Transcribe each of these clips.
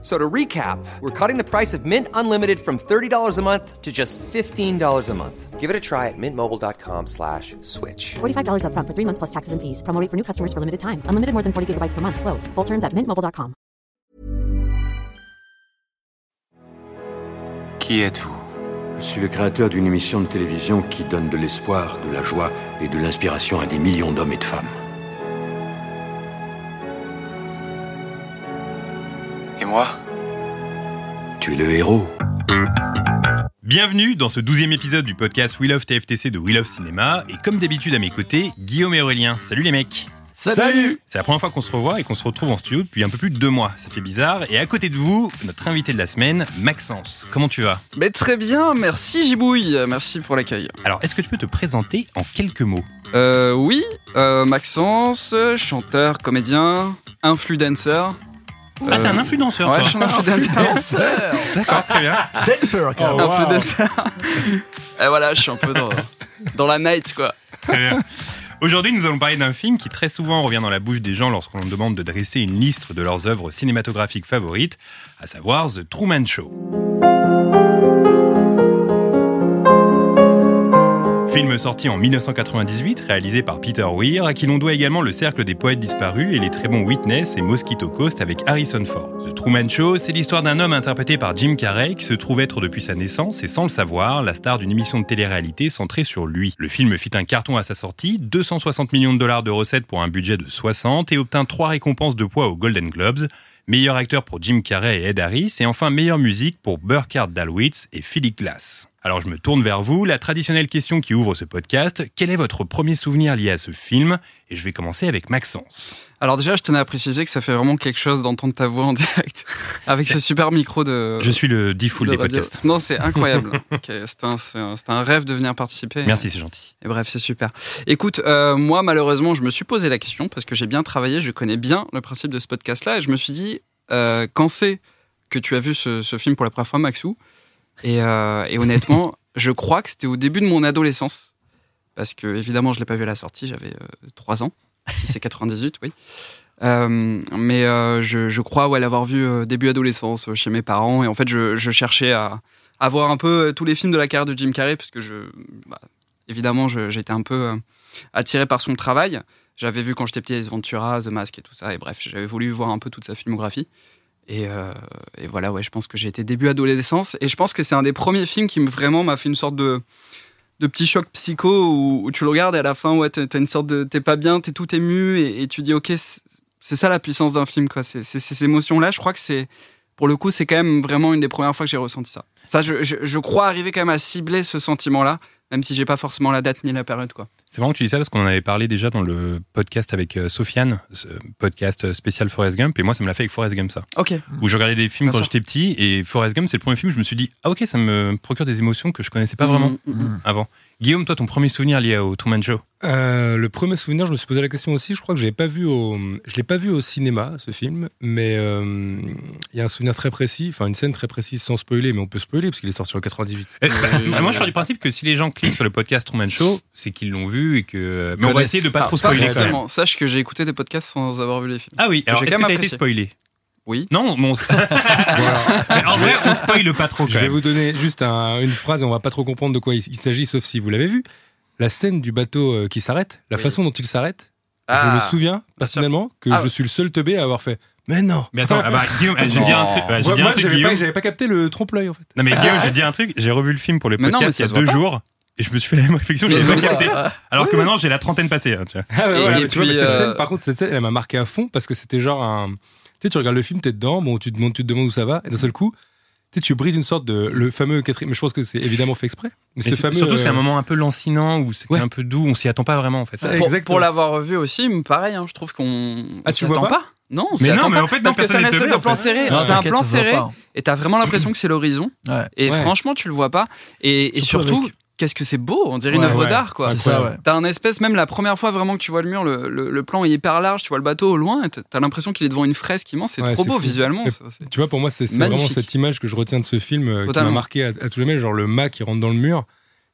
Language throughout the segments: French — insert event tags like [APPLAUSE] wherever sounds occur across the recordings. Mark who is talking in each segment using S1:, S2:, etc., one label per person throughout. S1: So to recap, we're cutting the price of Mint Unlimited from $30 a month to just $15 a month. Give it a try at mintmobile.com slash switch.
S2: $45 upfront for three months plus taxes and fees. Promo rate for new customers for limited time. Unlimited more than 40 gigabytes per month. Slows. Full terms at mintmobile.com.
S3: Qui êtes-vous
S4: Je suis le créateur d'une émission de télévision qui donne de l'espoir, de la joie et de l'inspiration à des millions d'hommes et de femmes.
S3: Et moi
S4: Tu es le héros.
S5: Bienvenue dans ce douzième épisode du podcast We Love TFTC de We Love Cinéma. Et comme d'habitude à mes côtés, Guillaume et Aurélien. Salut les mecs
S6: Salut
S5: C'est la première fois qu'on se revoit et qu'on se retrouve en studio depuis un peu plus de deux mois. Ça fait bizarre. Et à côté de vous, notre invité de la semaine, Maxence. Comment tu vas
S6: Mais très bien, merci Gibouille, merci pour l'accueil.
S5: Alors, est-ce que tu peux te présenter en quelques mots
S6: Euh, oui, euh, Maxence, chanteur, comédien, influencer.
S5: Ah,
S6: Euh,
S5: t'es un influenceur,
S6: Ouais,
S5: toi
S6: je suis un [LAUGHS] influencer.
S5: D'accord, [LAUGHS] très bien.
S7: Dancer, quoi.
S6: Influencer. Et voilà, je suis un peu dans, dans la night, quoi.
S5: Très bien. Aujourd'hui, nous allons parler d'un film qui très souvent revient dans la bouche des gens lorsqu'on leur demande de dresser une liste de leurs œuvres cinématographiques favorites, à savoir The Truman Show. Film sorti en 1998, réalisé par Peter Weir, à qui l'on doit également Le Cercle des Poètes Disparus et les très bons Witness et Mosquito Coast avec Harrison Ford. The Truman Show, c'est l'histoire d'un homme interprété par Jim Carrey qui se trouve être depuis sa naissance et sans le savoir, la star d'une émission de télé-réalité centrée sur lui. Le film fit un carton à sa sortie, 260 millions de dollars de recettes pour un budget de 60 et obtint trois récompenses de poids aux Golden Globes. Meilleur acteur pour Jim Carrey et Ed Harris, et enfin meilleure musique pour Burkhard Dalwitz et Philip Glass. Alors je me tourne vers vous, la traditionnelle question qui ouvre ce podcast, quel est votre premier souvenir lié à ce film Et je vais commencer avec Maxence.
S6: Alors déjà, je tenais à préciser que ça fait vraiment quelque chose d'entendre ta voix en direct [LAUGHS] avec ce super micro de...
S5: Je suis Euh, le D-Fool
S6: de
S5: des
S6: radio.
S5: podcasts.
S6: Non, c'est incroyable. Ok, c'est un, c'est un- c'est un rêve de venir participer.
S5: Merci, c'est gentil.
S6: Et bref, c'est super. Écoute, euh, moi, malheureusement, je me suis posé la question parce que j'ai bien travaillé, je connais bien le principe de ce podcast-là et je me suis dit, euh, quand c'est que tu as vu ce, ce film pour la première fois, Maxou et, euh, et honnêtement, je crois que c'était au début de mon adolescence parce que, évidemment, je ne l'ai pas vu à la sortie, j'avais euh, 3 ans, si c'est 98, oui. Euh, mais euh, je, je crois ouais, l'avoir vu euh, début adolescence euh, chez mes parents et en fait, je, je cherchais à, à voir un peu euh, tous les films de la carrière de Jim Carrey parce que je. bah, évidemment, je- j'étais un peu euh, attiré par son travail. J'avais vu quand j'étais petit Ace Ventura, The Mask et tout ça, et bref, j'avais voulu voir un peu toute sa filmographie. Et, euh, et voilà, ouais, je pense que j'ai été début adolescence, et je pense que c'est un des premiers films qui me- vraiment m'a fait une sorte de, de petit choc psycho où, où tu le regardes et à la fin, ouais, t'as t'as une sorte de. T'es pas bien, t'es tout ému, et, et tu dis, ok, c'est- c'est ça la puissance d'un film, quoi. C'est c'est- c'est ces émotions-là, je crois que c'est. Pour le coup, c'est quand même vraiment une des premières fois que j'ai ressenti ça. Ça, je, je- je crois arriver quand même à cibler ce sentiment-là, même si j'ai pas forcément la date ni la période, quoi.
S5: C'est marrant que tu dis ça parce qu'on en avait parlé déjà dans le podcast avec euh, Sofiane, ce podcast euh, spécial Forrest Gump, et moi ça me l'a fait avec Forrest Gump ça.
S6: Ok.
S5: Où je regardais des films
S6: Bien
S5: quand
S6: sûr.
S5: j'étais petit, et Forrest Gump c'est le premier film où je me suis dit, ah ok, ça me procure des émotions que je connaissais pas
S6: Mm,
S5: vraiment avant. Guillaume, toi ton premier souvenir lié au Truman Show
S8: Euh, le premier souvenir, je me suis posé la question aussi. Je crois que je l'ai pas vu au, je l'ai pas vu au cinéma ce film, mais euh, il y a un souvenir très précis, enfin une scène très précise sans spoiler, mais on peut spoiler parce qu'il est sorti en 98.
S5: Eh, bah,
S6: Euh,
S5: Moi je pars du principe que si les gens cliquent sur le podcast Truman Show, c'est qu'ils l'ont vu et que. Mais on va
S8: Connaissent.
S5: essayer de pas
S6: Alors,
S5: trop spoiler quand
S6: Ah,
S5: même.
S6: forcément. Sache que j'ai écouté des podcasts sans avoir vu les films.
S5: Ah oui, alors
S6: J'ai
S5: est-ce
S6: quand
S5: que t'as
S6: même
S5: été
S6: apprécié.
S5: spoilé
S6: Oui.
S5: Non, mais
S6: [LAUGHS]
S5: on se- Mais en vrai, on spoile pas trop quand
S8: Je vais
S5: Ah, même.
S8: vous donner juste un- une phrase et on va pas trop comprendre de quoi il, il s'agit, sauf si vous l'avez vu. La scène du bateau euh, qui s'arrête, la
S6: Oui.
S8: façon dont il s'arrête, je
S6: Ah.
S8: me souviens personnellement que
S6: Ah.
S8: je suis le seul teubé à avoir fait. Mais non.
S5: Mais attends,
S8: [LAUGHS]
S5: ah bah, Guillaume,
S6: [LAUGHS]
S5: je vais te dire un truc. bah, je vais
S8: Moi,
S5: dire un
S8: moi,
S5: truc,
S8: j'avais
S5: Guillaume.
S8: pas, j'avais pas capté le trompe-l'œil en fait.
S5: Non mais Guillaume,
S6: [LAUGHS]
S5: je vais te dire un truc, j'ai revu le film pour le
S6: Mais non,
S5: podcast
S6: mais
S5: il y
S6: ça se
S5: a deux
S6: voit pas.
S5: jours et je me suis fait la même réflexion,
S6: C'est
S5: j'avais pas
S6: vrai, Ah.
S5: capté. Alors que maintenant j'ai la trentaine passée. hein, tu vois.
S8: Ah ouais,
S6: Et-
S8: voilà,
S6: et
S8: tu vois, mais
S6: puis,
S8: cette
S6: euh,
S8: scène, par contre, cette scène, elle m'a marqué à fond parce que c'était genre un. Tu sais, tu regardes le film, t'es dedans, bon, tu te demandes, tu te demandes où ça va, et d'un seul coup, tu sais, tu brises une sorte de. Le fameux quatrième. Mais je pense que c'est évidemment fait exprès. Mais
S5: Et
S8: ce
S5: c'est-
S8: fameux,
S5: surtout c'est un
S8: euh,
S5: moment un peu lancinant où c'est
S8: Ouais.
S5: un peu doux, on s'y attend pas vraiment en fait.
S8: Ça,
S6: Pour,
S8: exactement.
S6: pour l'avoir revu aussi, pareil, hein, je trouve qu'on. on
S8: Ah, tu
S6: s'y
S8: vois
S6: attend
S8: pas
S6: Non, on s'y
S5: Mais non,
S6: attend
S5: mais
S6: pas,
S5: en fait, non,
S6: parce que c'est
S5: personne
S6: un
S5: n'est
S6: espèce
S5: teubé,
S6: de
S5: en
S6: plan
S5: fait.
S6: serré.
S7: Non,
S6: C'est un
S7: t'inquiète,
S6: plan
S7: ça se voit
S6: serré
S7: pas, hein. [CLEARS THROAT]
S6: et t'as vraiment l'impression que c'est l'horizon.
S7: Ouais.
S6: Et
S8: Ouais.
S6: franchement, tu le vois pas. Et, et
S7: Surtout
S6: surtout,
S7: avec-
S6: qu'est-ce que c'est beau On dirait une
S8: Ouais,
S6: œuvre
S8: ouais,
S6: d'art, quoi.
S8: c'est
S7: C'est ça, ouais.
S8: incroyable.
S6: T'as un espèce, même la première fois vraiment que tu vois le mur, le, le- le plan est hyper large, tu vois le bateau au loin, et t'as- t'as l'impression qu'il est devant une fresque immense, c'est
S8: Ouais,
S6: trop
S8: c'est
S6: beau
S8: fou.
S6: visuellement.
S8: Et
S6: ça, c'est-
S8: Tu vois, pour moi, c'est c'est
S6: Magnifique.
S8: vraiment cette image que je retiens de ce film euh, qui m'a
S6: Totalement.
S8: marqué à, à tout jamais. Genre le mât qui rentre dans le mur.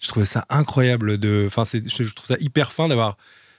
S8: Je trouvais ça incroyable. De, enfin, c'est- je, je trouve ça hyper fin d'avoir,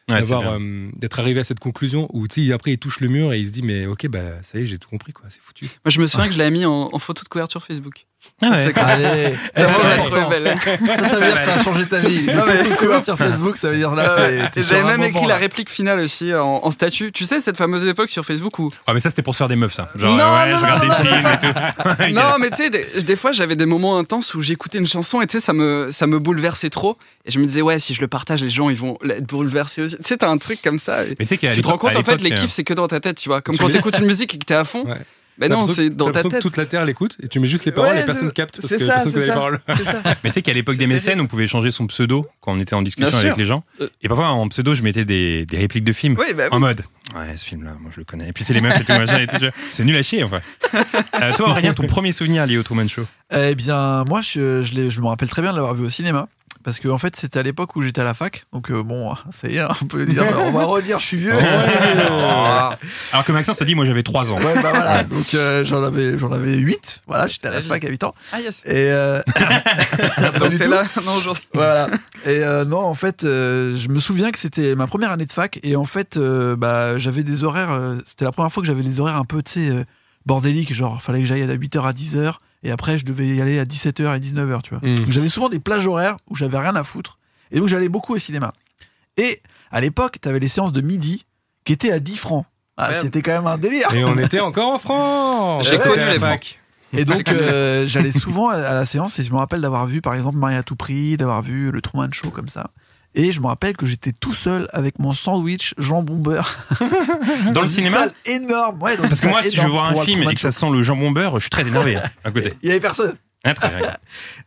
S5: Ouais, c'est
S8: d'avoir,
S5: bien.
S8: euh, d'être arrivé à cette conclusion où tu sais, après il touche le mur et il se dit mais ok bah ça y est j'ai tout compris quoi, c'est foutu.
S6: Moi, je me souviens que je l'avais mis en, en photo de couverture Facebook.
S5: Ah ouais.
S6: C'est comme ça.
S7: Allez,
S6: Tellement
S7: c'est
S6: je la
S7: important.
S6: trouvais belle.
S7: Ça, ça veut dire que ça a changé ta vie.
S6: Non, mais-
S7: Une photo de couverture Facebook, ça veut dire là, t'es- t'es
S6: Et
S7: sur
S6: J'avais
S7: un
S6: même
S7: moment,
S6: écrit
S7: là.
S6: la réplique finale aussi euh, en, en statut. Tu sais, cette fameuse époque sur Facebook
S8: [LAUGHS]
S6: où.
S5: Ah, mais ça, c'était pour se faire des meufs, ça. Genre,
S6: Non,
S5: ouais,
S6: non,
S5: je regarde
S6: non, non,
S5: des films
S6: non,
S5: et tout. Ok.
S6: Non, mais tu sais, des, des fois j'avais des moments intenses où j'écoutais une chanson et tu sais, ça me, ça me bouleversait trop. Et je me disais, ouais, si je le partage, les gens ils vont être bouleversés aussi. Tu sais, t'as un truc comme ça. et-
S5: Mais tu sais qu'à
S6: Tu te rends
S5: l'époque-
S6: compte,
S5: à
S6: en fait, les
S5: l'époque,
S6: kiffs, c'est que dans ta tête, tu vois. Comme
S8: euh, Tu
S6: quand
S8: veux
S6: t'écoutes une musique et que t'es à fond.
S8: Ouais.
S6: Ben
S8: T'as
S6: non,
S8: l'impression-
S6: c'est dans
S8: t'as
S6: ta
S8: l'impression que
S6: tête.
S8: toute la terre l'écoute et tu mets juste les paroles
S6: Ouais,
S8: et personne
S6: c'est-
S8: capte parce
S6: c'est
S8: que
S6: ça,
S8: personne
S6: c'est
S8: connaît les
S6: ça.
S8: paroles.
S5: euh, Mais tu sais qu'à l'époque des
S6: C'était-
S5: mécènes, on pouvait changer son pseudo quand on était en discussion
S6: Bien
S5: avec
S6: sûr.
S5: les gens.
S6: Euh.
S5: Et parfois, en pseudo, je mettais des, des répliques de films.
S6: Oui, bah oui.
S5: En mode, ouais, ce film-là, moi je le connais. Et puis c'est les meufs et tout, machin et tout. tu vois. C'est nul à
S6: [LAUGHS]
S5: chier, enfin. Euh, toi, Aurélien, ton premier souvenir lié au Truman Show
S7: Eh bien, moi, je, je, l'ai- je me rappelle très bien de l'avoir vu au cinéma. Parce que, en fait, c'était à l'époque où j'étais à la fac. Donc, euh, bon, [LAUGHS] ça y est, on peut dire, on va redire, je suis [LAUGHS] vieux.
S5: Alors que Maxence a dit, moi j'avais 3 ans.
S7: Ouais, bah voilà. Donc, euh, j'en avais, j'en avais 8. Voilà, j'étais à la
S6: La vie.
S7: fac à 8 ans.
S6: Ah, yes.
S7: Et, euh, [LAUGHS] pas
S6: Donc, bah,
S7: du
S6: t'es
S7: tout.
S6: là, non, aujourd'hui.
S7: Voilà. Et euh, non, en fait, euh, je me souviens que c'était ma première année de fac. Et en fait, euh, bah, j'avais des horaires. euh, c'était la première fois que j'avais des horaires un peu, tu sais, euh, bordéliques. Genre, fallait que j'aille à 8h à 10h. Et après, je devais y aller à 17h et 19h, tu vois.
S8: Mm.
S7: Donc, J'avais souvent des plages horaires où j'avais rien à foutre. Et donc, j'allais beaucoup au cinéma. Et à l'époque, t'avais les séances de midi qui étaient à 10 francs. Ah,
S6: Ouais.
S7: c'était quand même un délire.
S8: Et on était encore en France.
S6: J'ai
S8: Ouais,
S6: connu
S8: à la
S6: les
S8: fac.
S7: Et
S5: [LAUGHS]
S7: donc, euh, j'allais souvent à la séance et je me rappelle d'avoir vu, par exemple, Marie à tout prix, d'avoir vu le Truman Show comme ça. Et je me rappelle que j'étais tout seul avec mon sandwich jambon beurre.
S5: Dans le
S7: Une
S5: cinéma
S7: salle énorme. Ouais, dans une
S5: Parce que
S7: salle
S5: moi, si je veux
S7: énorme
S5: voir un
S7: pour le
S5: film
S7: Truman
S5: et que ça
S7: Show.
S5: sent le jambon beurre, je suis très énervé hein, à côté.
S7: Il y avait personne.
S5: Ah, très bien.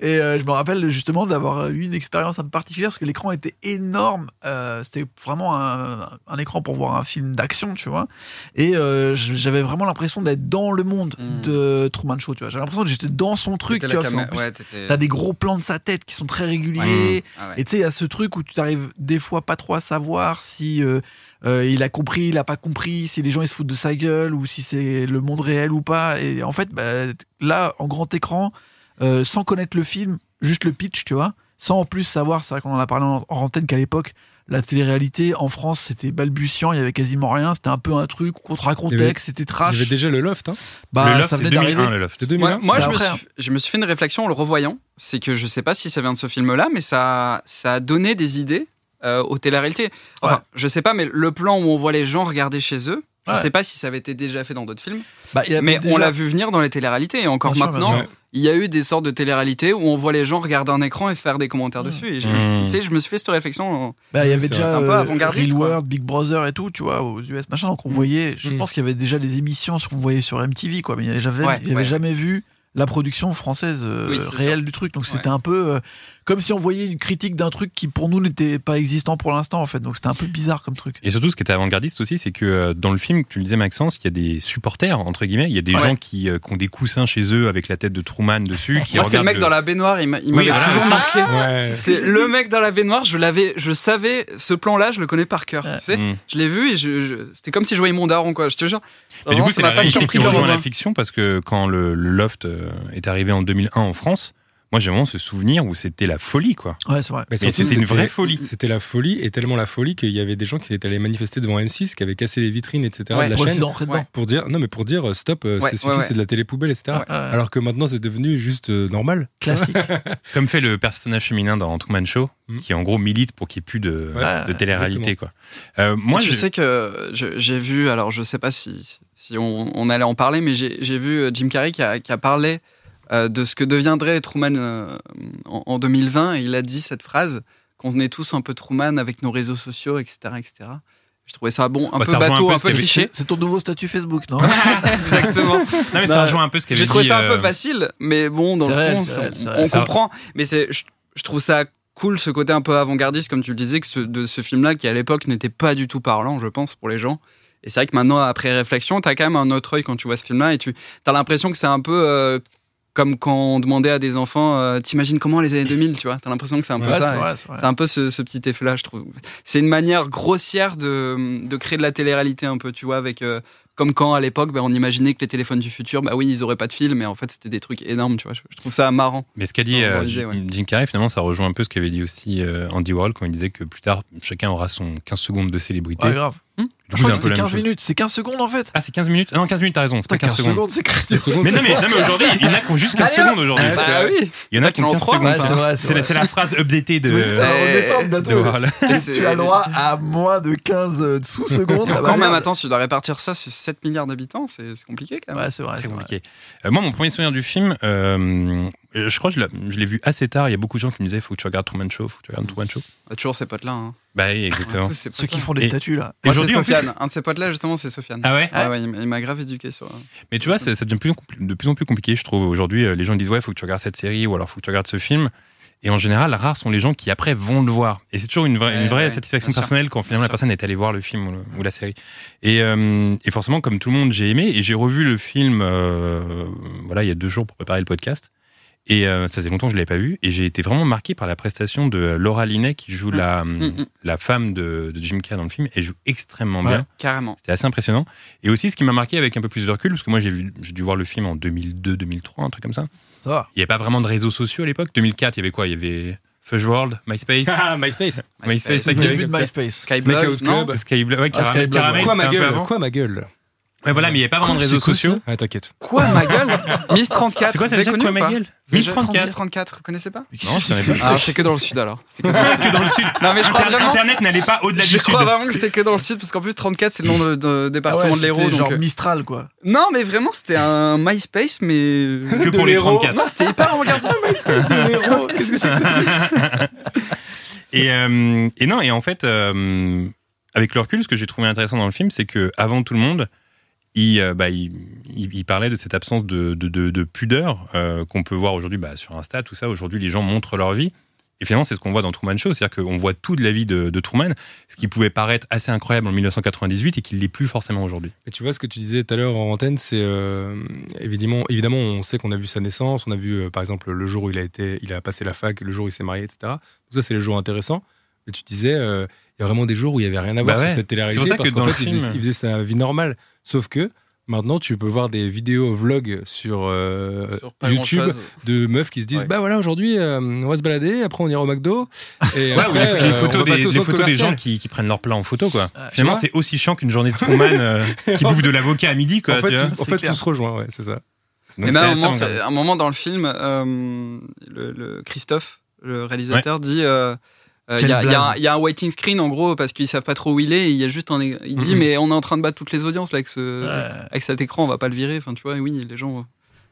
S7: Et euh, je me rappelle justement d'avoir eu une expérience un peu particulière parce que l'écran était énorme. Euh, C'était vraiment un, un écran pour voir un film d'action, tu vois. Et euh, j- j'avais vraiment l'impression d'être dans le monde
S6: Mm.
S7: de Truman Show, tu vois. J'avais l'impression que j'étais dans son truc, tu
S6: T'étais la
S7: vois. parce qu'en
S6: caméra-
S7: plus,
S6: ouais, t'étais-
S7: T'as des gros plans de sa tête qui sont très réguliers.
S6: Euh, Ouais. Ah ouais.
S7: Et tu sais, il y a ce truc où tu t'arrives des fois pas trop à savoir si euh, euh, il a compris, il a pas compris, si les gens ils se foutent de sa gueule ou si c'est le monde réel ou pas. Et en fait, bah, là, en grand écran, euh, sans connaître le film, juste le pitch, tu vois, sans en plus savoir, c'est vrai qu'on en a parlé en, en antenne qu'à l'époque, la télé-réalité en France c'était balbutiant, il y avait quasiment rien, c'était un peu un truc
S8: Il y avait-
S7: contre-contexte,
S8: Il
S7: c'était
S8: y
S7: trash.
S8: avait déjà le loft. Hein.
S7: Bah,
S5: le loft,
S7: ça
S5: c'est
S7: venait
S5: 2001,
S7: d'arriver.
S5: le loft.
S8: De 2001.
S6: Moi, moi, je,
S7: C'était
S6: me
S7: après, hein.
S6: suis, je me suis fait une réflexion en le revoyant. C'est que je sais pas si ça vient de ce film-là, mais ça, ça a donné des idées euh, aux télé-réalités. Enfin,
S7: Ouais.
S6: je sais pas, mais le plan où on voit les gens regarder chez eux, je
S7: Ouais.
S6: sais pas si ça avait été déjà fait dans d'autres films,
S7: Bah, il y avait
S6: mais on
S7: déjà-
S6: l'a vu venir dans les télé-réalités. Et encore
S7: Bien sûr, bien
S6: maintenant,
S8: sûr. Ouais.
S6: il y a eu des sortes de télé-réalités où on voit les gens regarder un écran et faire des commentaires
S7: Mmh.
S6: dessus. Et j'ai-
S5: Mmh.
S6: tu sais, je me suis fait cette réflexion. en-
S7: Bah, il y avait
S8: C'est
S7: déjà
S6: un peu
S7: euh,
S6: avant-gardiste,
S7: Real
S6: quoi.
S7: World, Big Brother et tout, tu vois, aux US, machin. Donc on voyait, je
S8: Mm.
S7: pense qu'il y avait déjà les émissions, ce qu'on voyait sur MTV, quoi. Mais il n'y avait, jamais-
S6: Ouais,
S7: il y avait
S6: ouais.
S7: jamais vu la production française euh,
S6: Oui, c'est
S7: réelle du truc. Donc
S6: Ouais.
S7: c'était un peu euh, comme si on voyait une critique d'un truc qui pour nous n'était pas existant pour l'instant, en fait. Donc c'était un peu bizarre comme truc.
S5: Et surtout, ce qui était avant-gardiste aussi, c'est que euh, dans le film, tu le disais Maxence, il y a des supporters, entre guillemets, il y a des
S6: Ouais.
S5: gens qui, euh, qui ont des coussins chez eux avec la tête de Truman dessus. Qui
S6: Moi, c'est le
S5: regardent
S6: mec dans la baignoire, il m'a- il
S5: Oui,
S6: m'avait
S5: voilà,
S6: toujours
S5: c'est ça.
S6: marqué.
S8: Ouais.
S6: C'est le mec dans la baignoire, je l'avais, je savais, ce plan-là, je le connais par cœur.
S7: Ouais.
S6: tu sais.
S5: Mm.
S6: Je l'ai vu et je, je- c'était comme si je voyais mon daron, quoi, je te jure.
S5: Mais du
S6: Vraiment,
S5: coup,
S6: ça
S5: c'est
S6: m'a
S5: la
S6: pas
S5: réalité
S6: surpris
S5: qui
S6: le
S5: rejoint
S6: lendemain.
S5: la fiction parce que quand le, le Loft euh, est arrivé en 2001 en France, moi j'ai vraiment ce souvenir où c'était la folie, quoi.
S7: Ouais, c'est vrai.
S8: Mais
S5: Mais
S8: surtout,
S5: c'était une vraie folie.
S8: C'était la folie, et tellement la folie qu'il y avait des gens qui étaient allés manifester devant M6, qui avaient cassé les vitrines, etc.
S6: Ouais,
S8: de la
S7: Pour essayer
S8: chaîne.
S7: d'entrer dedans.
S6: Ouais.
S8: Pour dire, non, mais pour dire, euh, stop, euh,
S6: Ouais,
S8: c'est
S6: ouais,
S8: suffit,
S6: ouais.
S8: c'est de la télé poubelle, etc.
S7: Euh,
S8: Alors que maintenant, c'est devenu juste euh, normal.
S7: classique.
S5: Comme fait le personnage féminin dans Truman Show,
S8: Mm.
S5: qui en gros milite pour qu'il n'y ait plus de,
S8: Ouais,
S5: de télé-réalité, quoi. Euh, moi,
S6: Moi, je
S5: j'ai-
S6: sais que je- j'ai vu, alors je sais pas si, si on, on allait en parler, mais j'ai j'ai vu euh, Jim Carrey qui a, qui a parlé euh, de ce que deviendrait Truman euh, en, en 2020 et il a dit cette phrase qu'on est tous un peu Truman avec nos réseaux sociaux, etc. etc. Je trouvais ça bon, un
S5: Bah,
S6: peu
S5: ça rejoint
S6: bateau,
S5: un peu
S6: un
S5: ce
S6: peu
S5: qu'il y avait-
S6: cliché.
S7: C'est ton nouveau statut Facebook, non
S6: [LAUGHS] Exactement.
S5: Non, mais
S6: Non,
S5: ça rejoint un peu ce qu'avait
S6: J'ai
S5: dit.
S6: trouvé ça un peu
S5: euh,
S6: facile, mais bon, dans
S7: C'est
S6: le
S7: réel,
S6: fond,
S7: c'est
S6: ça-
S7: réel, c'est
S6: on
S7: réel.
S5: Ça-
S6: comprend. Mais c'est, je, je trouve ça cool ce côté un peu avant-gardiste, comme tu le disais, que ce- de ce film-là qui à l'époque n'était pas du tout parlant, je pense, pour les gens. Et c'est vrai que maintenant, après réflexion, t'as quand même un autre œil quand tu vois ce film-là et tu as l'impression que c'est un peu euh, comme quand on demandait à des enfants, euh, t'imagines comment les années 2000, tu vois T'as l'impression que c'est un peu
S7: Ouais,
S6: ça.
S7: c'est
S6: et-
S7: vrai, c'est vrai.
S6: c'est un peu ce, ce petit effet-là, je trouve. C'est une manière grossière de, de créer de la télé-réalité un peu, tu vois, avec euh, comme quand à l'époque, ben, on imaginait que les téléphones du futur, bah oui, ils auraient pas de fil, mais en fait, c'était des trucs énormes, tu vois. Je, je trouve ça marrant.
S5: Mais ce qu'a dit
S6: Dans
S5: euh,
S6: l'idée, ouais.
S5: Jim Carrey, finalement, ça rejoint un peu ce qu'avait dit aussi euh, Andy Warhol quand il disait que plus tard, chacun aura son 15 secondes de célébrité.
S7: Ouais, grave.
S5: du
S7: Je
S5: coup, c'est
S7: crois que
S5: un peu
S7: c'était
S5: la même
S7: 15
S5: chose.
S7: minutes. C'est 15 secondes en fait.
S5: Ah, c'est 15 minutes Ah non, 15 minutes, t'as raison, c'est pas
S7: Putain,
S5: 15 secondes. [LAUGHS]
S7: c'est
S8: Des
S7: créatif.
S8: secondes,
S5: Mais non,
S8: c'est-
S5: mais, non, mais aujourd'hui, il y en a qui ont juste 15 secondes aujourd'hui.
S6: Bah oui
S5: Il y en a qui ont
S6: T'as
S5: 15
S6: trois,
S5: secondes.
S6: ouais,
S5: par
S7: c'est
S5: an.
S7: vrai, c'est
S5: C'est la,
S7: vrai.
S5: c'est la phrase updatée de,
S7: Oui, ça va redescendre
S5: de
S7: bientôt.
S5: Warhol.
S6: C'est-
S7: Tu as le droit à moins de 15
S6: [LAUGHS]
S5: Ah
S7: sous-secondes.
S5: bah,
S6: Quand même, attends, tu dois répartir ça sur 7 milliards d'habitants, c'est c'est compliqué quand même.
S7: Ouais, c'est vrai.
S5: Très
S7: c'est vrai.
S5: compliqué. Euh, moi, mon premier souvenir du film, euh, je crois que je l'ai- je l'ai vu assez tard. Il y a beaucoup de gens qui me disaient faut que tu regardes Truman Show, faut que tu regardes Truman Show.
S6: On a toujours ces potes-là. hein.
S5: Bah oui,
S6: On a
S5: exactement.
S6: tous ces
S7: Ceux
S6: potes-là.
S7: qui font
S5: Et-
S7: des statues là.
S5: Et
S6: Moi, c'est
S5: aujourd'hui, en plus-
S6: Sofiane. Un de ces potes-là, justement, c'est Sofiane.
S5: Ah ouais
S6: Ah ouais, il m'a- il m'a grave éduqué sur. euh,
S5: Mais tu vois, ça, ça devient plus en compli- de plus en plus compliqué, je trouve. Aujourd'hui, euh, les gens disent ouais, faut que tu regardes cette série ou alors faut que tu regardes ce film. Et en général, rares sont les gens qui après vont le voir. Et c'est toujours une vraie,
S6: Ouais,
S5: une vraie
S6: ouais,
S5: satisfaction
S6: bien sûr.
S5: personnelle quand finalement
S6: Bien
S5: la
S6: sûr.
S5: personne est allée voir le film ou, le- ou la série. Et, euh, et forcément, comme tout le monde, j'ai aimé et j'ai revu le film. euh, voilà, il y a deux jours pour préparer le podcast. Et euh, ça faisait longtemps que je l'avais pas vu. Et j'ai été vraiment marqué par la prestation de Laura Linney qui joue la,
S6: Mm, mm.
S5: la femme de, de Jim Carrey dans le film. Elle joue extrêmement bien.
S6: Carrément.
S5: C'était assez impressionnant. Et aussi, ce qui m'a marqué avec un peu plus de recul, parce que moi, j'ai vu- j'ai dû voir le film en 2002, 2003, un truc comme ça.
S7: Ça va.
S5: Il n'y avait pas vraiment de réseaux sociaux à l'époque. 2004, il y avait quoi Il y avait Fudge World, MySpace.
S8: Ah, MySpace.
S5: [LAUGHS] MySpace,
S7: C'est
S5: ça
S7: le
S5: qu'il y avait
S7: début de
S5: comme ça.
S7: MySpace.
S6: Skyblog,
S8: Makeout
S6: non
S8: Club.
S5: Skyblog, Ah, ouais, Caramel,
S7: Skyblog,
S5: Caramel,
S8: Quoi
S5: c'était
S8: ma
S5: un peu
S8: gueule
S5: avant.
S8: Quoi ma gueule
S5: Ouais, voilà, mais il n'y avait pas vraiment de
S8: C'est
S5: réseaux
S8: quoi, ça
S5: sociaux.
S8: Ah, t'inquiète.
S6: Quoi, ma
S5: [LAUGHS]
S6: gueule Miss 34.
S5: C'est quoi,
S6: vous
S5: ça
S6: avez
S5: veut dire,
S6: connu
S5: quoi,
S6: ou
S5: ma
S6: pas
S5: gueule
S6: C'est
S5: Miss
S6: le jeu
S5: 34.
S6: Miss 34, vous connaissez pas
S5: Non, je savais pas.
S6: Ah, c'est que dans le sud alors.
S5: [LAUGHS]
S6: C'est que-
S5: que dans le sud.
S6: Non, mais je crois
S5: Inter-
S6: vraiment-
S5: Internet n'allait pas au-delà
S6: Je
S5: du sud.
S6: crois vraiment que c'était que dans le sud, parce qu'en plus 34 c'est le nom de, de- département
S7: Ah ouais,
S6: de l'Hérault.
S7: c'était
S6: Donc... euh,
S7: genre Mistral quoi.
S6: Non mais vraiment c'était un MySpace mais... euh,
S5: Que pour les
S8: l'Hérault.
S5: 34.
S6: Non c'était hyper
S7: [LAUGHS]
S6: regardant. [LAUGHS]
S7: Qu'est-ce que c'est
S5: Et, euh, et non, et en fait, euh, avec le recul, ce que j'ai trouvé intéressant dans le film, c'est que avant tout le monde, il, euh, bah, il, il- il parlait de cette absence de, de- de- de pudeur euh, qu'on peut voir aujourd'hui bah, sur Insta, tout ça. Aujourd'hui, les gens montrent leur vie. Et finalement, c'est ce qu'on voit dans Truman Show, c'est-à-dire qu'on voit tout de la vie de, de Truman, ce qui pouvait paraître assez incroyable en 1998 et qui ne l'est plus forcément aujourd'hui.
S8: Et tu vois ce que tu disais tout à l'heure en antenne, c'est euh, évidemment, évidemment, on sait qu'on a vu sa naissance, on a vu euh, par exemple le jour où il a été, il a passé la fac, le jour où il s'est marié, etc. Tout ça, c'est les jours intéressants. Mais tu disais, euh, il y a vraiment des jours où il y avait rien à voir
S5: Bah ouais.
S8: sur cette
S5: C'est
S8: télé-réalité
S5: pour ça
S8: parce
S5: que
S8: qu'en
S5: dans le
S8: fait, il, faisait,
S5: film-
S8: il faisait sa vie normale. Sauf que maintenant, tu peux voir des vidéos vlogs sur, euh, YouTube de meufs qui se disent,
S6: Ouais.
S8: bah voilà, aujourd'hui, euh, on va se balader, après on ira
S5: [LAUGHS]
S8: au McDo. Et
S5: Ouais, ou
S8: après,
S5: les, les
S8: euh, on
S5: photos,
S8: va
S5: des,
S8: passer au
S5: les photos
S8: centre
S5: des
S8: commercial.
S5: gens qui, qui prennent leur plat en photo, quoi.
S7: tu
S5: finalement,
S8: vois
S5: c'est aussi chiant qu'une journée de
S8: [LAUGHS]
S5: Truman euh, qui bouffe de l'avocat à midi, quoi.
S8: En fait,
S5: tu vois.
S8: tout- en
S7: C'est
S8: fait,
S7: clair.
S8: tout se rejoint, ouais, c'est ça.
S5: Donc,
S6: mais même à ben, un
S5: c'était
S6: moment,
S5: assez
S6: c'est- un moment dans le film, euh, le, le Christophe, le réalisateur, dit. euh, euh, Il
S7: Quelle
S6: y, a- il y a un-
S7: blaze.
S6: il y a un waiting screen en gros parce qu'ils savent pas trop où il est. et Il y a juste un, é- il dit
S8: Mhm.
S6: mais on est en train de battre toutes les audiences là avec ce,
S7: Euh,
S6: avec cet écran, on va pas le virer. Enfin tu vois, oui les gens.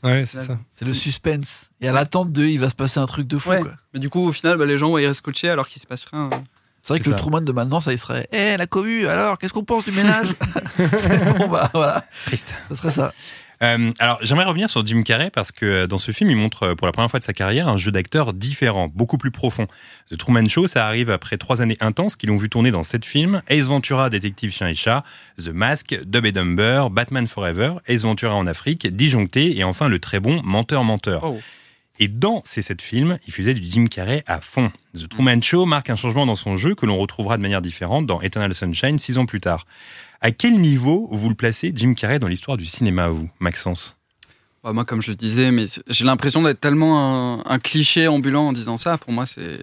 S8: Ouais, c'est ça.
S7: C'est le suspense. Et à l'attente de, il va se passer un truc de fou
S6: Ouais.
S7: quoi.
S6: Mais du coup au final bah, les gens ouais, ils restent scotchés alors qu'il se passe rien. hein.
S7: C'est vrai
S8: C'est
S7: que le
S8: ça.
S7: Truman de maintenant, ça il serait. Eh la commu, alors qu'est-ce qu'on pense du ménage [LAUGHS] Bon bah voilà,
S5: Triste.
S7: ça serait ça.
S5: Euh, alors, j'aimerais revenir sur Jim Carrey parce que euh, dans ce film, il montre euh, pour la première fois de sa carrière un jeu d'acteur différent, beaucoup plus profond. The Truman Show, ça arrive après trois années intenses qu'ils l'ont vu tourner dans sept films Ace Ventura, Détective Chien et Chat, The Mask, Dub et Dumber, Batman Forever, Ace Ventura en Afrique, Disjoncté et enfin le très bon Menteur Menteur.
S6: Oh.
S5: Et dans ces sept films, il faisait du Jim Carrey à fond. The Truman Show marque un changement dans son jeu que l'on retrouvera de manière différente dans Eternal Sunshine six ans plus tard. À quel niveau vous le placez, Jim Carrey, dans l'histoire du cinéma, à vous, Maxence
S6: Bah, moi comme je le disais mais c'est- j'ai l'impression d'être tellement un, un cliché ambulant en disant ça. Pour moi c'est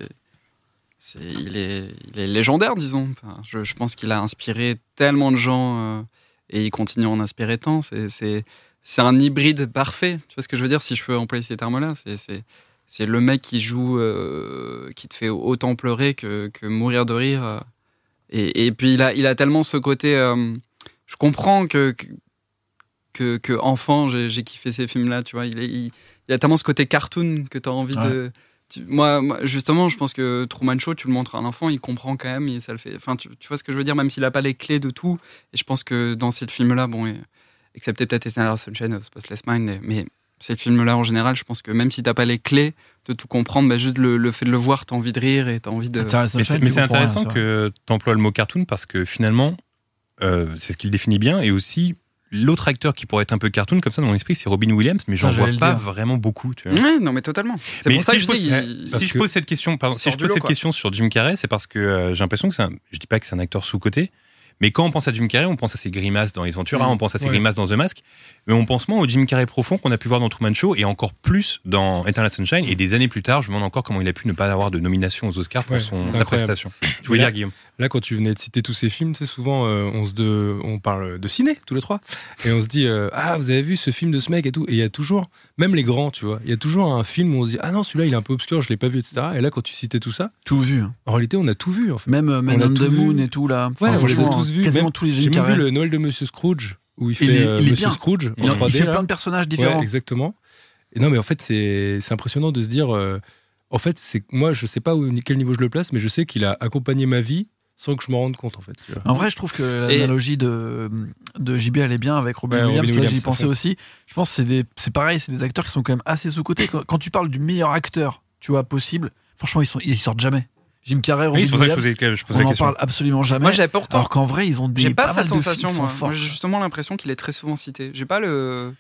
S6: c'est- il, est, il est légendaire, disons. Enfin, je, je pense qu'il a inspiré tellement de gens euh, et il continue à en inspirer tant. C'est- C'est c'est un hybride parfait. Tu vois ce que je veux dire si je peux employer ces termes-là C'est- C'est c'est le mec qui joue, euh, qui te fait autant pleurer que, que mourir de rire. euh. Et, et puis il a, il a tellement ce côté. euh, je comprends que, que, que- que enfant, j'ai j'ai kiffé ces films-là. Tu vois, il, est- il, il a tellement ce côté cartoon que tu as envie
S7: Ouais.
S6: de. Tu- moi, moi, justement, je pense que Truman Show, tu le montres à un enfant, il comprend quand même, et ça le fait. Enfin, tu, tu vois ce que je veux dire, même s'il n'a pas les clés de tout. Et je pense que dans ces films-là, bon, et- excepté peut-être Eternal Sunshine of Spotless Mind, mais ces films-là en général, je pense que même si t'as pas les clés de tout comprendre, bah, juste le, le fait de le voir, t'as envie de rire et t'as envie de.
S5: Mais c'est- Mais c'est
S7: hein,
S5: intéressant que tu emploies le mot cartoon parce que finalement, euh, c'est ce qu'il définit bien et aussi l'autre acteur qui pourrait être un peu cartoon comme ça dans mon esprit, c'est Robin Williams, mais j'en
S7: Ça,
S5: vois
S7: j'allais le
S5: pas
S7: dire.
S5: vraiment beaucoup. Tu vois.
S6: Ouais, non, mais totalement. C'est
S5: Hein Mais
S6: pour ça
S5: si
S6: que je
S5: pose,
S6: dis.
S5: ouais,
S6: il-
S5: si
S8: parce
S5: je
S8: que
S5: pose cette question, pardon, si
S6: sort
S5: je
S6: du
S5: pose
S6: lot,
S5: cette
S6: quoi.
S5: question sur Jim Carrey, c'est parce que euh, j'ai l'impression que c'est un, je dis pas que c'est un acteur sous coté, mais quand on pense à Jim Carrey, on pense à ses grimaces dans Les Ventura,
S6: Mm.
S5: on pense à ses
S8: Ouais.
S5: grimaces dans The Mask, mais on pense moins au Jim Carrey profond qu'on a pu voir dans Truman Show et encore plus dans Eternal Sunshine. Et des années plus tard, je me demande encore comment il a pu ne pas avoir de nomination aux Oscars pour
S8: Ouais,
S5: son,
S8: c'est
S5: sa
S8: incroyable.
S5: prestation. Tu voulais
S8: Là-
S5: dire Guillaume
S8: Là, quand tu venais de citer tous ces films, tu sais, souvent, euh, on, se de, on parle de ciné, tous les trois, et on se dit, euh, ah, vous avez vu ce film de ce mec et tout. Et il y a toujours, même les grands, tu vois, il y a toujours un film où on se dit, ah non, celui-là, il est un peu obscur, je l'ai pas vu, etc. Et là, quand tu citais tout ça,
S7: Tout vu. hein.
S8: en réalité, on a tout vu, en fait.
S7: Même euh, Man
S8: a
S7: on
S8: tout
S7: the
S8: vu.
S7: Moon et tout là.
S8: Ouais, on les a
S7: franchement,
S8: tous vus.
S7: hein. Quasiment
S8: Même-
S7: tous les
S8: J'ai
S7: Jim
S8: même vu
S7: Carrey.
S8: le Noël de Monsieur Scrooge, où il fait
S7: Il est-
S8: euh,
S7: il est
S8: Monsieur
S7: bien.
S8: Scrooge en
S7: Il, en- il
S8: 3D.
S7: fait
S8: là.
S7: plein de personnages
S8: Ouais,
S7: différents.
S8: exactement. Et non, mais en fait, c'est c'est impressionnant de se dire. euh, en fait, c'est moi, je sais pas où, quel niveau je le place, mais je sais qu'il a accompagné ma vie sans que je m'en rende compte, en fait. tu vois.
S7: En vrai, je trouve que
S6: Et-
S7: l'analogie de, de JB, elle est bien avec Robin
S8: Ouais, Robin
S7: Williams. là,
S8: Williams,
S7: J'y
S8: à
S7: pensais
S8: fond.
S7: aussi. Je pense que c'est des- c'est pareil, c'est des acteurs qui sont quand même assez sous-cotés. Quand, quand tu parles du meilleur acteur, tu vois, possible, franchement, ils, sont, ils sortent jamais. Jim Carrey, Robin
S5: Oui, c'est pour ça que je
S7: Williams,
S5: posais, je posais
S7: on
S5: la
S7: n'en
S5: question.
S7: parle absolument jamais.
S6: Moi, j'avais pas autant.
S7: alors qu'en vrai, ils ont des
S6: J'ai pas,
S7: mal
S6: cette
S7: de films
S6: sensation,
S7: qui sont
S6: moi.
S7: forts.
S6: Moi, J'ai justement l'impression qu'il est très souvent cité. J'ai pas le,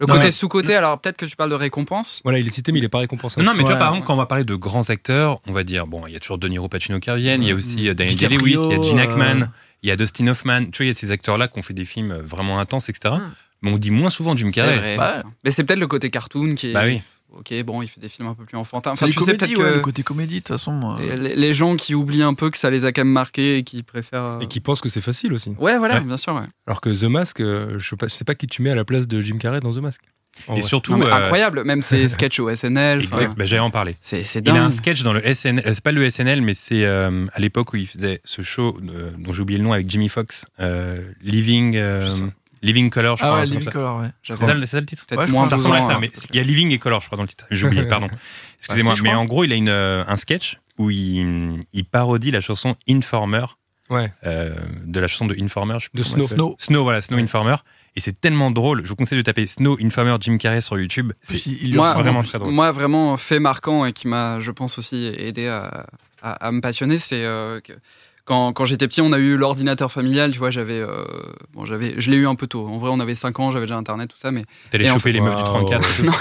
S6: le
S5: Non,
S6: côté
S5: mais-
S6: sous-côté. Alors, peut-être que tu parles de récompense.
S8: Voilà, il est cité, mais il est pas récompensé.
S5: Non, non, mais tu vois,
S7: Ouais.
S5: par exemple, quand on va parler de grands acteurs, on va dire, bon, il y a toujours De Niro Pacino qui reviennent, il y a aussi euh, Daniel
S7: DiCaprio,
S5: Day-Lewis, il y a Gene Hackman,
S7: euh,
S5: il y a Dustin Hoffman, tu vois, il y a ces acteurs-là qui ont fait des films euh, vraiment intenses, etc.
S6: Mm.
S5: Mais on dit moins souvent Jim Carrey.
S6: vrai.
S7: Bah,
S6: Mais c'est peut-être le côté cartoon qui est.
S5: Bah oui.
S6: Ok, bon, il fait des films un peu plus enfantins.
S7: c'est
S6: Enfin,
S7: les
S6: tu sais
S7: comédies,
S6: peut-être
S7: ouais, le
S6: que
S7: côté comédie, de toute façon. euh,
S6: les les gens qui oublient un peu que ça les a quand même marqués et qui préfèrent. euh,
S8: Et qui pense que c'est facile aussi.
S6: Ouais, voilà,
S5: Ouais.
S6: bien sûr. ouais.
S8: Alors que The Mask, euh, je sais pas, je sais pas qui tu mets à la place de Jim Carrey dans The Mask. En
S5: Et
S8: vrai.
S5: surtout,
S6: Non, mais
S5: euh,
S6: Incroyable, même ses sketchs au SNL. enfin,
S5: exact, bah, j'allais en parler.
S6: C'est c'est
S5: Il
S6: dingue.
S5: a un sketch dans le SNL, euh, c'est pas le SNL, mais c'est euh, à l'époque où il faisait ce show euh, dont j'ai oublié le nom avec Jimmy Fox, euh, Living, euh,
S8: Je sais.
S5: Living Color, je
S7: Ah
S5: crois. un
S7: ouais,
S5: truc comme
S7: Living
S5: ça.
S7: Color, ouais.
S5: C'est ça le- c'est ça le titre
S6: peut-être
S7: Ouais, je
S6: moins
S5: Ça
S7: pense
S5: ressemble à
S6: besoin,
S5: ça,
S6: hein.
S5: mais il y a Living et Color, je crois, dans le titre. J'ai oublié, pardon.
S6: Bah,
S5: Excusez-moi,
S6: si, je
S5: mais
S6: crois.
S5: en gros, il a une, euh, un sketch où il, il parodie la chanson Informer,
S8: Ouais.
S5: euh, de la chanson de Informer. Je sais plus
S8: De
S5: comment
S8: Snow.
S5: elle s'appelle.
S7: Snow.
S5: Snow, voilà, Snow
S8: Ouais.
S5: Informer. Et c'est tellement drôle. Je vous conseille de taper Snow Informer Jim Carrey sur YouTube. C'est
S7: Puis, il lui
S6: Moi,
S7: ressemble.
S5: vraiment très drôle.
S6: Moi, vraiment, euh, fait marquant et qui m'a, je pense, aussi aidé à, à- à me passionner, c'est euh, que quand, quand j'étais petit, on a eu l'ordinateur familial, tu vois, j'avais. euh, bon, j'avais, je l'ai eu un peu tôt. En vrai, on avait 5 ans, j'avais déjà Internet, tout ça, mais.
S5: T'allais
S6: Et en fait-
S5: choper les meufs du
S8: Waouh.
S5: 34.
S6: Non,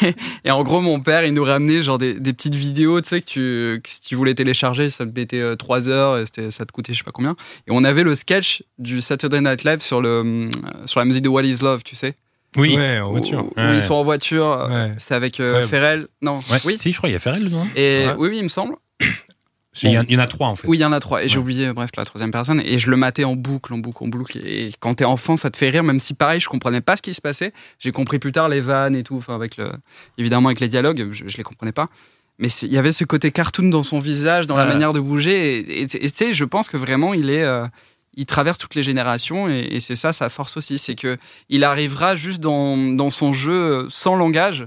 S6: mais- et en gros, mon père, il nous ramenait genre des, des petites vidéos, tu sais, que, tu- que si tu voulais télécharger, ça te mettait 3 heures, et c'était- ça te coûtait je sais pas combien. Et on avait le sketch du Saturday Night Live sur, le, hum, sur la musique de What is Love, tu sais.
S5: Oui.
S8: Ouais, en
S6: Où-
S8: voiture.
S6: Où,
S5: Ouais.
S6: ils sont en voiture.
S8: Ouais.
S6: C'est avec euh,
S8: Incroyable.
S6: Ferrell. Non,
S5: Ouais.
S6: oui.
S5: Si, je crois, il y a Ferrell dedans.
S6: Et
S8: Ouais.
S6: oui, oui, il me semble.
S5: Il y, en- il y en a trois, en fait.
S6: Oui, il y en a trois. Et j'ai
S5: Ouais.
S6: oublié, bref, la troisième personne. Et je le matais en boucle, en boucle, en boucle. Et quand t'es enfant, ça te fait rire, même si pareil, je comprenais pas ce qui se passait. J'ai compris plus tard les vannes et tout. Enfin, avec le, évidemment, avec les dialogues, je, je les comprenais pas. Mais c'est- il y avait ce côté cartoon dans son visage, dans la
S5: Ouais.
S6: manière de bouger. Et- Et et tu sais, je pense que vraiment, il est. euh, il traverse toutes les générations et, et c'est ça sa force aussi, c'est que il arrivera juste dans, dans son jeu euh, sans langage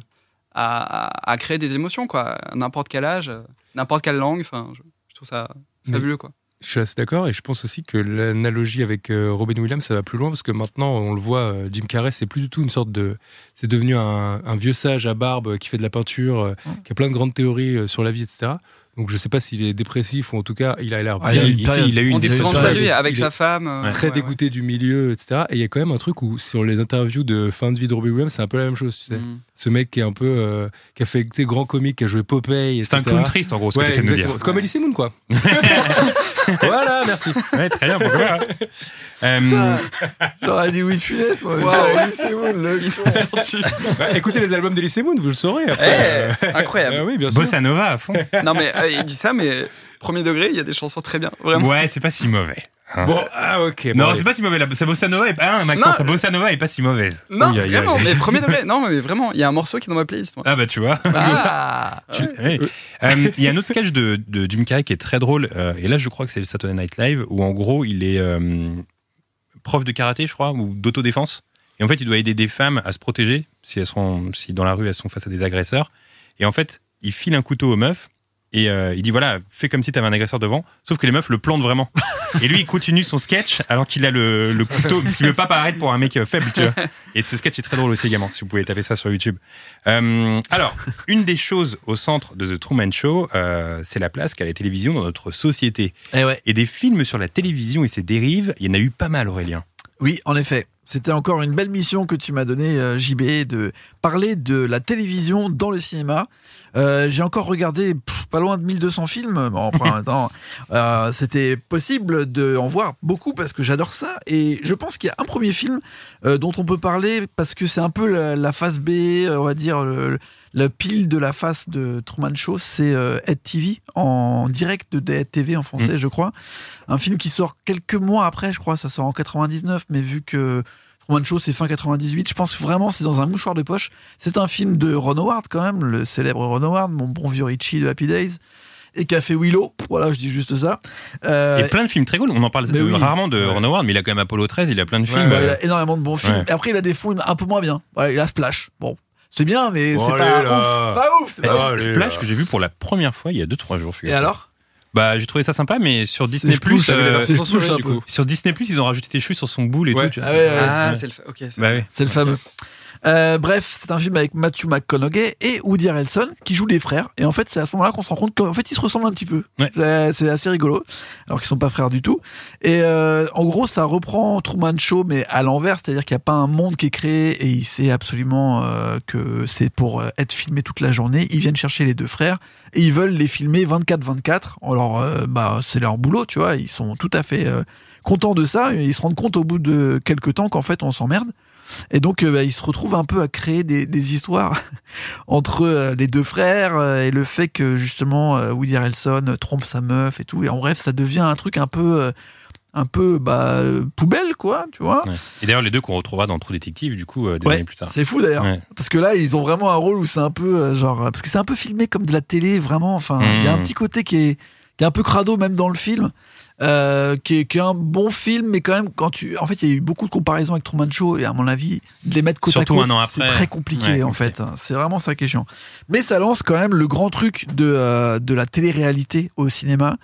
S6: à, à- à créer des émotions quoi, à n'importe quel âge, euh, n'importe quelle langue. Enfin, je, je trouve ça
S8: Mais-
S6: fabuleux quoi.
S8: Je suis assez d'accord et je pense aussi que l'analogie avec euh, Robin Williams, ça va plus loin parce que maintenant, on le voit, euh, Jim Carrey, c'est plus du tout une sorte de. C'est devenu un, un vieux sage à barbe euh, qui fait de la peinture, euh, qui a plein de grandes théories euh, sur la vie, etc. Donc je sais pas s'il est dépressif ou en tout cas, il a l'air
S7: Ah,
S8: bien,
S7: il a eu
S5: il, il- il a eu
S6: On
S5: une
S6: dit
S8: déception.
S6: souvent
S5: déception.
S6: ça
S8: Il
S6: lui
S8: est-
S6: avec
S8: il
S6: sa
S8: est
S6: femme. euh,
S8: très
S6: ouais,
S8: dégoûté du milieu, etc. Et il y a quand même un truc où, sur les interviews de fin de vie de Robin Williams, c'est un peu la même chose, tu sais.
S6: ouais. Mm.
S8: Ce mec qui est un peu. euh, qui a fait tu sais, grand comique, qui a joué Popeye,
S5: C'est
S8: etc.
S5: un clown triste, en gros, ce que
S8: Ouais,
S5: tu essaies de nous dire.
S8: exactement. Comme Alice Moon,
S5: [LAUGHS]
S8: quoi. voilà, merci.
S5: Ouais, très bien, pourquoi pas. Euh,
S7: J'aurais dit oui de funeste, moi.
S6: Waouh.
S7: Oui, c'est bon, le
S8: Bah, écoutez les albums d'Elysée Moon, vous le saurez.
S6: Eh,
S8: Après. Euh,
S5: eh,
S6: incroyable.
S8: oui, bien sûr.
S5: Bossa Nova à fond.
S6: Non mais euh, il dit ça, mais premier degré, il y a des chansons très bien, vraiment.
S5: Ouais, c'est pas si mauvais. hein.
S8: Bon, ah ok. bon,
S5: Non,
S8: allez.
S5: c'est pas si mauvais. La, sa bossa nova est pas, hein, Maxence,
S6: Non. euh,
S5: sa bossa nova est pas si mauvaise.
S6: Non,
S8: Oui, aïe,
S6: vraiment,
S8: aïe.
S6: mais premier degré. Non, mais vraiment, il y a un morceau qui est dans ma playlist. moi.
S5: Ah bah tu vois.
S6: [LAUGHS] Ah,
S5: Tu- ouais. Euh, Il y a un autre sketch de, de Jim Carrey qui est très drôle. euh, et là, je crois que c'est le Saturday Night Live où en gros, il est euh, prof de karaté, je crois, ou d'autodéfense. Et en fait, il doit aider des femmes à se protéger si elles sont, si dans la rue elles sont face à des agresseurs. Et en fait, il file un couteau aux meufs. Et euh, il dit voilà, fais comme si t'avais un agresseur devant, sauf que les meufs le plantent vraiment. Et lui, il continue son sketch alors qu'il a le, le couteau, parce qu'il veut pas paraître pour un mec euh, faible, tu vois. Et ce sketch est très drôle aussi également, si vous pouvez taper ça sur YouTube. Euh, alors, une des choses au centre de The Truman Show, euh, c'est la place qu'a la télévision dans notre société.
S7: Eh ouais.
S5: Et des films sur la télévision et ses dérives, il y en a eu pas mal, Aurélien.
S7: Oui, en effet. C'était encore une belle mission que tu m'as donnée, euh, JB, de parler de la télévision dans le cinéma. Euh, J'ai encore regardé pff, pas loin de 1200 films. Bon, enfin, attends, euh, c'était possible de en voir beaucoup parce que j'adore ça. Et je pense qu'il y a un premier film euh, dont on peut parler parce que c'est un peu la, la face B, euh, on va dire, le, la pile de la face de Truman Show. C'est euh, Ed TV, en direct de Ed TV en français, je crois. Un film qui sort quelques mois après, je crois, ça sort en 99, mais vu que Truman Show c'est fin 98, je pense que vraiment c'est dans un mouchoir de poche. C'est un film de Ron Howard quand même, le célèbre Ron Howard, mon bon vieux Richie de Happy Days, et qui a fait Willow, voilà, je dis juste ça. Euh,
S5: Et plein de films très cool. On en parle
S7: Mais oui.
S5: rarement de
S7: Ouais.
S5: Ron Howard, mais il a quand même Apollo 13, il a plein de
S8: Ah
S5: films.
S7: bah,
S5: euh,
S7: il a énormément de bons films.
S5: ouais.
S7: Et après, il a des films un peu moins bien. Ouais, il a Splash. Bon, c'est bien, mais
S8: Bon,
S7: c'est
S8: allez,
S7: pas,
S8: Oh là. Ah
S7: ouf. C'est pas ouf. c'est
S5: Eh,
S7: pas ouf.
S8: allez,
S5: Splash
S8: là.
S5: que j'ai vu pour la première fois il y a 2-3 jours.
S7: Ah, euh. Et
S5: figure-toi.
S7: alors
S5: Bah j'ai trouvé ça sympa, mais sur Disney
S7: Je pousse,
S5: Plus, euh,
S7: j'avais
S5: [LAUGHS]
S7: la version censurée,
S8: du
S7: du coup.
S8: coup.
S5: sur Disney Plus ils ont rajouté tes cheveux sur son boule et
S8: Ouais.
S5: tout. tu vois.
S7: Ah ouais, ouais.
S6: Ah,
S5: Ouais.
S6: c'est le. fa- Ok, c'est
S5: Bah oui.
S7: C'est le fameux. Euh, bref, c'est un film avec Matthew McConaughey et Woody Harrelson qui jouent des frères. Et en fait, c'est à ce moment-là qu'on se rend compte qu'en fait, ils se ressemblent un petit peu.
S5: Ouais.
S7: C'est- C'est assez rigolo, alors qu'ils sont pas frères du tout. Et euh, en gros, ça reprend Truman Show, mais à l'envers, c'est-à-dire qu'il n'y a pas un monde qui est créé et il sait absolument euh, que c'est pour euh, être filmé toute la journée. Ils viennent chercher les deux frères et ils veulent les filmer 24-24. Alors, euh, bah, c'est leur boulot, tu vois. Ils sont tout à fait euh, contents de ça. Et ils se rendent compte au bout de quelques temps qu'en fait, on s'emmerde. Et donc, euh, bah, ils se retrouvent un peu à créer des, des histoires [LAUGHS] entre euh, les deux frères euh, et le fait que justement euh, Woody Harrelson euh, trompe sa meuf et tout. Et en bref, ça devient un truc un peu, euh, un peu bah, euh, poubelle, quoi, tu vois.
S5: Ouais. Et d'ailleurs les deux qu'on retrouvera dans Trou Détective du coup euh, des
S7: Ouais,
S5: années plus tard.
S7: c'est fou d'ailleurs.
S5: Ouais.
S7: Parce que là, ils ont vraiment un rôle où c'est un peu euh, genre. Parce que c'est un peu filmé comme de la télé, vraiment. Enfin, il y a un
S5: Mhm.
S7: petit côté qui est, qui est un peu crado, même dans le film. euh, qui, est, qui est un bon film, mais quand même, quand tu. En fait, il y a eu beaucoup de comparaisons avec Truman Show, et à mon avis, de les mettre côte
S5: Surtout
S7: à côte,
S5: un an
S7: c'est
S5: après.
S7: très compliqué,
S5: Ouais,
S7: en
S5: ok.
S7: fait. C'est vraiment ça qui est chiant. Mais ça lance quand même le grand truc de, euh, de la télé-réalité au cinéma.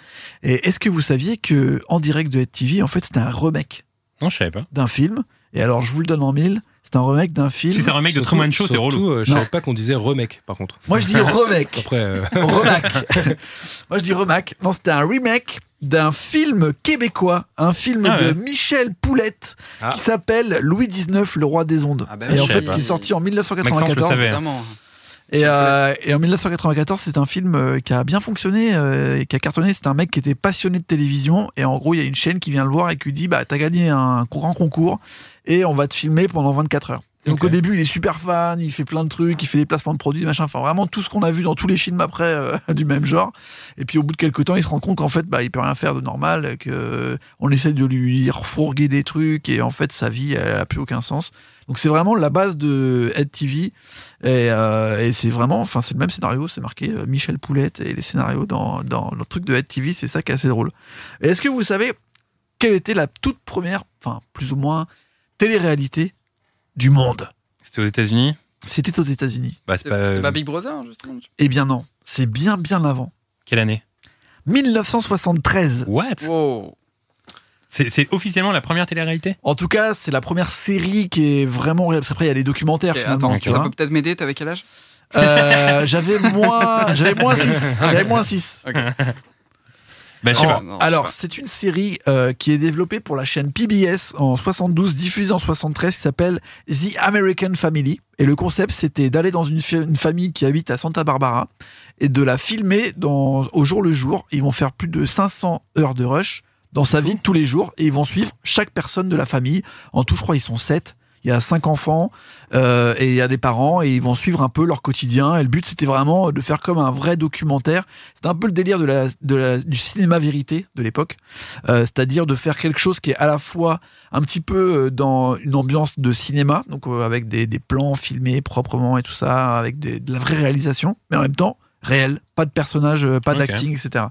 S7: Et est-ce que vous saviez que en direct de TV, en fait, c'était un remake
S5: Non je savais pas.
S7: d'un film Et alors, je vous le donne en mille. C'est un remake d'un film.
S5: Si c'est un remake de Truman Show c'est relou.
S8: Surtout, euh, je
S7: Non.
S8: savais pas qu'on disait remake, par contre.
S7: Moi, je dis remake.
S8: Après, euh, [LAUGHS]
S7: Remac. [LAUGHS] Moi, je dis remac. Non, c'était un remake d'un film québécois, un film
S5: Ah ouais.
S7: de Michel Poulette
S8: Ah.
S7: qui s'appelle Louis XIX, le roi des ondes.
S6: Ah bah
S7: et
S6: oui,
S7: en
S5: je
S7: fait,
S5: savais pas.
S7: qui est sorti en
S5: Maxence le
S7: 1994.
S5: savait. hein.
S6: Évidemment.
S7: Et, euh, et en 1994, c'est un film euh, qui a bien fonctionné euh, et qui a cartonné. C'est un mec qui était passionné de télévision. Et en gros, il y a une chaîne qui vient le voir et qui lui dit Bah, t'as gagné un grand concours et on va te filmer pendant 24 heures. Et donc,
S5: Ok.
S7: au début, il est super fan, il fait plein de trucs, il fait des placements de produits, machin. Enfin, vraiment tout ce qu'on a vu dans tous les films après euh, [LAUGHS] du même genre. Et puis, au bout de quelques temps, il se rend compte qu'en fait, bah, il peut rien faire de normal, que on essaie de lui refourguer des trucs et en fait, sa vie, elle a plus aucun sens. Donc, c'est vraiment la base de Ed TV. Et, euh, et c'est vraiment, enfin, c'est le même scénario, c'est marqué euh, Michel Poulette et les scénarios dans, dans le truc de Head TV, c'est ça qui est assez drôle. Et est-ce que vous savez quelle était la toute première, enfin, plus ou moins, télé-réalité du monde
S5: C'était aux États-Unis.
S7: C'était aux États-Unis.
S5: Bah c'est
S6: C'est
S5: pas
S6: c'était
S5: euh,
S6: pas Big Brother, justement.
S7: Eh bien, non, c'est bien, bien avant.
S5: quelle année.
S7: 1973.
S5: What
S6: Wow.
S5: C'est c'est officiellement la première télé-réalité.
S7: En tout cas, c'est la première série qui est vraiment réelle. Parce qu'après, il y a les documentaires,
S6: Ok,
S7: finalement.
S6: attends,
S7: tu
S6: ça
S7: vois.
S6: peut peut-être m'aider, t'avais quel âge
S7: Euh, j'avais moins, j'avais moins
S6: [LAUGHS]
S7: 6. J'avais moins 6.
S5: Bah je sais
S7: En-
S5: pas.
S6: Non, je sais
S7: alors,
S6: pas.
S7: c'est une série euh, qui est développée pour la chaîne PBS en 72, diffusée en 73, qui s'appelle The American Family. Et le concept, c'était d'aller dans une, fa- une famille qui habite à Santa Barbara et de la filmer dans, au jour le jour. Ils vont faire plus de 500 heures de rush dans sa vie de tous les jours et ils vont suivre chaque personne de la famille. En tout, je crois, ils sont sept. Il y a cinq enfants euh, et il y a des parents et ils vont suivre un peu leur quotidien. Et le but, c'était vraiment de faire comme un vrai documentaire. C'était un peu le délire de la, de la- du cinéma vérité de l'époque. Euh, C'est-à-dire de faire quelque chose qui est à la fois un petit peu euh, dans une ambiance de cinéma, donc euh, avec des, des plans filmés proprement et tout ça, avec des- de la vraie réalisation, mais en même temps réel, pas de personnage, euh, pas
S5: Ok.
S7: d'acting, etc.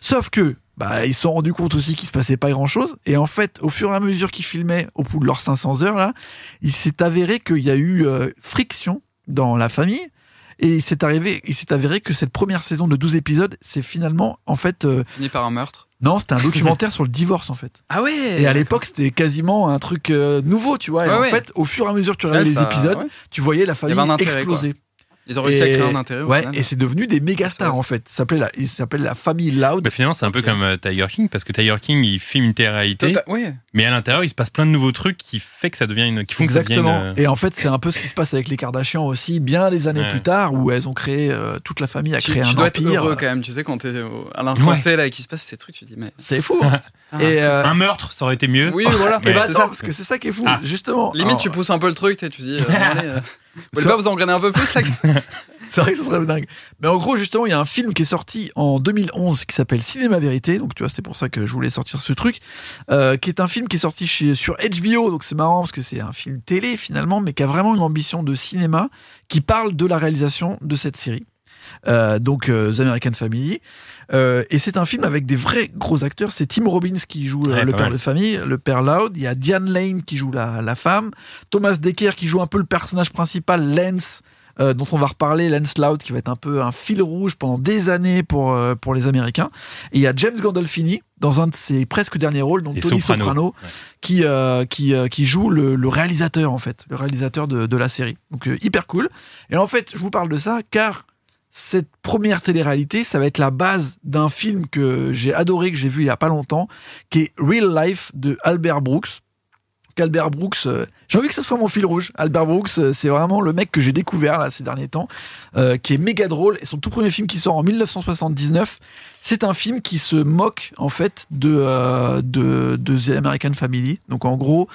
S7: Sauf que bah, ils se sont rendus compte aussi qu'il se passait pas grand chose. Et en fait, au fur et à mesure qu'ils filmaient, au bout de leurs 500 heures, là, il s'est avéré qu'il y a eu euh, friction dans la famille. Et il s'est arrivé, il s'est avéré que cette première saison de 12 épisodes, c'est finalement, en fait, euh,
S6: Fini par un meurtre.
S7: non, c'était un documentaire sur le divorce, en fait.
S6: Ah ouais
S7: Et à l'époque, c'était quasiment un truc euh, nouveau, tu vois. Et
S6: Ouais,
S7: en
S6: ouais.
S7: fait, au fur et à mesure que tu regardais les épisodes, tu voyais la famille
S6: avait un intérêt,
S7: exploser.
S6: Ils ont réussi à créer un intérêt. au
S7: Ouais,
S6: final.
S7: et c'est devenu des méga stars en fait. Ça s'appelait la, il s'appelle la famille Loud.
S5: Bah, finalement, c'est un peu comme euh, Tiger King, parce que Tiger King, il filme une télé-réalité,
S6: Tota- ouais.
S5: mais à l'intérieur, il se passe plein de nouveaux trucs qui fait que ça devient une, qui font que ça devient
S7: Exactement.
S5: une- euh,
S7: Et en fait, c'est un peu ce qui se passe avec les Kardashians aussi, bien des années
S5: Ouais.
S7: plus tard, où elles ont créé, euh, toute la famille a
S6: Tu,
S7: créé
S6: tu
S7: un
S6: dois être
S7: empire.
S6: heureux quand même, tu sais, quand t'es au- à l'instant
S5: Ouais.
S6: T là et qu'il se passe ces trucs, tu dis, mais.
S7: c'est fou. hein.
S6: Ah,
S7: et euh,
S5: Un meurtre, ça aurait été mieux.
S6: Oui, voilà.
S7: eh ben,
S6: c'est
S7: attends,
S6: ça.
S7: parce que c'est ça qui est fou,
S5: Ah.
S7: justement.
S6: Limite,
S7: Alors,
S6: tu pousses un peu le truc, tu sais, tu dis,
S7: [LAUGHS]
S6: euh, allez, euh, vous voulez
S7: Ça-
S6: pas vous engrainer un peu plus là
S7: C'est vrai que ce serait dingue. Mais en gros, justement, il y a un film qui est sorti en 2011 qui s'appelle Cinéma Vérité. Donc, tu vois, c'est pour ça que je voulais sortir ce truc. Euh, qui est un film qui est sorti chez, sur HBO. Donc, c'est marrant parce que c'est un film télé finalement, mais qui a vraiment une ambition de cinéma qui parle de la réalisation de cette série. Euh, donc, euh, The American Family. Euh, et c'est un film avec des vrais gros acteurs. C'est Tim Robbins qui joue euh,
S5: Ouais,
S7: le
S5: pas
S7: père
S5: mal.
S7: de famille, le père Loud. Il y a Diane Lane qui joue la, la femme. Thomas Decker qui joue un peu le personnage principal, Lance, euh, dont on va reparler, Lance Loud, qui va être un peu un fil rouge pendant des années pour, euh, pour les Américains. Et il y a James Gandolfini dans un de ses presque derniers rôles, donc
S5: Les
S7: Tony Soprano,
S5: Sopranos.
S7: qui, euh, qui, euh, qui joue le, le réalisateur, en fait, le réalisateur de, de la série. Donc euh, hyper cool. Et en fait, je vous parle de ça car cette première télé-réalité, ça va être la base d'un film que j'ai adoré, que j'ai vu il y a pas longtemps, qui est Real Life de Albert Brooks. Albert Brooks, euh, j'ai envie que ce soit mon fil rouge. Albert Brooks, euh, c'est vraiment le mec que j'ai découvert là ces derniers temps, euh, qui est méga drôle. Et son tout premier film qui sort en 1979, c'est un film qui se moque en fait de, euh, de, de The American Family. Donc en gros,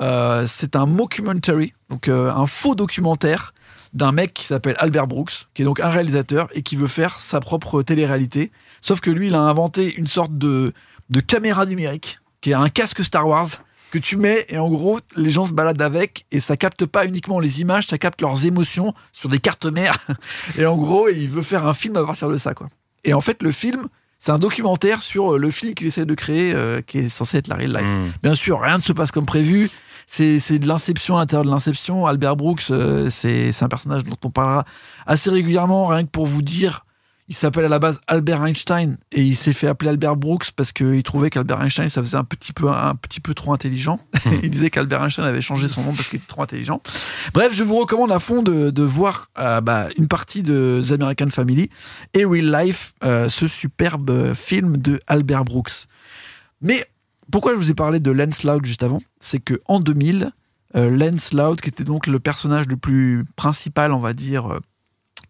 S7: euh, c'est un mockumentary, donc euh, un faux documentaire d'un mec qui s'appelle Albert Brooks, qui est donc un réalisateur et qui veut faire sa propre télé-réalité. Sauf que lui, il a inventé une sorte de, de caméra numérique, qui est un casque Star Wars, que tu mets et en gros, les gens se baladent avec et ça capte pas uniquement les images, ça capte leurs émotions sur des cartes mères. [LAUGHS] Et en gros, il veut faire un film à partir de ça, quoi. Et en fait, le film, c'est un documentaire sur euh, le film qu'il essaie de créer, euh, qui est censé être la real life.
S5: Mm.
S7: Bien sûr, rien ne se passe comme prévu. C'est c'est de l'inception à l'intérieur de l'inception. Albert Brooks, euh, c'est c'est un personnage dont on parlera assez régulièrement, rien que pour vous dire. Il s'appelle à la base Albert Einstein et il s'est fait appeler Albert Brooks parce qu'il trouvait qu'Albert Einstein, ça faisait un petit peu, un petit peu trop intelligent. [LAUGHS] il disait qu'Albert Einstein avait changé son nom parce qu'il était trop intelligent. Bref, je vous recommande à fond de, de voir euh, bah, une partie de The American Family et Real Life, euh, ce superbe film de Albert Brooks. Mais pourquoi je vous ai parlé de Lance Loud juste avant C'est que en 2000, euh, Lance Loud, qui était donc le personnage le plus principal, on va dire, euh,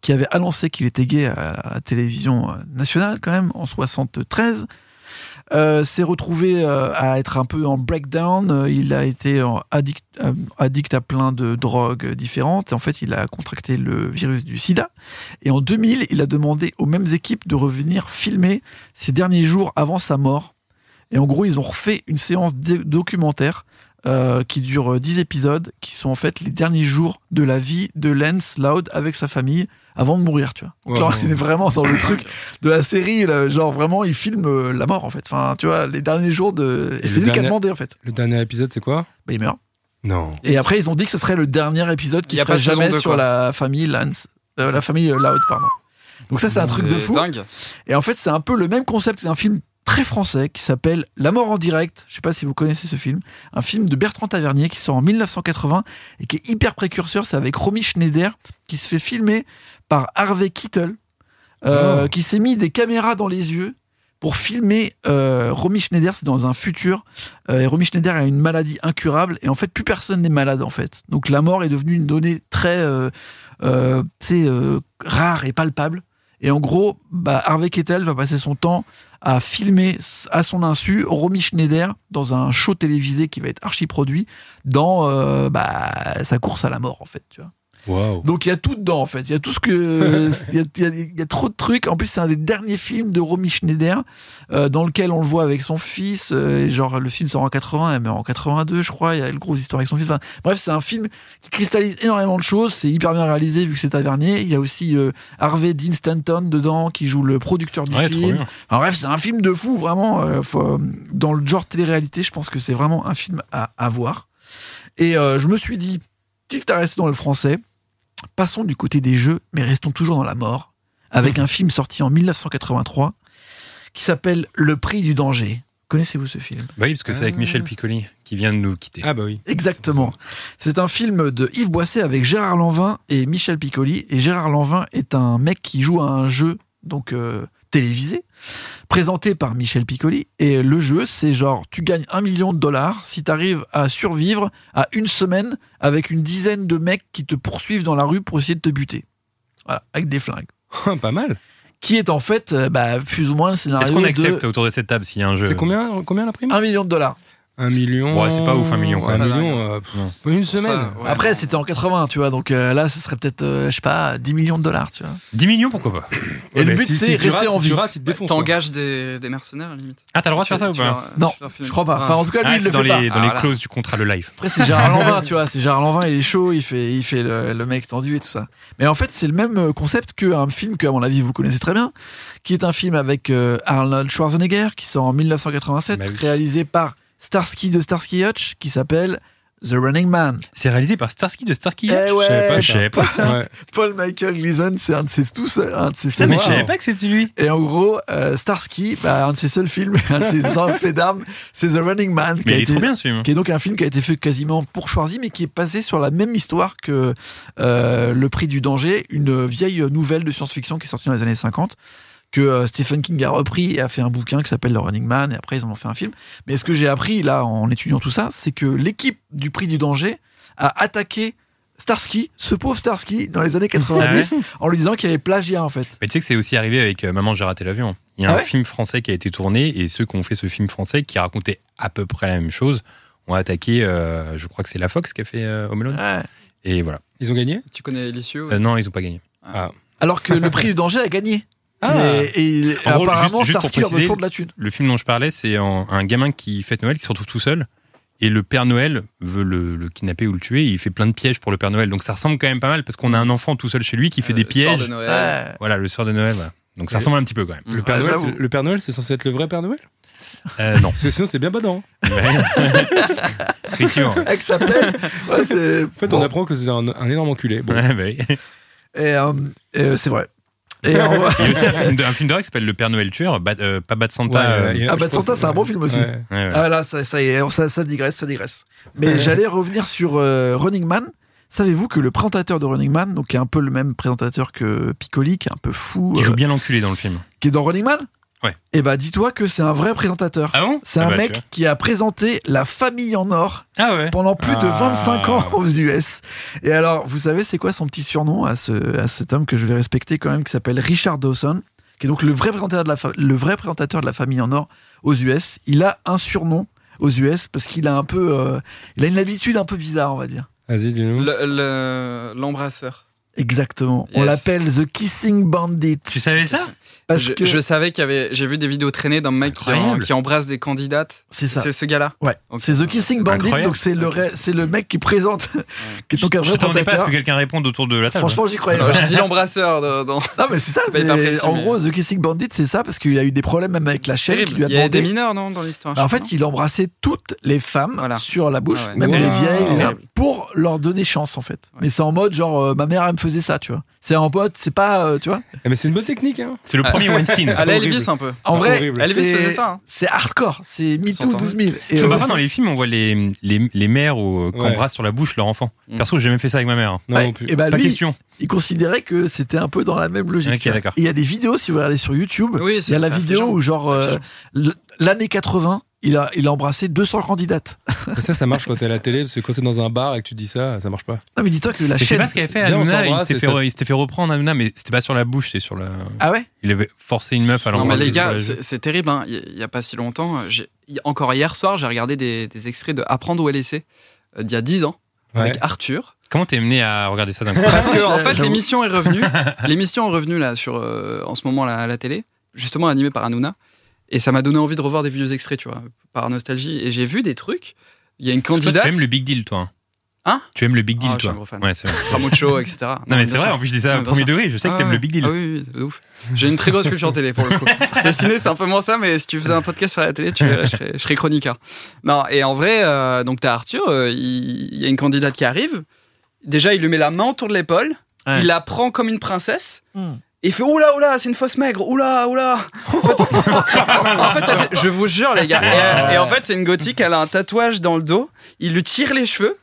S7: qui avait annoncé qu'il était gay à, à la télévision euh, nationale quand même en 73, euh, s'est retrouvé euh, à être un peu en breakdown. Euh, Il a été en addict, euh, addict à plein de drogues différentes. En fait, il a contracté le virus du sida. Et en 2000, il a demandé aux mêmes équipes de revenir filmer ses derniers jours avant sa mort. Et en gros, ils ont refait une séance dé- documentaire euh, qui dure 10 épisodes, qui sont en fait les derniers jours de la vie de Lance Loud avec sa famille avant de mourir, tu vois. Donc là,
S8: Wow.
S7: on est vraiment dans le
S6: [LAUGHS]
S7: [LAUGHS] truc de la série, là, genre vraiment, il filme euh, la mort en fait. Enfin, tu vois, les derniers jours de. Et
S8: Et le
S7: c'est lui qui a
S8: dernier-
S7: demandé en fait.
S8: Le dernier épisode, c'est quoi
S7: Bah, il meurt.
S8: Non.
S7: Et après, ils ont dit que ce serait le dernier épisode
S6: Il
S7: qu'ils
S6: y a
S7: ferait
S6: pas de saison
S7: jamais
S6: deux,
S7: sur
S6: quoi.
S7: la famille Lance, euh, la famille euh, Loud, pardon. Donc ça, c'est un truc de fou.
S6: dingue.
S7: Et en fait, c'est un peu le même concept d'un film très français qui s'appelle La mort en direct. Je sais pas si vous connaissez ce film. Un film de Bertrand Tavernier qui sort en 1980 et qui est hyper précurseur. C'est avec Romy Schneider qui se fait filmer par Harvey Keitel euh, qui s'est mis des caméras dans les yeux pour filmer euh, Romy Schneider. C'est dans un futur. Euh, et Romy Schneider a une maladie incurable et en fait, plus personne n'est malade en fait. Donc la mort est devenue une donnée très, euh, euh, tu sais, euh, rare et palpable. Et en gros, bah, Harvey Keitel va passer son temps à filmer à son insu Romy Schneider dans un show télévisé qui va être archi produit dans euh, bah, sa course à la mort en fait. Tu vois.
S8: Waouh.
S7: Donc il y a tout dedans en fait. Il y a tout
S5: [LAUGHS]
S7: ce que il y a- il y, a- il y a trop de trucs. En plus c'est un des derniers films de Romy Schneider euh, dans lequel on le voit avec son fils. euh, et genre le film sort en 80, mais en 82 je crois. Il y a une grosse histoire avec son fils. Enfin, bref c'est un film qui cristallise énormément de choses. C'est hyper bien réalisé vu que c'est Tavernier. Il y a aussi euh, Harvey Dean Stanton dedans qui joue le producteur du
S5: Ouais, trop
S7: film.
S5: bien.
S7: Enfin, bref c'est un film de fou vraiment. euh, faut- dans le genre télé-réalité je pense que c'est vraiment un film à, à voir. Et euh, je me suis dit quitte à rester dans le français. Passons du côté des jeux, mais restons toujours dans la mort, avec un film sorti en 1983 qui s'appelle Le prix du danger, Connaissez-vous ce film
S5: Bah oui, parce que c'est
S7: Ah.
S5: avec Michel Piccoli qui vient de nous quitter.
S8: Ah bah oui. [LAUGHS]
S7: Exactement. C'est un film de Yves Boisset avec Gérard Lanvin et Michel Piccoli. Et Gérard Lanvin est un mec qui joue à un jeu donc euh, télévisé, présenté par Michel Piccoli. Et le jeu, c'est genre, tu gagnes un million de dollars si tu arrives à survivre à une semaine avec une dizaine de mecs qui te poursuivent dans la rue pour essayer de te buter. Voilà, avec des flingues.
S8: Pas mal.
S5: Euh.
S7: Qui est en fait, euh, bah, plus ou moins le scénario
S5: Est-ce qu'on
S7: de
S5: accepte autour de cette table s'il y a un jeu
S8: C'est combien, combien la prime
S7: 1 million de dollars.
S8: Un million.
S5: Ouais, c'est pas ouf, un million,
S8: Un
S5: quoi.
S8: million, euh, pff, une
S6: Pour ça,
S8: semaine.
S6: ouais.
S7: Après, c'était en 80, tu vois, donc euh, là, ce serait peut-être, euh, je sais pas, 10 millions de dollars, tu vois.
S5: 10 millions, pourquoi pas
S7: Et
S8: Ouais,
S7: le
S8: mais
S7: but,
S8: si-
S7: c'est
S8: si tu
S7: rester
S8: rates,
S7: en
S8: si
S7: vie.
S8: tu rates, ils te défoncent, quoi.
S6: Bah, T'engages des, des mercenaires, à la limite.
S5: Ah, t'as le droit de faire ça ou
S6: Tu
S5: pas
S6: leur- tu
S7: Non,
S6: leur files
S7: je
S6: une-
S7: crois pas.
S6: Ah,
S7: Enfin, en tout cas, lui,
S5: Ah,
S7: il
S5: c'est
S7: le
S5: dans
S7: fait pas.
S5: les, dans les
S6: Ah, là.
S5: clauses du contrat le live.
S7: Après,
S5: [LAUGHS]
S7: c'est Gérard Lanvin, tu vois. C'est Gérard Lanvin, il est chaud, il fait, il fait le, le mec tendu et tout ça. Mais en fait, c'est le même euh, concept qu'un film que, à mon avis, vous connaissez très bien, qui est un film avec euh, Arnold Schwarzenegger, qui sort en 1987,
S8: Bah oui.
S7: réalisé par Starsky de Starsky Hutch, qui s'appelle The Running Man.
S5: C'est réalisé par Starsky de Starsky
S7: Eh
S5: Hutch.
S7: ouais,
S5: je savais pas ça.
S8: Ouais.
S7: Paul Michael Gleason, c'est un de ses tous, un de ses
S5: Ça, [LAUGHS]
S7: seuls-
S5: mais je
S8: Wow.
S5: savais pas que c'était lui.
S7: Et en gros, euh, Starsky, bah, un de ses seuls films, [LAUGHS] un de ses seuls faits d'armes, c'est The Running Man. qui
S5: Mais
S7: a
S5: il est
S7: été-
S5: trop bien ce film.
S7: qui est donc un film qui a été fait quasiment pour Schwarzy, mais qui est passé sur la même histoire que euh, Le Prix du Danger, une vieille nouvelle de science-fiction qui est sortie dans les années 50, que euh, Stephen King a repris et a fait un bouquin qui s'appelle Le Running Man, et après ils en ont fait un film. Mais ce que j'ai appris là en étudiant tout ça, c'est que l'équipe du Prix du Danger a attaqué Starsky, ce pauvre Starsky, dans les années
S5: Ah
S7: 90, en lui disant qu'il avait plagiat en fait.
S5: Mais tu sais que c'est aussi arrivé avec euh, Maman, j'ai raté l'avion. Il y a
S7: Ah
S5: un
S7: ouais
S5: film français qui a été tourné et ceux qui ont fait ce film français qui racontait à peu près la même chose ont attaqué, euh, je crois que c'est la Fox qui a fait euh, Home Alone. Et voilà.
S8: Ils ont gagné
S6: Tu connais l'issue
S5: Euh, non, ils ont pas gagné.
S7: Alors que le Prix du Danger a gagné.
S5: Ah.
S7: Et, et il-
S5: En gros,
S7: apparemment,
S5: juste- juste pour
S7: Starsky leur donne
S5: préciser,
S7: toujours de la thune.
S5: Le film dont je parlais, c'est en- un gamin qui fête Noël, qui se retrouve tout seul. Et le Père Noël veut le, le kidnapper ou le tuer. et il fait plein de pièges pour le Père Noël. Donc ça ressemble quand même pas mal parce qu'on a un enfant tout seul chez lui qui
S7: Euh,
S5: fait
S6: Euh,
S5: des pièges. Voilà, le soir de Noël. voilà. Donc ça
S8: Et-
S5: ressemble un petit peu quand même.
S8: Le Père
S7: Ah,
S8: Noël,
S7: j'avoue.
S8: c'est- le Père Noël, c'est censé être le vrai Père Noël
S5: Euh,
S7: [LAUGHS]
S5: non.
S8: Parce que sinon, c'est bien badant.
S5: Effectivement.
S7: [LAUGHS] avec sa pelle. Ouais, c'est.
S8: En fait,
S7: Bon.
S8: on apprend que c'est un, un énorme enculé. Bon.
S5: Ouais, bah oui.
S7: Et, euh, euh, c'est vrai.
S8: [LAUGHS]
S7: Et en vrai-
S5: Il
S7: ah,
S5: y a aussi un film de- un film d'horreur qui s'appelle Le Père Noël tueur, Bad- euh, pas Bad Santa.
S8: Ouais,
S5: euh,
S8: ouais,
S7: Ah,
S8: je
S7: bah,
S8: pense-
S7: Santa, c'est un bon film aussi.
S8: Ouais.
S5: ouais, ouais.
S7: Ah là, ça, ça y est, ça, ça digresse, ça digresse. Mais j'allais revenir sur euh, Running Man. Savez-vous que le présentateur de Running Man, donc qui est un peu le même présentateur que Piccoli, qui est un peu fou,
S5: Qui
S7: euh,
S5: joue bien l'enculé dans le film.
S7: qui est dans Running Man
S5: Ouais.
S7: Et bah dis-toi que c'est un vrai présentateur.
S5: Ah bon
S7: C'est
S5: Ah
S7: un
S5: bah,
S7: mec
S5: tu vois.
S7: qui a présenté La Famille en Or
S5: Ah ouais.
S7: pendant plus de
S8: Ah.
S7: 25 ans aux US. Et alors, vous savez, c'est quoi son petit surnom à, ce, à cet homme que je vais respecter quand même, qui s'appelle Richard Dawson, qui est donc le vrai, présentateur de la fa- le vrai présentateur de la famille en or aux US. Il a un surnom aux US parce qu'il a un peu. euh, il a une habitude un peu bizarre, on va dire.
S8: Vas-y, dis-nous.
S6: L'embrasseur.
S7: Exactement. On
S6: Yes.
S7: l'appelle The Kissing Bandit.
S5: Tu savais ça
S7: Parce
S6: Je,
S7: que.
S6: je savais qu'il y avait. J'ai vu des vidéos traîner d'un
S5: C'est
S6: mec qui, en-
S5: incroyable.
S6: qui embrasse des candidates.
S7: C'est ça.
S6: C'est ce
S7: [LAUGHS]
S6: gars-là.
S7: Ouais.
S6: Ok.
S7: C'est The Kissing Bandit,
S5: Incroyable.
S7: donc c'est le, ré- c'est le mec qui présente. qui est donc un
S5: Je
S7: vrai
S5: t'attendais pas à ce
S7: présentateur.
S5: que quelqu'un réponde autour de la
S6: Ah
S5: table.
S7: Franchement, j'y croyais
S6: Alors,
S7: pas.
S6: J'ai dit l'embrasseur dans- dans-
S7: Non, mais c'est ça.
S6: peut être
S7: c'est-
S6: imprécis,
S7: en
S6: mais-
S7: gros, The Kissing Bandit, c'est ça parce qu'il a eu des problèmes même avec la chaîne qui
S6: Terrible.
S7: lui a
S6: Il y a des
S7: demandé.
S6: mineurs, non, dans l'histoire.
S7: Alors, en
S6: je
S7: fait,
S6: crois,
S7: il embrassait toutes les femmes
S6: Voilà.
S7: sur la bouche,
S6: Ah ouais.
S7: même
S8: Wow.
S7: les vieilles, les
S6: Terrible.
S7: pour leur donner chance en fait. Mais c'est en mode genre euh, ma mère elle me faisait ça, tu vois. C'est en mode, c'est pas, euh, tu vois.
S8: Eh, mais c'est une bonne technique. Hein.
S5: C'est le premier Weinstein.
S6: non. À la
S8: horrible.
S6: Elvis, un peu.
S7: En vrai,
S8: Horrible.
S6: Elvis
S7: c'est-
S6: faisait ça, hein.
S7: C'est hardcore, c'est MeToo
S6: S'entend.
S7: 12 000. Et
S5: C'est
S7: euh,
S5: parfois dans les films, on voit les, les, les mères au- qui
S8: Ouais.
S5: embrassent sur la bouche leur enfant.
S6: Mm.
S5: Perso, j'ai jamais fait ça avec ma mère. hein.
S8: Non,
S7: ouais,
S8: non plus.
S7: et bah,
S5: pas
S7: lui,
S5: question.
S7: il considérait que c'était un peu dans la même logique.
S5: Ok,
S7: tu vois.
S5: d'accord.
S7: Et Il y a des vidéos, si vous regardez sur YouTube,
S6: Oui,
S7: il y a
S6: c'est-
S7: la
S6: c'est
S7: vidéo
S6: affligeant.
S7: où genre euh,
S6: Affligeant.
S7: l- l'année 80, il a, il a embrassé 200 candidates.
S8: Et ça, ça marche quand t'es à la télé, parce que quand t'es dans un bar et que tu dis ça, ça marche pas.
S7: Non mais dis-toi que la
S5: Je sais
S7: chaîne...
S5: pas ce qu'elle avait fait hein.
S8: Viens, on
S5: Hanouna, il
S8: s'embrasse,
S5: s'était
S8: et
S5: fait,
S8: ça-
S5: il s'était fait reprendre Hanouna, mais c'était pas sur la bouche, c'était sur la.
S7: Ah ouais
S5: Il avait forcé une meuf à
S6: Non, mais
S5: l'embrasser.
S6: les
S5: sur
S6: gars,
S5: la joue.
S6: c'est c'est terrible. hein. Il n'y a pas si longtemps, euh, j'ai- il- encore hier soir, j'ai regardé des, des extraits de Apprendre ou LSC euh, d'il y a 10 ans
S8: Ouais.
S6: avec Arthur.
S5: Comment t'es mené à regarder ça d'un coup
S6: Parce que, en
S7: J'avoue.
S6: fait, l'émission est
S5: [LAUGHS]
S6: revenue. L'émission est revenue là, sur, euh, en ce moment là, à la télé, justement animée par Hanouna. Et ça m'a donné envie de revoir des vieux extraits, tu vois, par nostalgie. Et j'ai vu des trucs. Il y a une
S5: Toi,
S6: candidate.
S5: Tu aimes le big deal, toi.
S6: Hein
S5: Tu aimes le big deal,
S6: Ah, je suis
S5: toi.
S6: un gros fan.
S5: Ouais, c'est vrai.
S6: [LAUGHS] Ramucho, etc.
S5: Non, mais c'est
S6: bien
S5: vrai,
S6: sûr.
S5: en plus je dis ça
S6: Ouais,
S5: au
S6: bien sûr.
S5: premier degré, je sais que
S6: Ah
S5: t'aimes
S6: ouais.
S5: le big deal.
S6: Ah oui, oui, de ouf. J'ai une très grosse culture télé pour le
S5: [LAUGHS]
S6: coup. le ciné, c'est un peu moins ça, mais si tu faisais un podcast sur la télé, tu, je, serais, je serais chroniqueur. Non, et en vrai, euh, donc t'as Arthur, euh, il, il y a une candidate qui arrive. Déjà, il lui met la main autour de l'épaule,
S7: Ouais.
S6: il la prend comme une princesse.
S7: Hmm.
S6: Et il fait oula oula c'est une fausse maigre oula oula en fait, elle fait- je vous jure les gars et, elle- et en fait c'est une gothique elle a un tatouage dans le dos il lui tire les cheveux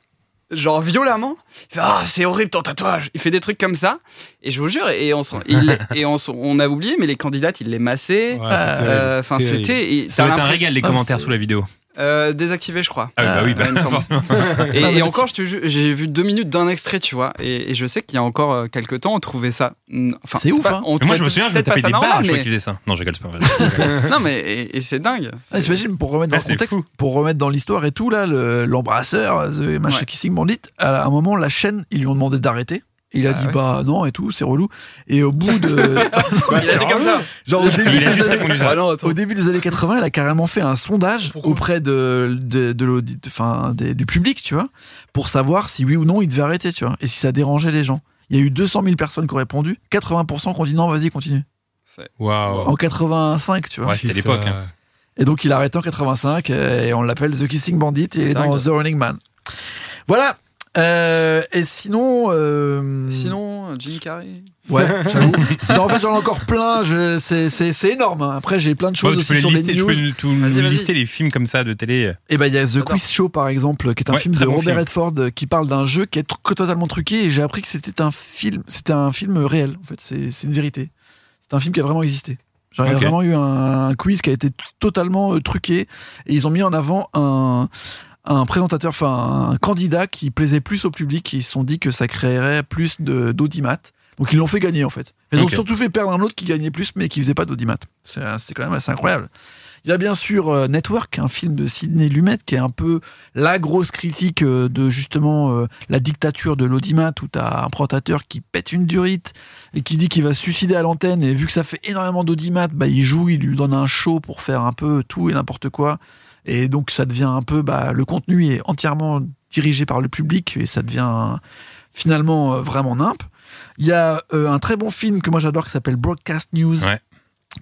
S6: genre violemment il fait ah c'est horrible ton tatouage il fait des trucs comme ça et je vous jure et on s'en- il- et on, s'en- on a oublié mais les candidates il les massait
S8: Ouais, c'est terrible,
S6: Euh, enfin
S8: terrible.
S6: c'était et
S5: Ça
S6: t'as
S5: va être un
S6: l'impression-
S5: régal les commentaires sous la vidéo.
S6: Euh, désactivé je crois Euh,
S5: Ah oui, bah oui, bah,
S6: il me semble.
S5: [LAUGHS] forcément.
S6: et, et encore, je te jure, j'ai vu deux minutes d'un extrait, tu vois. Et, et je sais qu'il y a encore euh, quelques temps, on trouvait ça. mm, Enfin,
S7: C'est ouf,
S6: pas-
S7: hein.
S6: on
S5: Mais Moi,
S6: trouvait
S5: je me souviens, je me
S6: peut-être pas
S5: tapais
S6: ça
S5: des
S6: normal,
S5: barres à chaque fois
S6: mais-
S5: qu'ils faisaient ça. Non, je rigole, c'est pas vrai.
S6: [LAUGHS] non, mais et, et c'est dingue.
S7: Ah, T'imagines pour remettre
S5: Ah,
S7: dans
S5: c'est
S7: le contexte,
S5: fou.
S7: pour remettre dans l'histoire et tout là, le- l'embrasseur, the machin
S6: Ouais.
S7: kissing bandit. À un moment, la chaîne, ils lui ont demandé d'arrêter. Il a
S6: Ah
S7: dit
S6: ouais.
S7: bah non et tout, c'est relou. Et au bout de
S6: [LAUGHS] il a été comme ça.
S7: genre au début,
S5: Il a
S7: des
S5: juste
S7: années- Ah
S5: répondu ça.
S7: au début des années 80, elle a carrément fait un sondage auprès de, de, de l'audit, enfin des- du public, tu vois, pour savoir si oui ou non il devait arrêter, tu vois, et si ça dérangeait les gens. Il y a eu 200 000 personnes qui ont répondu, 80% qui ont dit non, vas-y, continue.
S8: Waouh.
S7: En 85, tu vois.
S5: Ouais, c'était l'époque. hein.
S7: Et donc il a arrêté en 85 euh, et on l'appelle The Kissing Bandit et il est
S6: Dingue.
S7: dans The Running Man. Voilà. Euh, et sinon, euh,
S6: Sinon, euh, Jim Carrey.
S7: [LAUGHS] ouais, j'avoue. Non, en fait, j'en ai encore plein. Je, c'est, c'est, c'est énorme. hein. Après, j'ai plein de
S5: Ouais, tu
S7: choses
S5: peux
S7: aussi
S5: les
S7: sur
S5: lister,
S7: les
S5: tu
S7: news.
S5: peux nous- tout- nous
S6: Vas-y, vas-y.
S5: lister les films comme ça de télé.
S7: Et ben, il y a The
S6: J'adore.
S7: Quiz Show par exemple, qui est un
S5: Ouais,
S7: film
S5: très
S7: de
S5: bon
S7: Robert
S5: film.
S7: Redford euh, qui parle d'un jeu qui est tr- totalement truqué. Et j'ai appris que c'était un film, c'était un film réel. En fait, c'est, c'est une vérité. C'est un film qui a vraiment existé. Genre, il y a
S5: Ok.
S7: vraiment eu un, un quiz qui a été t- totalement euh, truqué. Et ils ont mis en avant un, un présentateur, enfin un candidat qui plaisait plus au public. Ils se sont dit que ça créerait plus de, d'audimat. Donc ils l'ont fait gagner en fait. Ils ont
S5: Ok.
S7: surtout fait perdre un autre qui gagnait plus mais qui faisait pas d'audimat. C'est c'est quand même assez incroyable. Il y a bien sûr euh, Network, un film de Sidney Lumet qui est un peu la grosse critique euh, de justement euh, la dictature de l'audimat où t'as un présentateur qui pète une durite et qui dit qu'il va se suicider à l'antenne et vu que ça fait énormément d'audimat, bah il joue, il lui donne un show pour faire un peu tout et n'importe quoi. Et donc ça devient un peu, bah, le contenu est entièrement dirigé par le public et ça devient finalement euh, vraiment nimp. Il y a euh, un très bon film que moi j'adore qui s'appelle Broadcast News.
S5: Ouais.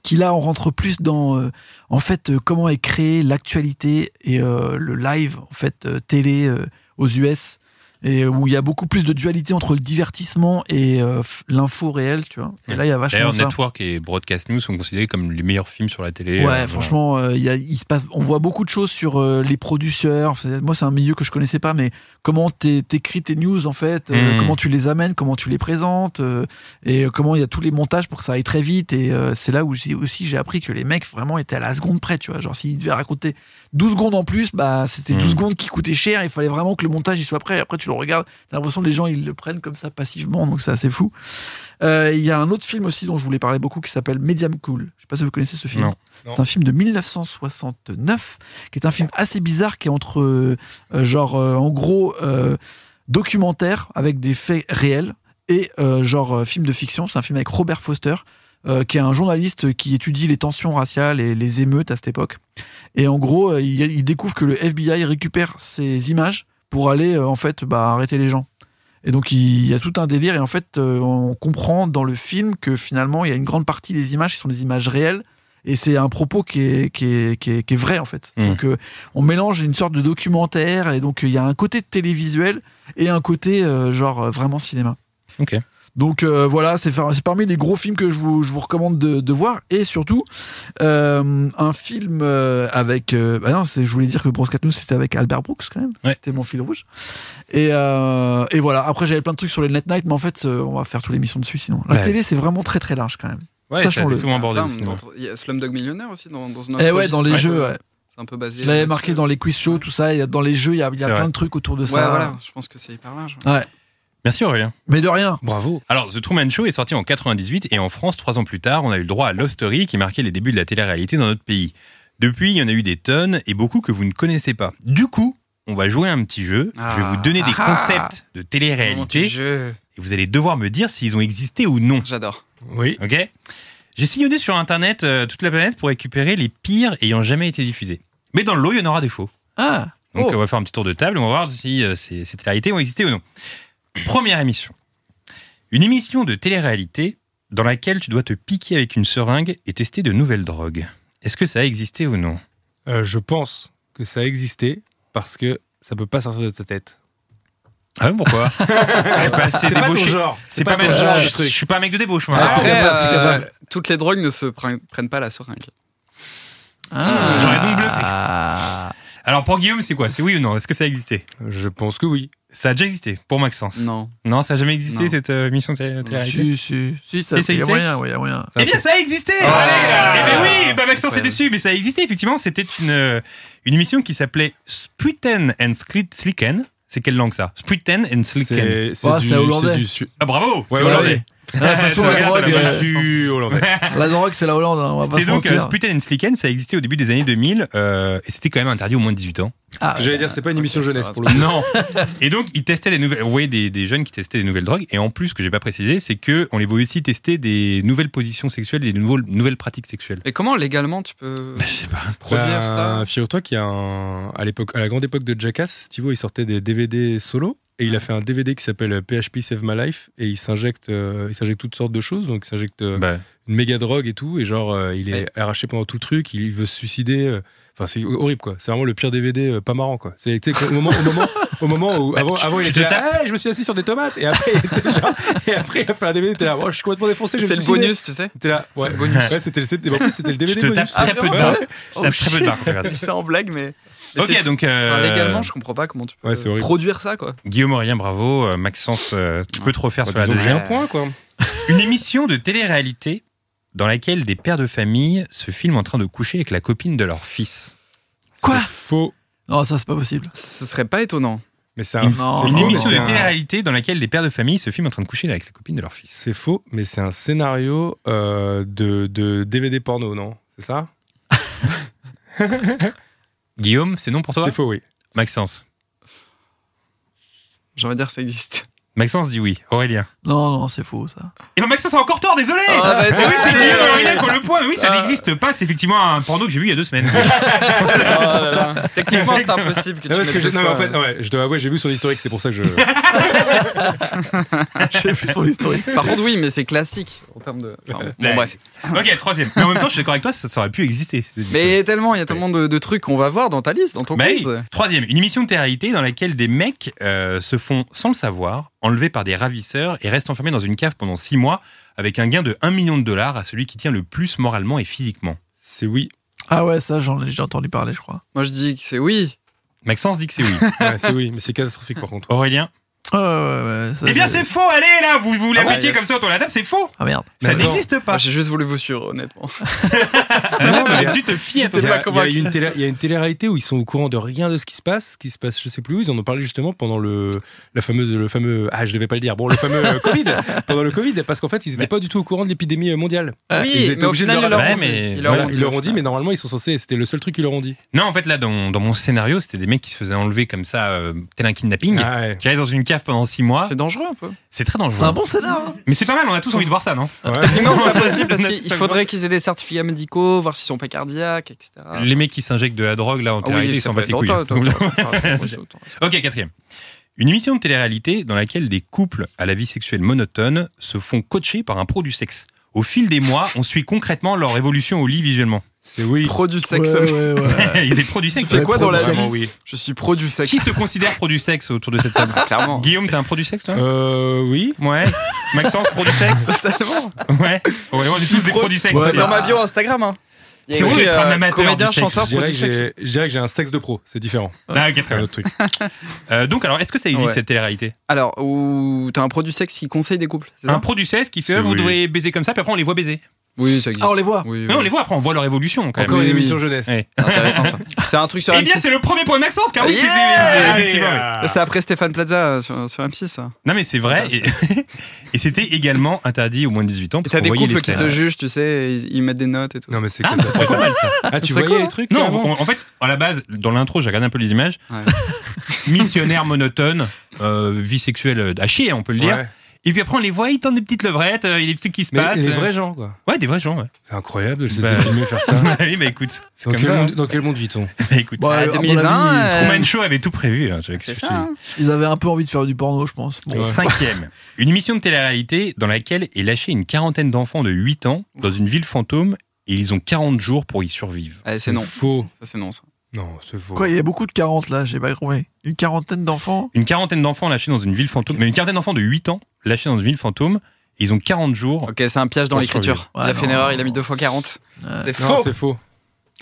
S7: Qui là, on rentre plus dans euh, en fait euh, comment est créée l'actualité et euh, le live en fait euh, télé euh, aux US et où il y a beaucoup plus de dualité entre le divertissement et euh, f- l'info réelle, tu vois. Et
S5: Ouais.
S7: là, il y a vachement
S5: D'ailleurs,
S7: ça.
S5: Network et Broadcast News sont considérés comme les meilleurs films sur la télé.
S7: Ouais,
S5: Euh,
S7: franchement, euh, il y a- il se passe, on voit beaucoup de choses sur euh, les producteurs. C'est- Moi, c'est un milieu que je connaissais pas, mais comment t'é- t'écris tes news en fait, euh,
S5: Mm.
S7: comment tu les amènes, comment tu les présentes, euh, et euh, comment il y a tous les montages pour que ça aille très vite. Et euh, c'est là où j'ai- aussi j'ai appris que les mecs vraiment étaient à la seconde près, tu vois. Genre, s'ils devaient raconter 12 secondes en plus, bah c'était 12
S5: Mm.
S7: secondes qui coûtaient cher. Il fallait vraiment que le montage il soit prêt. Et après, tu le regardes, t'as l'impression que les gens ils le prennent comme ça passivement, donc c'est assez fou. Euh, Il y a un autre film aussi dont je voulais parler beaucoup qui s'appelle Medium Cool. Je sais pas si vous connaissez ce film.
S5: Non.
S7: C'est un film de 1969, qui est un film assez bizarre, qui est entre, euh, euh, genre, euh, en gros, euh, documentaire avec des faits réels et, euh, genre, euh, film de fiction. C'est un film avec Robert Foster, euh, qui est un journaliste qui étudie les tensions raciales et les émeutes à cette époque. Et en gros, euh, il, il découvre que le FBI récupère ces images pour aller, euh, en fait, bah, arrêter les gens. Et donc il y a tout un délire et en fait euh, on comprend dans le film que finalement il y a une grande partie des images qui sont des images réelles et c'est un propos qui est, qui est, qui est, qui est vrai en fait.
S5: Mm.
S7: Donc euh, on mélange une sorte de documentaire et donc euh, il y a un côté télévisuel et un côté euh, genre euh, vraiment cinéma.
S5: Ok.
S7: Donc euh, voilà, c'est far- c'est parmi les gros films que je vous, je vous recommande de, de voir et surtout euh, un film euh, avec. euh, bah non, c'est- je voulais dire que Broscat News c'était avec Albert Brooks quand même.
S5: Ouais.
S7: C'était mon fil rouge. Et, euh, et voilà. Après j'avais plein de trucs sur les Net Night, mais en fait euh, on va faire toute l'émission dessus sinon. La
S5: Ouais.
S7: télé c'est vraiment très très large quand même.
S5: Ouais, ça,
S7: Sachons-le.
S5: c'est souvent abordé
S6: Putain,
S5: aussi.
S6: dans-
S5: ouais.
S6: Il y a Slumdog Millionnaire aussi dans, dans une
S7: Eh
S6: autre
S7: ouais, dans les
S6: registre.
S7: jeux. ouais.
S6: C'est un peu basé.
S7: Je l'avais marqué dans les quiz shows, tout ça. Il y a- Dans les jeux, il y a, il y a
S5: C'est
S7: plein
S5: vrai.
S7: de trucs autour de
S6: Ouais,
S7: ça.
S6: voilà, je pense que c'est hyper large.
S5: Merci Aurélien.
S7: Mais de rien.
S8: Bravo.
S5: Alors, The Truman Show est sorti en 98 et en France, trois ans plus tard, on a eu le droit à Lostery qui marquait les débuts de la télé-réalité dans notre pays. Depuis, il y en a eu des tonnes et beaucoup que vous ne connaissez pas. Du coup, on va jouer à un petit jeu. Je vais
S6: Ah.
S5: vous donner des
S6: Ah.
S5: concepts de
S6: Mon petit
S5: télé-réalité
S6: jeu.
S5: et vous allez devoir me dire s'ils ont existé ou non.
S6: J'adore.
S8: Oui.
S5: Ok J'ai sillonné sur Internet euh, toute la planète pour récupérer les pires ayant jamais été diffusés. Mais dans le lot, il y en aura des faux.
S7: Ah,
S5: Donc
S6: Oh.
S5: on va faire un petit tour de table, on va voir si euh, ces, ces télé-réalités ont existé ou non. Première émission. Une émission de télé-réalité dans laquelle tu dois te piquer avec une seringue et tester de nouvelles drogues. Est-ce que ça a existé ou non
S8: Euh, je pense que ça a existé parce que ça peut pas sortir de ta tête.
S5: Ah, ouais, pourquoi C'est pas, c'est
S9: pas ton
S5: débauché.
S9: genre.
S5: C'est pas,
S9: ton
S5: ma-
S9: genre,
S5: je,
S9: le truc.
S5: je suis pas un mec de débauche, moi.
S7: Ah, c'est
S6: Après,
S7: capable, c'est
S6: euh,
S7: capable.
S6: toutes les drogues ne se prennent, prennent pas la seringue.
S7: Ah.
S5: J'aurais donc bluffé.
S7: Ah.
S5: Alors pour Guillaume, c'est quoi C'est oui ou non Est-ce que ça a existé
S8: Je pense que oui.
S5: Ça a déjà existé pour Maxence.
S6: Non.
S5: Non, ça a jamais existé
S6: Non.
S5: cette euh, mission de télé- télé-réalité.
S7: Si, si, si, ça,
S5: Et ça
S7: il y a
S5: existe
S7: moyen, ouais, il y a moyen.
S5: Eh bien, ça a existé Eh ben oui, bah Maxence est déçu, mais ça a existé, effectivement. C'était une, euh, une émission qui s'appelait Spuiten and Skli- Slikken. C'est quelle langue, ça Spuiten and Slikken.
S8: C'est
S7: Ah, c'est hollandais.
S8: du su-
S5: Ah, bravo
S8: C'est
S5: Ouais, [LAUGHS] hollandais.
S7: Ah, de toute façon,
S5: T'as
S7: la
S5: regardé
S7: drogue,
S5: la
S7: euh,
S8: su- hollandais.
S7: la drogue, c'est la Hollande, hein, on va pas
S5: Ah. C'est
S7: se
S5: donc euh,
S7: mentir.
S5: Spuiten and Slikken, ça existait au début des années 2000, euh, et c'était quand même interdit au moins de 18 ans.
S7: Ah,
S8: J'allais dire, c'est pas une émission jeunesse pour le coup.
S5: Non. Et donc, ils testaient des nouvelles. Vous voyez des, des jeunes qui testaient des nouvelles drogues. Et en plus, ce que j'ai pas précisé, c'est que on les voit aussi tester des nouvelles positions sexuelles et des nouveaux- nouvelles pratiques sexuelles.
S6: Et comment légalement tu peux
S5: [LAUGHS] je sais pas.
S6: produire
S8: Bah,
S6: ça
S8: Figure-toi qu'il y a un. À, l'époque, à la grande époque de Jackass, Stivo, il sortait des DVD solo. Et il a fait un DVD qui s'appelle PHP Save My Life. Et il s'injecte euh, il s'injecte toutes sortes de choses. Donc, il s'injecte euh,
S5: Bah,
S8: une méga drogue et tout. Et genre, euh, il est
S6: Bah. Ouais.
S8: arraché pendant tout le truc. Il veut se suicider. euh. Enfin, c'est horrible, quoi. C'est vraiment le pire DVD euh, pas marrant, quoi. C'est tu sais, au moment, au moment, au moment
S6: [LAUGHS]
S8: où. Avant,
S5: tu-
S8: avant il
S5: tu te
S8: était. là,
S5: tapes.
S8: Hey, je me suis assis sur des tomates. Et après, [LAUGHS] il était genre- et après, il a fait un DVD. T'es là, Oh, je suis complètement défoncé. je vais
S6: C'est
S8: me
S6: le
S8: suicider.
S6: bonus, tu sais
S8: T'es là, ouais.
S6: le bonus.
S8: Ouais, c'était le, c'était- en plus, c'était le
S5: Tu
S8: DVD.
S5: te
S8: bonus.
S5: tapes très peu de
S6: Ah,
S5: barres. Tu tapes très peu de barres.
S6: Je dis ça en blague, mais. mais
S5: Ok,
S6: c'est-
S5: donc
S6: enfin,
S5: euh,
S6: légalement, je comprends pas comment tu peux
S8: Ouais, c'est horrible.
S6: produire ça, quoi.
S5: Guillaume Aurélien, bravo. Euh, Maxence, euh, tu peux te refaire sur la
S8: bah, Disons que j'ai
S6: Ah,
S5: deuxième.
S8: un point, quoi.
S5: Une émission de télé-réalité dans laquelle des pères de famille se filment en train de coucher avec la copine de leur fils.
S7: Quoi
S8: C'est Faux.
S7: Non, ça, c'est pas possible.
S6: Ce serait pas étonnant.
S8: Mais c'est un.
S5: Une,
S7: Non,
S8: c'est
S5: une
S8: faux,
S5: émission
S8: Ah, mais
S5: de
S8: c'est un-
S5: télé-réalité dans laquelle des pères de famille se filment en train de coucher avec la copine de leur fils.
S8: C'est faux, mais c'est un scénario euh, de, de DVD porno, non C'est ça
S5: Guillaume, c'est non pour toi
S8: C'est faux, oui.
S5: Maxence.
S6: J'ai envie de dire que ça existe.
S5: Maxence dit oui. Maxence.
S7: Non, non, c'est faux, ça.
S5: Et ben Maxence a encore tort, désolé
S6: [LAUGHS] Arrête,
S5: Ah Oui, c'est
S6: c'est-
S5: Guillaume Aurélien pour le point. Oui,
S6: Ah.
S5: ça n'existe pas. C'est effectivement un porno que j'ai vu il y a
S6: [LAUGHS]
S5: deux semaines.
S6: Techniquement, c'est impossible que
S8: Non,
S6: tu
S8: parce que
S6: mettes
S8: je,
S6: deux
S8: non, mais en
S6: fois.
S8: fait, ouais, je dois avouer, j'ai vu son historique, c'est
S6: [LAUGHS]
S8: pour ça que je.
S5: Ah.
S7: [LAUGHS] J'ai vu son historique.
S6: Par contre, oui, mais c'est classique en termes de. enfin, bon,
S5: Ouais.
S6: bon, bref.
S5: ok, troisième. Mais en même temps, je suis d'accord avec toi, ça, ça aurait pu exister. cette émission.
S6: Mais tellement, il y a tellement de, de trucs qu'on va voir dans ta liste, dans ton
S5: Bah oui.
S6: quiz.
S5: Troisième, une émission de télé-réalité dans laquelle des mecs euh, se font, sans le savoir, enlevés par des ravisseurs et restent enfermés dans une cave pendant six mois avec un gain de 1 million de dollars à celui qui tient le plus moralement et physiquement.
S8: C'est oui.
S7: Ah ouais, ça, j'en ai déjà entendu parler, je crois.
S6: Moi, je dis que c'est oui.
S5: Maxence dit que c'est oui.
S8: Ouais, c'est oui, mais c'est catastrophique
S6: [LAUGHS]
S8: par
S5: [LAUGHS]
S8: contre.
S5: Aurélien
S7: Ah ouais, ouais, ouais, ça,
S5: Eh bien,
S7: j'ai-
S5: c'est faux Allez, là Vous, vous la
S6: Ah ouais,
S5: mettiez
S6: yes. Ah,
S5: comme ça autour de la table, c'est faux
S7: Ah merde.
S5: Ça
S8: attends.
S5: n'existe
S6: Moi,
S5: pas
S6: J'ai juste voulu vous suivre, honnêtement. Ah
S5: [LAUGHS] Non,
S8: mais-
S5: mais Tu te fies à ton
S8: Il y, a,
S6: pas
S8: il y a
S6: convaincu.
S8: une télé, il y a une télé-réalité où ils sont au courant de rien de ce qui se passe, ce qui se passe, je sais plus où. Ils en ont parlé justement pendant le, la fameuse, le fameux, ah, je devais pas le dire. Bon, le fameux
S6: [LAUGHS]
S8: euh, Covid, pendant le Covid, parce qu'en fait, ils n'étaient pas du tout au courant de l'épidémie euh, mondiale. ils
S6: Oui,
S8: étaient
S6: mais au
S8: obligés de
S6: final, ils leur
S8: leur-
S5: Ouais,
S6: ont dit.
S5: mais
S6: Ils
S8: Voilà,
S6: dit,
S8: ils leur
S6: au
S8: ont dit,
S6: final.
S8: mais normalement, ils sont censés, c'était le seul truc qu'ils leur ont dit.
S5: Non, en fait, là, dans, dans mon scénario, c'était des mecs qui se faisaient enlever comme ça, euh, tel un kidnapping,
S8: Ah
S6: [LAUGHS]
S8: ouais.
S5: qui allaient dans une cave pendant six mois.
S6: C'est dangereux un peu.
S5: C'est très
S7: C'est
S5: dangereux.
S7: un bon scénar. hein.
S5: Mais c'est pas mal, on a tous envie de voir ça, non
S8: Ouais.
S6: Non, c'est pas possible parce
S5: On a
S6: qu'il
S5: tous
S6: faudrait qu'ils aient des certificats médicaux, voir s'ils sont pas cardiaques, etc.
S5: Les mecs qui s'injectent de la drogue, là, en
S6: Ah
S5: télé-réalité, ils
S6: ça
S5: s'en
S6: peut
S5: battent les
S6: être
S5: couilles.
S6: dans toi,
S5: [LAUGHS]
S6: toi, toi, toi, toi, toi.
S5: Ok, quatrième. Une émission de télé-réalité dans laquelle des couples à la vie sexuelle monotone se font coacher par un pro du sexe. Au fil des mois, on suit concrètement leur évolution au lit visuellement.
S8: C'est oui.
S6: Pro du sexe.
S7: Ouais, ouais, ouais.
S5: [LAUGHS] Il y a des produits
S6: Tu
S5: sexes.
S6: fais quoi dans la
S7: Vraiment,
S6: vie [LAUGHS] Je suis pro du sexe.
S5: Qui se considère produit sexe autour de
S6: [LAUGHS]
S5: cette table
S6: Clairement.
S5: Guillaume, t'es un produit sexe, toi
S8: Euh, oui.
S5: Ouais. Maxence, produit
S6: [LAUGHS]
S5: sexe
S6: Totalement.
S5: Ouais. Ouais, on est tous des produits sexe.
S6: C'est
S5: c'est-
S6: dans ma bio Instagram. hein. Il y a
S5: C'est vrai
S6: écrit,
S5: d'être un
S6: euh,
S5: amateur
S6: Comédien,
S5: du sexe,
S6: chanteur,
S8: Je dirais
S6: produit
S8: que
S6: sexe.
S8: j'ai- je dirais que j'ai un sexe de pro, c'est [LAUGHS] différent.
S5: Ah, ok,
S8: C'est
S5: très
S8: un
S5: bien.
S8: autre truc.
S5: Euh, donc, alors, est-ce que ça existe
S6: Ouais.
S5: cette télé-réalité
S6: Alors, où t'as un produit sexe qui conseille des couples, c'est ça
S5: Un produit sexe qui fait
S8: C'est
S5: vous
S8: oui.
S5: devez baiser comme ça, puis après on les voit baiser.
S6: Oui, ça existe.
S7: Ah, on les voit.
S6: Oui,
S5: Mais on
S6: oui.
S5: les voit après, on voit leur évolution quand même.
S8: Encore
S6: oui,
S8: une
S6: oui.
S8: émission jeunesse.
S5: Ouais.
S6: C'est intéressant ça. C'est un truc sur
S5: Eh
S6: M6.
S5: bien, c'est le premier point de Maxence, car oui,
S6: Yeah
S5: c'est- c'est- c'est-
S6: Allez,
S5: Eh, effectivement, oui.
S8: ah.
S6: Ça, C'est après Stéphane Plaza euh, sur, sur M6. ça.
S5: Non, mais c'est vrai. Et, [LAUGHS] et c'était également interdit au moins de 18 ans.
S6: Et
S5: parce
S6: t'as
S5: qu'on
S6: des
S5: voyait les
S6: couples qui
S5: scènes.
S6: se jugent, tu sais, ils, ils mettent des notes et tout.
S8: Non mais c'est
S5: Ah, mais ça serait
S8: catastrophique.
S5: pas mal ça.
S8: Ah, tu
S6: serait
S8: voyais
S6: cool,
S8: les
S6: hein.
S8: trucs
S5: Non,
S8: avant
S5: on- en fait, à la base, dans l'intro, j'ai regardé un peu les images.
S6: Ouais.
S5: [LAUGHS] Missionnaire monotone, euh, vie sexuelle à chier, on peut le dire.
S8: Ouais.
S5: Et puis après, on les voit, ils tentent des petites levrettes, euh, il y a des trucs qui se
S8: Mais
S5: passent.
S8: les
S5: Euh,
S8: vrais gens quoi.
S5: Ouais, des vrais gens, ouais.
S8: C'est incroyable de se
S5: Bah,
S8: laisser filmer faire ça.
S5: Bah oui, mais écoute, [LAUGHS] c'est
S8: Dans
S5: comme
S8: quel,
S5: ça.
S8: monde, dans quel monde vit-on
S5: hein. Bah, écoute,
S7: Bon,
S6: Ah,
S7: à mon
S6: 2020,
S7: avis,
S6: euh,
S5: Truman Show avait tout prévu. hein, je vais
S6: C'est
S5: expliquer.
S6: ça. hein.
S7: Ils avaient un peu envie de faire du porno, je pense. Bon.
S5: Cinquième, une émission de télé-réalité dans laquelle est lâchée une quarantaine d'enfants de 8 ans dans une ville fantôme et ils ont 40 jours pour y survivre.
S6: Ah, c'est non.
S8: Faux.
S6: Ça, c'est non, ça.
S8: Non, c'est faux.
S7: Quoi, il y a beaucoup de 40 là, j'ai pas compris. Une quarantaine d'enfants
S5: Une quarantaine d'enfants lâchés dans une ville fantôme, mais une quarantaine d'enfants de 8 ans lâchés dans une ville fantôme. Ils ont 40 jours.
S6: Ok, c'est un piège dans
S5: Pour
S6: l'écriture.
S7: survivre.
S6: il a
S7: Ouais,
S6: fait une
S7: non.
S6: erreur, il a mis 2 fois 40. C'est
S8: non,
S6: faux.
S8: c'est faux.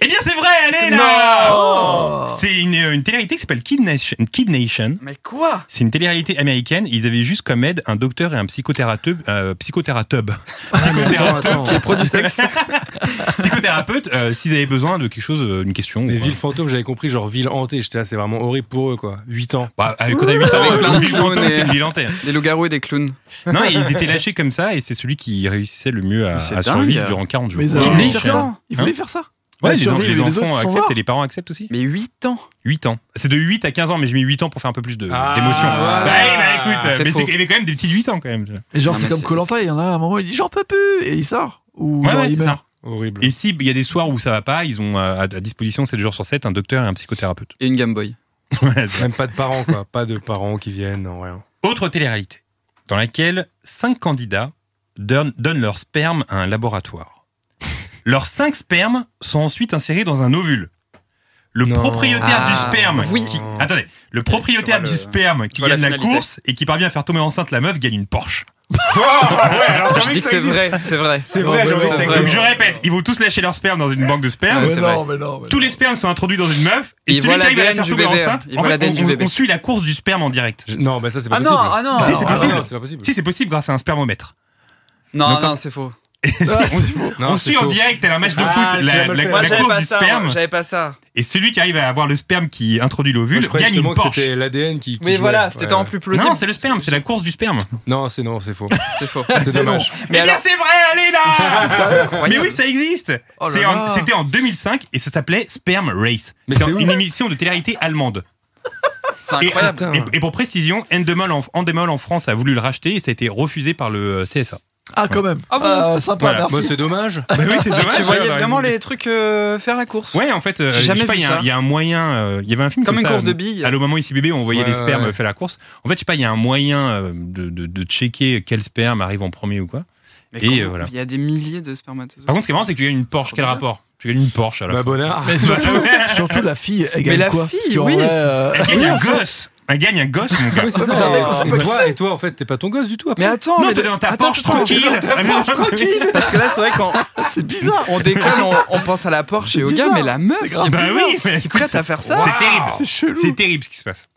S5: Eh bien, c'est vrai, allez là C'est une, euh, une télé-réalité qui s'appelle Kid Nation. Kid Nation.
S6: Mais quoi
S5: C'est une télé-réalité américaine. Ils avaient juste comme aide un docteur et un psychothérapeute. Euh, psychothérapeute. Psychothérapeute.
S6: Qui est pro du sexe
S5: psychothérapeute, euh, s'ils avaient besoin de quelque chose, euh, une question. ou
S8: Mais
S5: quoi.
S8: ville fantôme, j'avais compris, genre ville hantée. J'étais là, c'est vraiment horrible pour eux, quoi. 8 ans.
S5: Bah, avec- quand t'as 8
S6: Avec
S5: ans,
S6: plein
S5: une
S6: de
S5: ville fantôme,
S6: clones et-
S5: c'est une ville hantée.
S6: Des loups-garous et des clowns.
S5: Non, et ils étaient lâchés comme ça, et c'est celui qui réussissait le mieux à,
S6: Mais c'est
S5: à
S6: dingue.
S5: survivre durant 40 jours.
S7: Mais ils
S5: Kid
S7: avaient-
S5: Nation.
S7: Ils voulaient faire ça
S5: Ouais,
S7: La
S5: les,
S7: survie,
S5: les
S7: les deux
S5: enfants
S7: autres sont
S5: acceptent
S7: morts.
S5: et les parents acceptent aussi.
S6: Mais 8 ans
S5: 8 ans. C'est de 8 à 15 ans, mais je mets 8 ans pour faire un peu plus de-
S8: Ah,
S5: d'émotion.
S8: voilà.
S5: bah, eh, bah, écoute,
S6: C'est
S5: mais
S6: faux.
S5: c'est- il y avait quand même des petits 8 ans quand même.
S7: Et genre,
S6: Non,
S7: c'est
S6: mais
S7: comme
S6: c'est-
S7: Colanta, il y en a un moment, il dit j'en peux plus et il sort. Ou
S5: Ouais,
S7: genre,
S5: ouais,
S7: il
S5: c'est
S7: meurt.
S8: Horrible.
S5: Et si il y a des soirs où ça va pas, ils ont euh, à, à disposition 7 jours sur 7 un docteur et un psychothérapeute.
S6: Et une Game Boy.
S5: Voilà, c'est-
S8: Même pas de parents, quoi. Pas de parents qui viennent, non, rien.
S5: Autre télé-réalité, dans laquelle 5 candidats don- donnent leur sperme à
S6: [LAUGHS]
S5: un laboratoire. Leurs 5 spermes sont ensuite insérés dans un ovule. Le
S8: Non.
S5: propriétaire
S6: Ah,
S5: du sperme,
S6: oui.
S5: qui, attendez, le propriétaire
S6: vois
S5: du
S6: le-
S5: sperme qui
S6: vois la
S5: gagne la,
S6: finalité. Oh,
S5: course et qui parvient à faire tomber enceinte la meuf gagne
S6: [LAUGHS]
S5: une Porsche. Ah,
S6: Je dis que c'est vrai, c'est vrai. C'est
S7: vrai, j'en ai- c'est
S5: Donc je répète, ils vont tous lâcher leur sperme dans une banque de sperme.
S6: Ouais,
S7: Mais
S6: c'est
S7: non, mais non, mais
S5: tous
S7: non.
S5: les spermes sont introduits dans une meuf et,
S6: Ils
S5: celui
S6: voient
S5: qui arrive à la
S6: l'ADN
S5: faire
S6: du
S5: tomber
S6: bébé, hein.
S5: enceinte,
S6: Ils
S5: en
S6: voient
S5: fait,
S6: l'ADN du
S5: on, on-
S6: bébé.
S5: on suit la course du sperme en direct.
S8: Je- Non, bah ça, c'est pas
S6: Ah non,
S8: possible.
S6: ah non
S5: Si, c'est
S8: Ah
S5: possible.
S8: non, c'est pas possible.
S5: Si c'est possible grâce à un spermomètre.
S6: Non, non, c'est faux.
S7: Ah,
S5: on
S7: c'est faux.
S8: Non,
S5: on
S8: c'est
S5: suit en
S8: faux.
S5: direct à un match de foot
S8: Ah, tu
S5: la,
S8: vas
S5: la-
S8: me le
S5: la
S8: faire.
S6: Moi, j'avais
S5: course
S6: pas
S5: du
S6: ça.
S5: sperme
S6: moi, J'avais pas ça.
S5: et celui qui arrive à avoir le sperme qui introduit
S8: Moi,
S5: l'ovule
S8: je croyais
S5: gagne une
S8: justement que
S5: Porsche.
S8: c'était l'ADN qui. qui
S6: Oui,
S8: jouait.
S6: voilà,
S8: Ouais,
S6: c'était en
S8: ouais.
S6: plus plausible.
S5: Non, c'est le sperme, c'est la course du sperme.
S8: Non, c'est non, c'est faux.
S6: C'est faux.
S8: C'est dommage.
S5: Mais
S6: Mais
S5: eh bien
S6: alors-
S5: c'est vrai, allez
S8: [LAUGHS]
S5: là Mais
S6: incroyable.
S5: oui, ça existe.
S7: Oh là
S5: C'est en-
S7: là.
S5: C'était en 2005 et ça s'appelait Sperm Race.
S8: Mais
S5: C'est en-
S8: c'est où
S5: une émission de télé-réalité allemande.
S6: C'est
S5: Et,
S6: incroyable.
S5: et- et pour précision, Endemol en, Endemol en France a voulu le racheter et ça a été refusé par le euh, CSA.
S7: Ah, quand même.
S6: Ah bon
S7: Ah, Sympa,
S5: Voilà.
S8: Bah,
S7: merci.
S8: c'est dommage.
S5: Bah oui, c'est dommage.
S6: Tu voyais
S5: ouais,
S6: vraiment
S5: ouais.
S6: les trucs euh, faire la course.
S5: Ouais, en fait, euh,
S6: J'ai
S5: je sais
S6: jamais
S5: pas,
S6: vu
S5: il y, a un-
S6: ça.
S5: il y a un moyen. euh, Il y avait un film
S6: Comme
S5: comme,
S6: une
S5: ça,
S6: course de
S5: euh,
S6: billes.
S5: À moment ici bébé, on voyait
S8: Ouais,
S5: les spermes
S8: ouais.
S5: faire la course. En fait, je sais pas, il y a un moyen euh, de, de- de checker quel sperme arrive en premier ou quoi.
S6: Mais
S5: Et,
S6: comment
S5: euh, voilà. Ah
S6: Il y a des milliers de spermatozoïdes.
S5: Par contre, ce qui est marrant, c'est que tu gagnes une Porsche. Quel rapport Tu gagnes une Porsche à la
S8: Bah,
S5: fin.
S8: bonheur. [LAUGHS]
S5: Mais c'est pas
S7: bah,
S5: vrai.
S7: Surtout la fille, elle gagne
S6: la
S7: quoi
S6: fille,
S7: Parce qu'en
S6: oui.
S7: vrai, euh,
S5: Elle gagne un gosse. Elle gagne un gosse,
S8: [LAUGHS]
S5: mon gars.
S8: Oui, c'est ça.
S7: Putain,
S8: et-
S7: mais on sait
S8: et
S7: pas
S8: toi, et toi, en fait, t'es pas ton gosse du tout. après.
S6: Mais attends,
S5: Non,
S6: mais
S5: t'es
S6: de-
S5: dans ta
S6: attends,
S5: Porsche
S6: attends,
S5: tranquille.
S6: t'es dans ta Porsche
S5: [LAUGHS]
S6: tranquille. Parce que là, c'est vrai qu'on
S7: c'est bizarre.
S6: on déconne, on, on pense à la Porsche et au gars,
S7: bizarre.
S6: mais la meuf qui est,
S5: Bah oui, mais
S6: qui est prête à faire ça.
S5: c'est terrible.
S7: C'est chelou.
S5: C'est terrible ce qui se passe.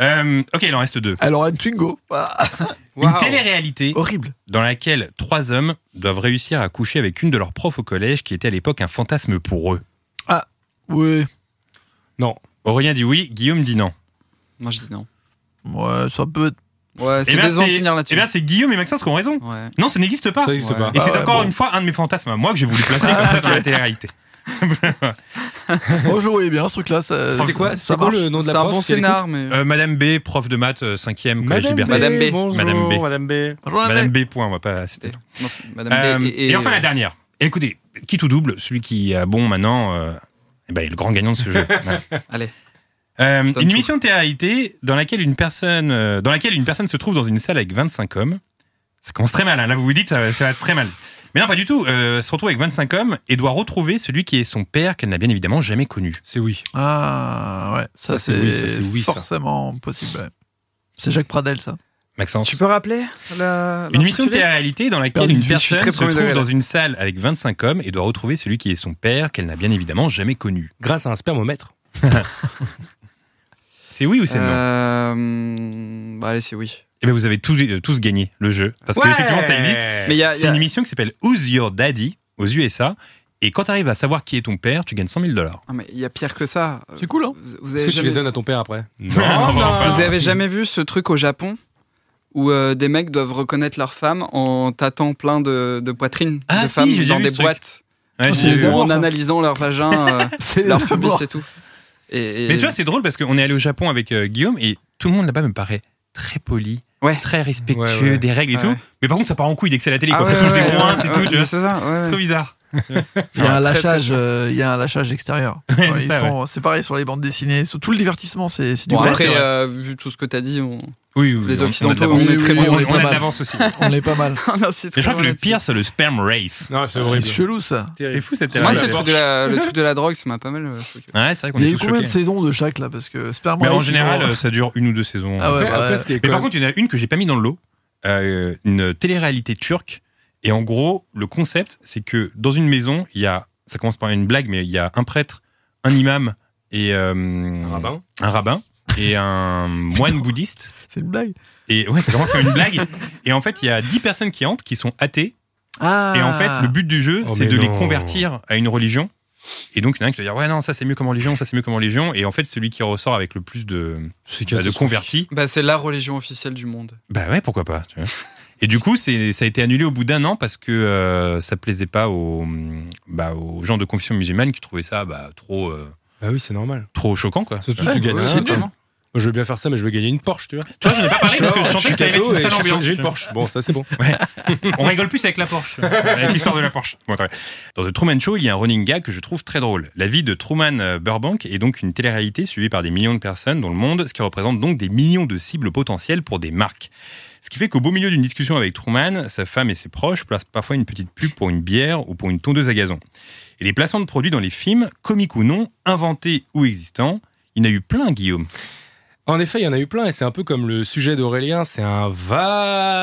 S5: Euh, ok, il en reste deux.
S7: Elle aura une Twingo. Ah,
S5: Une télé-réalité
S7: Horrible.
S5: dans laquelle trois hommes doivent réussir à coucher avec une de leurs profs au collège qui était à l'époque un fantasme pour eux.
S7: Oui.
S8: Non.
S5: Aurélien dit oui, Guillaume dit non.
S6: Moi, je dis non.
S7: Ouais, ça peut être.
S6: Ouais, c'est
S5: Eh ben,
S6: décevant de
S5: c'est-
S6: finir là-dessus.
S5: eh ben, c'est Guillaume et Maxence qui ont raison.
S6: Ouais.
S5: Non, ça n'existe pas.
S8: Ça n'existe
S6: Ouais.
S8: pas.
S5: Et
S7: Ah
S5: c'est
S7: ouais,
S5: encore
S7: bon.
S5: une fois un de mes fantasmes à moi que j'ai voulu placer comme ça dans la télé-réalité.
S7: Moi, je le voyais bien ce truc-là. ça-
S8: C'était quoi,
S7: Ça
S8: c'était quoi
S7: marche.
S8: le nom de la
S6: C'est un
S8: prof
S6: bon
S8: si elle
S6: scénar, mais.
S5: Euh, Madame B, prof de maths, 5e,
S8: écoute
S5: collège
S8: Madame B.
S5: Liberté.
S6: Madame B.
S8: Bonjour,
S5: Madame B.
S8: Madame B.
S7: Bonjour, la
S5: Madame
S7: mec.
S5: B, point, on va pas citer.
S6: Non, c'est
S5: Euh,
S6: Madame B
S5: et, enfin la dernière. Et écoutez, qui tout double, celui qui a bon maintenant, euh, eh ben, est le grand gagnant de ce jeu. Ouais.
S6: Allez.
S5: Euh,
S6: donne
S5: une
S6: tout.
S5: émission de télé-réalité dans laquelle une personne, euh, dans laquelle une personne se trouve dans une salle avec 25 hommes. Ça commence très mal. hein. Là, vous vous dites, ça, va- ça va très mal. Mais non, pas du tout. Euh, se retrouve avec 25 hommes et doit retrouver celui qui est son père qu'elle n'a bien évidemment jamais connu.
S8: C'est oui.
S7: Ah, ouais. Ça,
S8: Ça, c'est oui, ça,
S7: c'est
S8: c'est oui, ça.
S7: forcément possible. ouais. C'est Jacques Pradel, [LAUGHS] ça.
S5: Maxence.
S6: Tu peux rappeler la.
S5: Une émission
S6: l'intitulé
S5: de télé-réalité dans laquelle
S6: Perdu
S5: une
S6: de vue, je suis
S5: personne se
S6: très premier
S5: trouve
S6: degré,
S5: dans
S6: là.
S5: une salle avec 25 hommes et doit retrouver celui qui est son père qu'elle n'a bien évidemment jamais connu.
S8: Grâce à un spermomètre.
S5: C'est oui ou c'est non
S6: Euh, bah, allez, c'est oui.
S5: Eh bien, vous avez tous, euh, tous gagné le jeu. Parce que effectivement, ça existe.
S6: Mais il y a. il y
S5: C'est
S6: a-
S5: une émission qui s'appelle Who's Your Daddy aux USA. Et quand tu arrives à savoir qui est ton père, tu gagnes 100 000 dollars.
S6: Ah, mais il y a pire que ça.
S7: C'est cool, hein
S6: Vous- Vous
S8: Est-ce
S6: avez
S8: que tu les
S6: jamais
S8: donnes à ton père après
S6: Vous avez jamais vu ce truc au Japon où euh, des mecs doivent reconnaître leur femme en tâtant plein de, de poitrines
S5: Ah
S6: de
S5: si,
S6: femmes
S5: j'ai déjà
S6: dans
S5: vu
S6: des
S5: ce truc.
S6: boîtes
S8: Ah,
S5: Ouais,
S7: c'est
S5: j'ai
S7: les
S5: vu.
S6: ou
S7: amours,
S6: en
S7: ça.
S6: analysant leur
S5: [LAUGHS]
S6: vagin, euh,
S7: les
S6: leur
S7: amours.
S6: pubis et tout. Et, et-
S5: Mais tu vois, c'est drôle parce qu'on est allé au Japon avec euh, Guillaume et tout le monde là-bas me paraît très poli,
S6: Ouais.
S5: très respectueux
S8: Ouais, ouais.
S5: des règles et
S6: Ouais.
S5: tout. Mais par contre, ça part en couille dès que c'est à la télé.
S6: Ah
S5: quoi. ça
S6: ouais,
S5: touche
S6: ouais,
S5: des
S6: ouais,
S5: coins,
S6: ouais,
S5: c'est
S6: ouais,
S5: tout. tu
S6: mais
S5: vois.
S6: C'est ça, ouais,
S5: C'est
S6: ouais.
S5: trop bizarre.
S7: Il y a un
S6: Enfin, très,
S7: lâchage, euh, il y a un lâchage extérieur. Ouais,
S5: c'est
S7: ils
S5: ça,
S7: sont- C'est pareil sur les bandes dessinées, sur tout le divertissement, c'est c'est du
S6: Bon,
S7: bon,
S6: après,
S7: c'est vrai.
S6: euh, vu tout ce que t'as dit, on, [LAUGHS]
S5: Oui, oui,
S6: Les
S5: on-
S6: Occidentaux,
S5: on a de l'avance.
S7: on est très bons,
S5: on,
S7: on est
S5: on a
S7: pas
S5: de
S7: mal.
S5: l'avance aussi.
S7: euh, on est pas mal.
S6: on insiste
S5: Mais je crois que
S6: vraiment
S5: le
S6: là-dessus.
S5: pire, c'est le spam race.
S8: Non, c'est
S7: C'est
S8: horrible.
S7: chelou ça.
S5: C'est fou cette
S6: Moi,
S5: erreur.
S6: c'est le truc, de la, le truc de la drogue, ça m'a pas mal euh, choqué.
S5: Ouais, c'est vrai qu'on
S7: Il y a
S5: est
S7: eu
S5: tous
S7: combien de
S5: choqués.
S7: saisons de chaque là Parce que Sperma
S5: Mais en
S7: Race, ils
S5: général,
S7: ont-
S5: euh, ça dure une ou deux saisons.
S7: Ah ouais,
S8: Après,
S7: bah,
S8: après, ce qui est
S5: Mais
S8: quand
S5: par
S8: même-
S5: contre, il y en a une que j'ai pas mis dans le lot, euh, une télé-réalité turque. Et en gros, le concept, c'est que dans une maison, il y a, ça commence par une blague, mais il y a un prêtre, un imam et euh,
S8: Un rabbin.
S5: un rabbin et
S8: [LAUGHS]
S5: un moine bouddhiste.
S7: c'est une blague.
S5: Et ouais, ça commence par une blague. Et en fait, il y a 10 personnes qui entrent qui sont athées.
S7: Ah.
S5: Et en fait, le but du jeu,
S8: Oh,
S5: c'est
S8: mais
S5: de les
S8: non.
S5: convertir à une religion. Et donc, il y en a un qui va dire, ouais, non, ça c'est mieux comme religion, ça c'est mieux comme religion. Et en fait, celui qui ressort avec le plus de,
S8: C'est
S5: bah, de
S8: catastrophique.
S5: convertis,
S6: Bah, c'est la religion officielle du monde.
S5: bah ouais, pourquoi pas. tu vois. Et du coup, c'est, ça a été annulé au bout d'un an parce que euh, ça plaisait pas aux, bah, aux gens de confession musulmane qui trouvaient ça bah, trop, euh,
S8: Bah oui, c'est normal.
S5: trop choquant. Quoi.
S8: Surtout,
S5: Ouais.
S8: tu gagnes
S6: Ouais,
S8: rien.
S6: c'est
S8: Moi,
S6: nul.
S8: Je veux bien faire ça, mais je veux gagner une Porsche, tu vois.
S5: Tu vois, j'en ai pas parlé
S8: [LAUGHS]
S5: parce que je sentais que ça allait mettre une
S8: et
S5: sale
S8: chaque fois que
S5: ambiance.
S8: J'ai une Porsche. Bon, ça, c'est bon.
S5: On rigole plus avec la Porsche, avec l'histoire de la Porsche. Bon, très bien. dans The Truman Show, il y a un running gag que je trouve très drôle. La vie de Truman euh, Burbank est donc une télé-réalité suivie par des millions de personnes dans le monde, ce qui représente donc des millions de cibles potentielles pour des marques. Ce qui fait qu'au beau milieu d'une discussion avec Truman, sa femme et ses proches placent parfois une petite pub pour une bière ou pour une tondeuse à gazon. Et les placements de produits dans les films, comiques ou non, inventés ou existants, il y en a eu plein, Guillaume.
S8: En effet, il y en a eu plein, et c'est un peu comme le sujet d'Aurélien, c'est un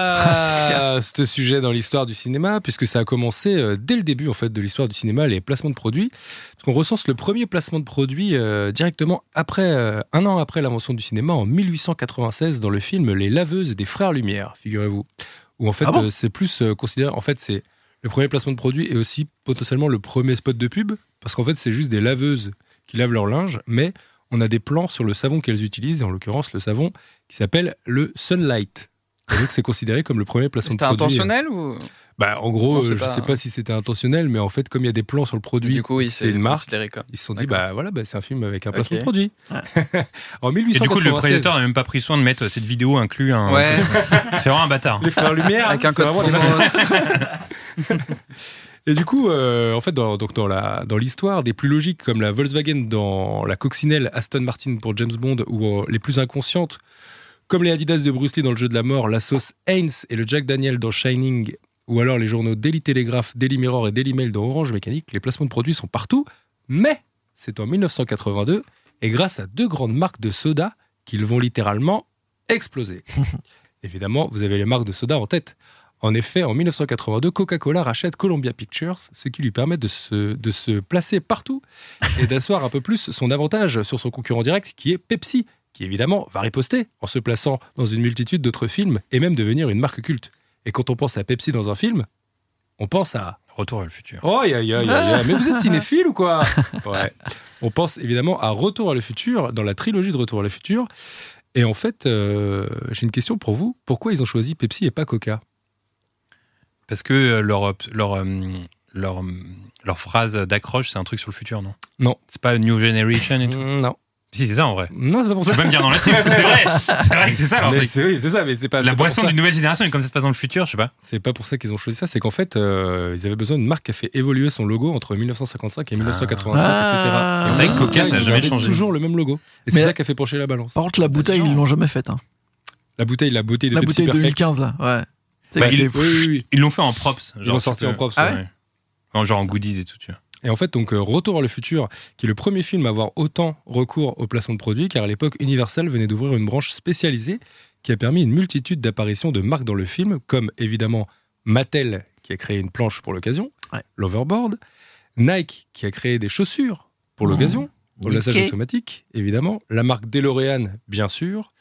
S8: vaste sujet dans l'histoire du cinéma, puisque ça a commencé euh, dès le début en fait de l'histoire du cinéma, les placements de produits. Parce qu'on recense le premier placement de produits euh, directement après, euh, un an après l'invention du cinéma, en 1896, dans le film Les Laveuses des Frères Lumière, figurez-vous. Où en fait,
S7: Ah bon
S8: euh, c'est plus euh, considéré, en fait, c'est le premier placement de produit et aussi potentiellement le premier spot de pub, parce qu'en fait, c'est juste des laveuses qui lavent leur linge, mais on a des plans sur le savon qu'elles utilisent, et en l'occurrence le savon qui s'appelle le Sunlight. Et donc c'est considéré comme le premier placement de
S6: C'était
S8: produit. euh,
S6: intentionnel ou
S8: Bah, En gros,
S6: On sait
S8: euh, je
S6: pas.
S8: sais pas si c'était intentionnel, mais en fait, comme il y a des plans sur le produit,
S6: Du coup, oui,
S8: c'est
S6: c'est
S8: une marque.
S6: considéré comme.
S8: ils se sont dit,
S6: D'accord.
S8: bah voilà, bah, c'est un film avec un
S6: Ok.
S8: placement de produit. [LAUGHS] en
S5: Et
S8: 1896,
S5: du coup, le prédateur n'a même pas pris soin de mettre cette vidéo inclus un...
S6: Ouais,
S5: C'est vraiment un bâtard.
S8: les frères Lumière,
S6: avec un
S8: c'est
S6: code
S8: vraiment des
S6: promo. [LAUGHS]
S8: Et du coup, euh, en fait, dans, donc dans la dans l'histoire des plus logiques comme la Volkswagen dans la coccinelle Aston Martin pour James Bond ou euh, les plus inconscientes comme les Adidas de Bruce Lee dans le jeu de la mort, la sauce Heinz et le Jack Daniel dans Shining ou alors les journaux Daily Telegraph, Daily Mirror et Daily Mail dans Orange Mécanique, les placements de produits sont partout, mais c'est en 1982 et grâce à deux grandes marques de soda qu'ils vont littéralement exploser. Évidemment, vous avez les marques de soda en tête. En effet, en 1982, Coca-Cola rachète Columbia Pictures, ce qui lui permet de se, de se placer partout et d'asseoir un peu plus son avantage sur son concurrent direct qui est Pepsi, qui évidemment va riposter en se plaçant dans une multitude d'autres films et même devenir une marque culte. Et quand on pense à Pepsi dans un film, on pense à
S5: Retour à le futur.
S8: Oh, ya, ya, ya, ya. mais vous êtes cinéphile ou quoi Ouais. On pense évidemment à Retour à le futur, dans la trilogie de Retour à le futur. Et en fait, euh, j'ai une question pour vous. Pourquoi ils ont choisi Pepsi et pas Coca
S5: Parce que euh, leur, op- leur, euh, leur, euh, leur phrase d'accroche, c'est un truc sur le futur, non
S8: Non.
S5: C'est pas New Generation et tout
S8: Non.
S5: Si, c'est ça en vrai.
S8: Non, c'est pas pour
S5: Tu
S8: ça.
S5: peux pas me dire non
S8: [LAUGHS]
S5: là-dessus, parce que c'est vrai. C'est vrai que c'est ça leur
S8: Mais
S5: truc.
S8: c'est oui, c'est ça, mais c'est pas. c'est
S5: La
S8: pas
S5: boisson
S8: pour ça.
S5: d'une nouvelle génération, et comme ça se passe dans le futur, je sais pas.
S8: C'est pas pour ça qu'ils ont choisi ça. C'est qu'en fait, euh, ils avaient besoin d'une marque qui a fait évoluer son logo entre 1955 et 1985,
S7: Ah.
S8: etc.
S7: C'est
S8: en
S7: vrai que
S8: fait,
S5: Coca,
S8: là,
S5: ça a
S8: ils ont
S5: jamais
S8: gardé
S5: changé.
S8: Toujours le même logo. Et c'est
S7: Mais-
S8: ça qui a fait pencher la balance.
S7: Par contre, la bouteille, ils l'ont jamais faite. hein.
S8: La bouteille, la beauté de
S7: La
S8: Pepsi
S7: bouteille
S8: Perfect.
S7: 2015 là, ouais. Tu sais,
S5: Bah,
S7: il
S5: ils
S7: fait-
S8: oui, oui, oui.
S5: ils l'ont fait en props.
S8: Ils
S5: genre,
S8: l'ont
S5: tu
S8: sorti
S5: peux-
S8: en propre.
S7: Ah ouais
S5: En genre en goodies et tout, tu vois.
S8: Et en fait, donc, euh, Retour à le futur, qui est le premier film à avoir autant recours au placement de produits, car à l'époque, Universal venait d'ouvrir une branche spécialisée qui a permis une multitude d'apparitions de marques dans le film, comme évidemment Mattel, qui a créé une planche pour l'occasion,
S7: Ouais.
S8: l'Overboard, Nike, qui a créé des chaussures pour
S5: Mmh.
S7: Oh.
S8: l'occasion, au lassage
S7: Mickey.
S8: automatique, évidemment, la marque DeLorean, bien sûr,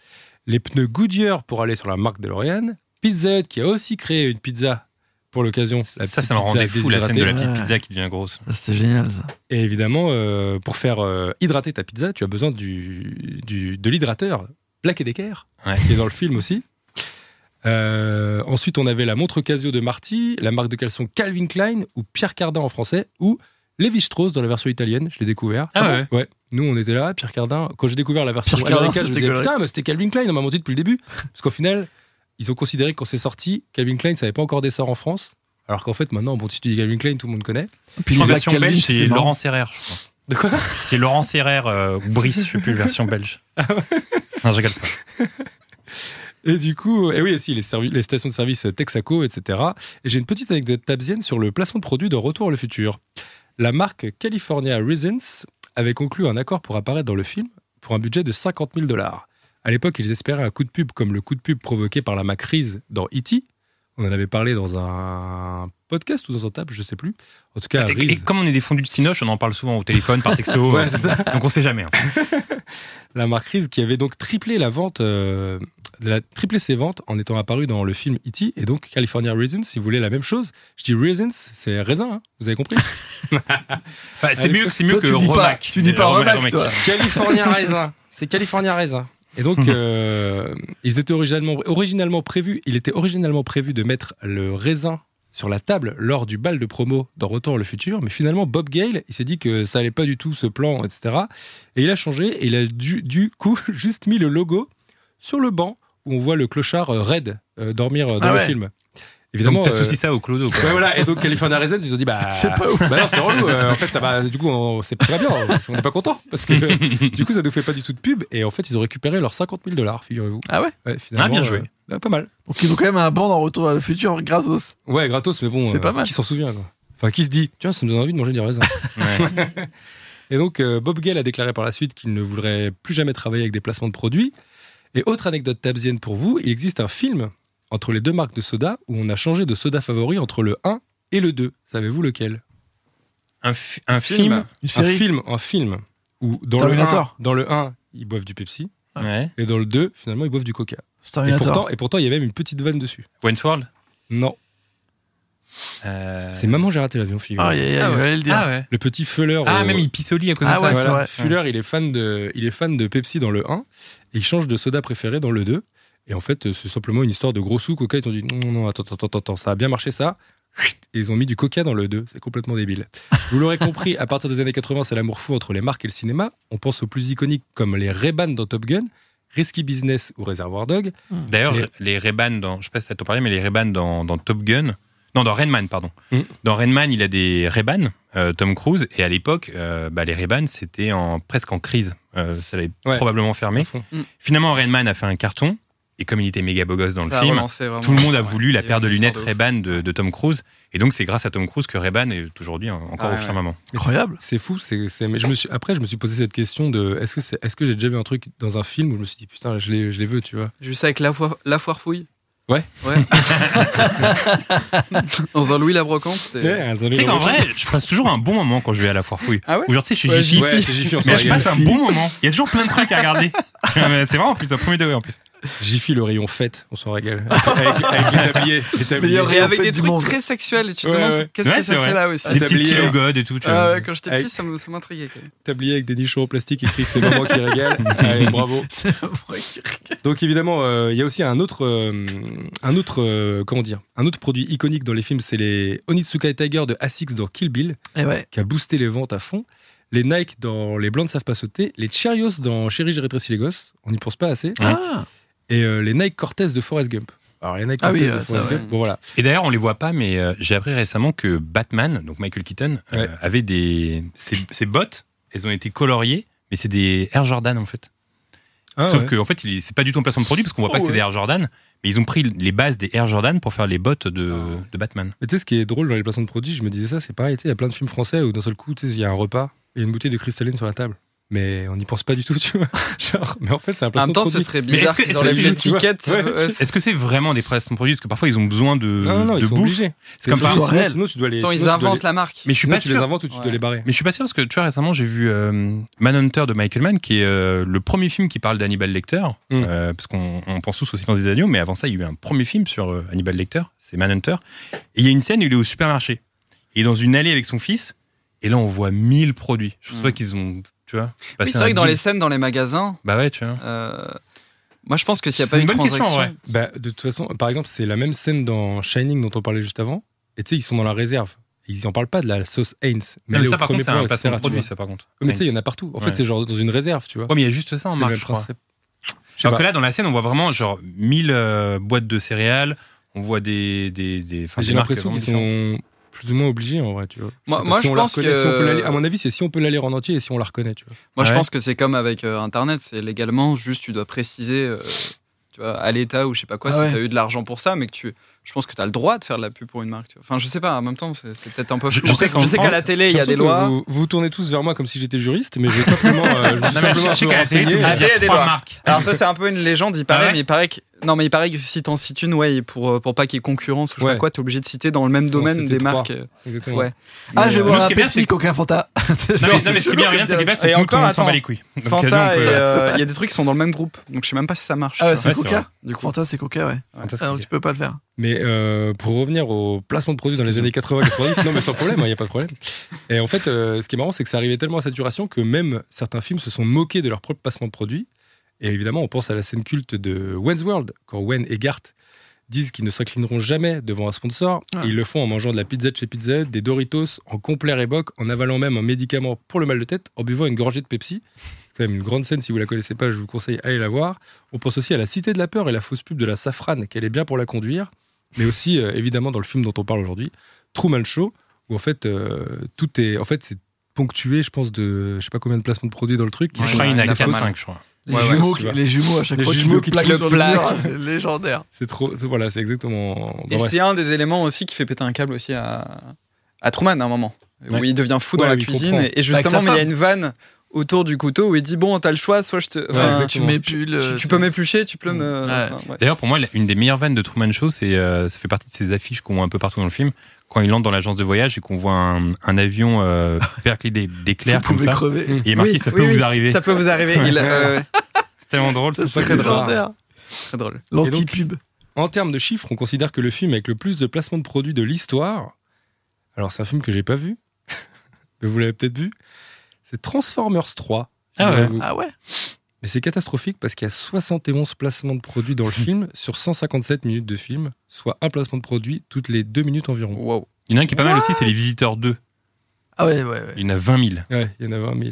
S8: les pneus Goodyear pour aller sur la marque DeLorean, Pizza Hut, qui a aussi créé une pizza pour l'occasion. la
S5: Ça,
S8: petite
S5: ça me
S8: pizza
S5: rendait fou, la scène de
S8: déshydratée.
S5: la petite
S7: Ouais.
S5: pizza qui devient grosse.
S7: C'était génial. ça.
S8: Et évidemment, euh, pour faire euh, hydrater ta pizza, tu as besoin du, du- de l'hydrateur Black Decker,
S5: Ouais.
S8: qui est dans le film aussi. Euh, ensuite, on avait la montre Casio de Marty, la marque de caleçon Calvin Klein ou Pierre Cardin en français, ou Levi Strauss dans la version italienne. Je l'ai découvert.
S5: Ah ouais.
S8: Nous, on était là, Pierre Cardin. Quand j'ai découvert la version
S7: Pierre Cardin,
S8: américaine, je me
S7: c'était
S8: disais
S7: correct.
S8: putain, mais c'était Calvin Klein, on m'a menti depuis le début. Parce qu'au final, ils ont considéré que quand c'est sorti, Calvin Klein, ça n'avait pas encore d'essor en France. Alors qu'en fait, maintenant, bon, si tu dis Calvin Klein, tout le monde connaît.
S7: Puis
S5: Je crois que la
S7: les Black
S5: version
S7: Calvin,
S5: belge, c'est
S7: c'était marrant.
S5: Laurent Serrer, je crois.
S8: De quoi
S5: C'est Laurent Serrer euh, ou Brice, je sais plus, version
S8: [LAUGHS]
S5: belge.
S8: Ah
S5: Non, je rigole pas.
S8: Et du coup, et oui, aussi les, servi- les stations de service Texaco, etc. Et j'ai une petite anecdote tabzienne sur le placement de produit de Retour à le futur. La marque California Raisins avait conclu un accord pour apparaître dans le film pour un budget de 50 000 dollars. À l'époque, ils espéraient un coup de pub comme le coup de pub provoqué par la Macrise dans E.T. On en avait parlé dans un podcast ou dans un table, je sais plus. En tout cas,
S5: Et, et
S8: Reese-
S5: comme on est des fondus de Cinoche, on en parle souvent au téléphone, par texto. euh,
S8: Ouais, c'est ça.
S5: Donc on sait jamais. hein.
S8: la marque Reese qui avait donc triplé la vente, euh, de la, triplé ses ventes en étant apparue dans le film E E.T. et donc California Raisins, si vous voulez la même chose. Je dis Raisins, c'est raisin, hein, vous avez compris
S5: Bah, c'est mieux, que- c'est mieux
S7: Toi,
S5: que
S7: tu dis pas-
S5: Romac.
S7: tu dis pas Romac, toi.
S8: [LAUGHS] California Raisin, c'est California Raisin. Et donc, euh, ils étaient originalement, originalement prévus, il était originalement prévu de mettre le raisin sur la table lors du bal de promo dans Retour vers le futur, mais finalement, Bob Gale, il s'est dit que ça allait pas du tout ce plan, etc. Et il a changé, et il a du, du coup [LAUGHS] juste mis le logo sur le banc où on voit le clochard euh, raide euh, dormir euh, dans
S7: Ah
S8: le
S7: ouais.
S8: film.
S5: Donc
S8: euh,
S5: t'associes ça au clodo. quoi.
S8: Ouais, voilà. Et donc California Raisins, ils ont dit bah
S7: C'est pas ouf.
S8: bah non, c'est relou. Euh, en fait, ça va. Du coup, on- c'est pas bien. On n'est pas content parce que
S7: [LAUGHS]
S8: euh, du coup, ça nous fait pas du tout de pub. Et en fait, ils ont récupéré leurs 50 000 dollars, figurez-vous.
S7: Ah ouais
S8: finalement,
S5: Ah, bien joué.
S8: euh, bah, pas mal.
S7: Donc ils ont quand même un banc dans Retour à le futur grâce aux.
S8: Ouais, gratos, mais bon. euh,
S7: C'est pas mal.
S8: Qui s'en souvient quoi. Enfin, qui se dit tiens, ça me donne envie de manger des
S7: [LAUGHS]
S8: raisins.
S5: Ouais.
S8: Et donc, euh, Bob Gale a déclaré par la suite qu'il ne voudrait plus jamais travailler avec des placements de produits. Et autre anecdote tabzienne pour vous, il existe un film entre les deux marques de soda où on a changé de soda favori entre le 1 et le 2. Savez-vous lequel
S5: Un, fi- un film.
S8: film,
S7: Une série.
S8: un film, un film où dans le,
S7: Terminator.
S8: 1, dans le 1, ils boivent du Pepsi
S5: Ouais.
S8: et dans le 2, finalement, ils boivent du Coca.
S7: C'est
S8: Et
S7: Terminator.
S8: pourtant, et pourtant, il y a même une petite vanne dessus.
S5: Wayne's World.
S8: Non,
S5: Euh,
S8: c'est maman j'ai raté l'avion figure.
S7: Ah, il
S5: Ah ouais.
S7: fallait le dire.
S5: Ah ouais.
S8: Le petit Fuller.
S5: Ah,
S8: euh,
S5: même il pisse au lit à cause
S7: Ah
S5: de ça.
S7: ouais, c'est
S8: voilà,
S7: vrai.
S8: Fuller, il est fan de il est fan de Pepsi dans le 1 et il change de soda préféré dans le 2 et en fait, c'est simplement une histoire de gros sous Coca, ils ont dit non non attends attends attends attends, ça a bien marché ça. Et ils ont mis du coca dans le 2, c'est complètement débile. Vous l'aurez compris, à partir des années 80, c'est l'amour fou entre les marques et le cinéma. On pense aux plus iconiques comme les Ray-Ban dans Top Gun, Risky Business ou Reservoir Dog.
S5: D'ailleurs,
S8: Les-
S5: les Ray-Ban dans, je sais pas si t'as t'en parlé, mais les Ray-Ban dans, dans Top Gun, non, dans Rainman, pardon.
S8: Mm.
S5: Dans Rainman, il a des Ray-Ban, euh, Tom Cruise, et à l'époque, euh, bah, les Ray-Ban, c'était en, presque en crise. Euh, ça l'avait
S8: Ouais.
S5: probablement fermé.
S8: À fond.
S5: Finalement, Rainman a fait un carton, et comme il était méga beau gosse dans le
S6: Ça a
S5: film,
S6: relancé vraiment.
S5: tout le monde a voulu la
S6: Il y
S5: paire
S6: eu
S5: de
S6: une
S5: lunettes
S6: histoire
S5: Ray-Ban de, de Tom Cruise, et donc c'est grâce à Tom Cruise que Ray-Ban est aujourd'hui en-
S6: Ah
S5: encore au
S6: ouais.
S5: firmament.
S7: Incroyable.
S8: C'est fou. C'est, c'est- mais je me suis- après, je me suis posé cette question de est-ce que, c'est, est-ce que j'ai déjà vu un truc dans un film où je me suis dit putain, je les, je les veux, tu vois.
S6: ouf. J'ai vu ça avec la, foire- la foire fouille.
S8: Ouais.
S6: [LAUGHS] Ouais. Dans un Louis la brocante, c'était.
S5: Tu sais qu'en vrai, je passe toujours un bon moment quand je vais à la foire fouille.
S6: Ah ouais
S5: Ou genre, tu sais, chez
S6: Ouais,
S5: Jiffy,
S8: Ouais, c'est Jiffy, on s'en
S5: mais je
S8: régale.
S5: passe un bon moment. Il y a toujours plein de trucs
S6: [LAUGHS]
S5: à regarder. Mais c'est vraiment en plus un premier degré en plus.
S8: Jiffy, le rayon fête, on s'en régale. avec, avec les tabliers. les tabliers.
S7: Meilleur
S6: Et
S7: Et en
S6: avec
S7: fait,
S6: des
S7: du
S6: trucs
S7: monde.
S6: très sexuels, et tu te
S8: Ouais,
S6: demandes
S8: ouais.
S6: qu'est-ce
S5: Ouais,
S6: que ça
S5: c'est
S6: fait
S5: vrai.
S6: là aussi.
S5: Des petits
S8: tablier.
S5: stylos God et tout. Tu
S6: Ah
S5: vois.
S6: ouais, quand j'étais
S8: Avec-
S6: petit, ça me- ça m'intriguait. quand [LAUGHS] même.
S8: tablier avec des nichons en plastique écrit c'est maman qui régale. Allez, bravo.
S7: C'est vrai que-
S8: Donc évidemment, euh, il y a aussi un autre, euh, un autre, euh, comment dire, un autre produit iconique dans les films, c'est les Onitsuka Tiger de Asics dans Kill Bill,
S7: Eh ouais.
S8: qui a boosté les ventes à fond. Les Nike dans Les Blancs ne savent pas sauter, les Cheerios dans Chérie, j'ai rétréci les gosses, on n'y pense pas assez,
S5: Ouais.
S7: Ah,
S8: et euh, les Nike Cortez de Forrest Gump. Alors les Nike
S7: Ah
S8: Cortez
S7: oui,
S8: de
S7: euh,
S8: Forrest
S7: ça,
S8: Gump, bon voilà.
S5: Et d'ailleurs, on les voit pas, mais euh, j'ai appris récemment que Batman, donc Michael Keaton, euh,
S8: Ouais.
S5: avait des. Ses, ses bottes, elles ont été coloriées, mais c'est des Air Jordan en fait.
S8: Ah,
S5: Sauf
S8: ouais.
S5: que, en fait, il- c'est pas du tout un placement de produit parce qu'on voit pas
S6: Oh,
S5: que c'est
S6: ouais.
S5: des Air Jordan, mais ils ont pris les bases des Air Jordan pour faire les bottes de,
S8: Ah.
S5: de Batman.
S8: Mais tu sais, ce qui est drôle dans les placements de produits, je me disais ça, c'est pareil, tu sais, il y a plein de films français où d'un seul coup, tu sais, il y a un repas et une bouteille de cristalline sur la table. Mais on n'y pense pas du tout, [LAUGHS] tu vois. Genre, mais en fait, c'est un
S6: En
S8: placement
S6: même temps,
S8: de
S6: ce
S8: produit.
S6: serait
S5: est-ce
S6: bizarre
S5: que-
S6: qu'ils
S5: est-ce
S8: que
S6: enlèvent
S8: c'est-
S6: l'étiquette.
S8: tu vois,
S6: euh,
S8: ouais.
S6: c'est-
S5: Est-ce que c'est vraiment des placements de produits Parce que parfois, ils ont besoin de,
S8: Non, non, non,
S5: de
S8: ils sont
S5: bouffe.
S8: obligés.
S5: C'est comme
S8: sinon,
S5: par-
S8: sinon-
S7: Soirée.
S8: sinon, tu dois les.
S6: sinon, ils
S8: sinon, tu dois
S6: inventent
S8: les-
S6: la marque.
S5: Mais je suis
S8: sinon,
S5: pas
S8: tu
S5: sûr.
S8: les inventes ou tu dois
S6: Ouais.
S8: les barrer.
S5: Mais je suis pas sûr parce que tu vois récemment j'ai vu euh, Manhunter de Michael Mann qui est euh, le premier film qui parle d'Hannibal Lecter
S8: Mm.
S5: euh, parce qu'on on pense tous au silence des agneaux mais avant ça il y a eu un premier film sur euh, Hannibal Lecter c'est Manhunter et il y a une scène où il est au supermarché il est dans une allée avec son fils et là on voit 1000 produits je pense
S6: Mm.
S5: pas qu'ils ont tu vois
S6: Oui,
S5: passé
S6: c'est
S5: un
S6: vrai que dans
S5: deal.
S6: les scènes, dans les magasins,
S5: bah ouais tu vois
S6: euh, moi je pense que s'il n'y a
S5: C'est
S6: pas
S5: une
S6: eu de
S5: bonne question, en
S6: transaction.
S8: Bah, de toute façon, par exemple, c'est la même scène dans Shining dont on parlait juste avant. Et tu sais, ils sont dans la réserve. Ils en parlent pas de la sauce Heinz.
S5: Non, mais
S8: elle est
S5: ça
S8: au
S5: par
S8: premier
S5: contre c'est un placement
S8: plan,
S5: de
S8: etc., tu
S5: produit
S8: vois.
S5: ça par contre
S8: Mais tu sais, il y en
S5: Ouais,
S8: a partout. En
S5: Ouais.
S8: fait, c'est genre dans une réserve, tu vois.
S5: mais il y a juste ça en
S8: C'est le
S5: marche
S8: même
S5: je crois
S8: principe. Je sais
S5: alors
S8: pas.
S5: que là dans la scène on voit vraiment genre 1000 euh, boîtes de céréales on on voit des, des, des, enfin,
S8: J'ai
S5: des marques
S8: l'impression qu'ils
S5: vraiment
S8: sont plus ou moins obligés en vrai, tu vois.
S6: Moi-
S8: sais pas
S6: moi, je
S8: on la
S6: pense
S8: reconnaît,
S6: que-
S8: si on peut la lire- à mon avis, c'est si on peut la lire en entier et si on la reconnaît, tu vois.
S6: Moi, je
S5: Ouais.
S6: pense que c'est comme avec euh, Internet, c'est légalement, juste tu dois préciser euh, tu vois, à l'État ou je sais pas quoi
S7: Ah
S6: si
S7: ouais.
S6: tu as eu de l'argent pour ça, mais que tu. Je pense que tu as le droit de faire de la pub pour une marque. tu vois. Enfin, je sais pas, en même temps, c'est c'est peut-être un peu.
S5: Je- je
S6: flou.
S5: sais qu'en
S6: qu'à
S5: France,
S6: la télé, il y a
S8: J'ai
S6: des
S8: l'impression que
S6: lois.
S8: Vous, vous tournez tous vers moi comme si j'étais juriste, mais je,
S6: [LAUGHS]
S8: simplement, euh, je me suis
S9: Non, mais
S8: simplement un
S9: cherchez
S8: peu
S9: qu'à la télé,
S8: renseigné.
S9: tout le monde
S6: Ah,
S9: dit, il y a
S6: des
S9: trois
S6: lois.
S9: marques.
S6: Alors, ça, c'est un peu une légende, il paraît,
S9: Ah ouais
S6: mais il paraît que. Non, mais il paraît que si t'en cites une, ouais, et pour, euh, pour pas qu'il y ait concurrence ou je sais
S8: Ouais.
S6: pas quoi, t'es obligé de citer dans le même
S8: Non,
S6: domaine
S8: c'était
S6: des
S8: trois.
S6: marques. euh,
S8: Exactement.
S6: Ouais.
S7: Ah,
S6: Mais,
S7: je
S6: [LAUGHS]
S7: vais
S6: euh,
S9: nous,
S7: boire
S9: ce
S7: un
S9: qui est bien,
S7: Pepsi,
S9: c'est-
S7: Coca Fanta. C'est
S9: Non,
S7: ça.
S9: mais, non, mais ce qui est bien, rien c'est que c'est
S6: Et
S9: que nous, tout le monde
S6: encore,
S9: s'en bat
S6: attends.
S9: les couilles. Donc, euh,
S6: Fanta
S9: donc,
S6: et,
S9: euh,
S6: euh, il y a des trucs qui sont dans le même groupe, donc je sais même pas si ça marche.
S7: Ah ouais,
S6: tu
S7: c'est
S5: Ouais, c'est
S7: Coca
S6: vois, du coup.
S7: Fanta, c'est Coca, ouais.
S8: Fantastique.
S7: Ah, donc tu peux pas le faire.
S8: Mais euh, pour revenir au placement de produits dans les années 80-90, non mais sans problème, il n'y a pas de problème. Et en fait, euh, ce qui est marrant, c'est que ça arrivait tellement à saturation que même certains films se sont moqués de leur propre placement de produits. Et évidemment, on pense à la scène culte de Wayne's World, quand Wayne et Gart disent qu'ils ne s'inclineront jamais devant un sponsor.
S7: Ah.
S8: Et ils le font en mangeant de la pizza de chez Pizza Hut, des Doritos, en complet Reebok, en avalant même un médicament pour le mal de tête, en buvant une gorgée de Pepsi. C'est quand même une grande scène, si vous la connaissez pas, je vous conseille allez la voir. On pense aussi à la Cité de la Peur et la fausse pub de la safrane, qu'elle est bien pour la conduire, mais aussi euh, évidemment dans le film dont on parle aujourd'hui, Truman Show, où en fait euh, tout est, en fait c'est ponctué, je pense de, je sais pas combien de placements de produits dans le truc. qui
S9: Je
S8: sont-
S9: crois qu'il y en a
S8: la
S9: quatre,
S8: fausse-
S9: cinq, je crois.
S7: Les,
S8: Ouais, ouais, si
S7: jumeaux,
S8: tu
S7: qui-
S8: vas.
S7: les jumeaux, à chaque
S8: Les
S7: fois,
S8: jumeaux
S7: tu
S8: qui
S7: le plaques
S8: te le
S7: sur le mur,
S8: plaquent.
S7: c'est légendaire.
S8: C'est trop, c'est- voilà, c'est exactement. bon,
S6: Et
S8: bref.
S6: c'est un des éléments aussi qui fait péter un câble aussi à, à Truman à un moment, où
S8: Ouais.
S6: il devient fou
S8: Ouais,
S6: dans la
S8: il
S6: cuisine.
S8: comprend.
S6: Et, et
S7: sa
S6: justement, mais il y a
S7: femme.
S6: une vanne autour du couteau où il dit Bon, t'as le choix, soit je te. enfin,
S8: exactement.
S7: tu mets plus le...
S6: tu, tu peux m'éplucher, tu peux me.
S7: Ouais.
S6: enfin, ouais.
S5: D'ailleurs, pour moi, la- une des meilleures vannes de Truman Show, c'est euh, ça fait partie de ces affiches qu'on voit un peu partout dans le film. Quand il entre dans l'agence de voyage et qu'on voit un, un avion
S8: [LAUGHS]
S5: euh, perclé d'é- d'éclairs
S7: Vous
S5: comme
S7: pouvez
S5: ça, Mm.
S7: crever.
S5: et il est marqué
S6: Oui,
S5: ça
S6: oui,
S5: peut vous
S6: oui,
S5: arriver.
S6: Ça peut vous arriver. Il, euh,
S5: C'est tellement drôle,
S7: Ça,
S5: c'est pas
S7: c'est
S5: très drôle.
S7: légendaire.
S6: très drôle.
S7: L'anti-pub.
S8: En termes de chiffres, on considère que le film avec le plus de placements de produits de l'histoire, alors c'est un film que j'ai pas vu, [LAUGHS] mais vous l'avez peut-être vu, c'est Transformers 3.
S5: Ah ouais.
S8: figurez-vous.
S7: Ah ouais
S8: Mais c'est catastrophique parce qu'il y a 71 placements de produits
S6: [LAUGHS]
S8: dans le film sur 157 minutes de film, soit un placement de produit toutes les deux minutes environ.
S6: Wow.
S5: Il y en a un qui est pas mal aussi, c'est les Visiteurs 2.
S7: Ah ouais, ouais, ouais.
S5: Il y en a 20 000.
S8: Ouais, il y en a 20 000.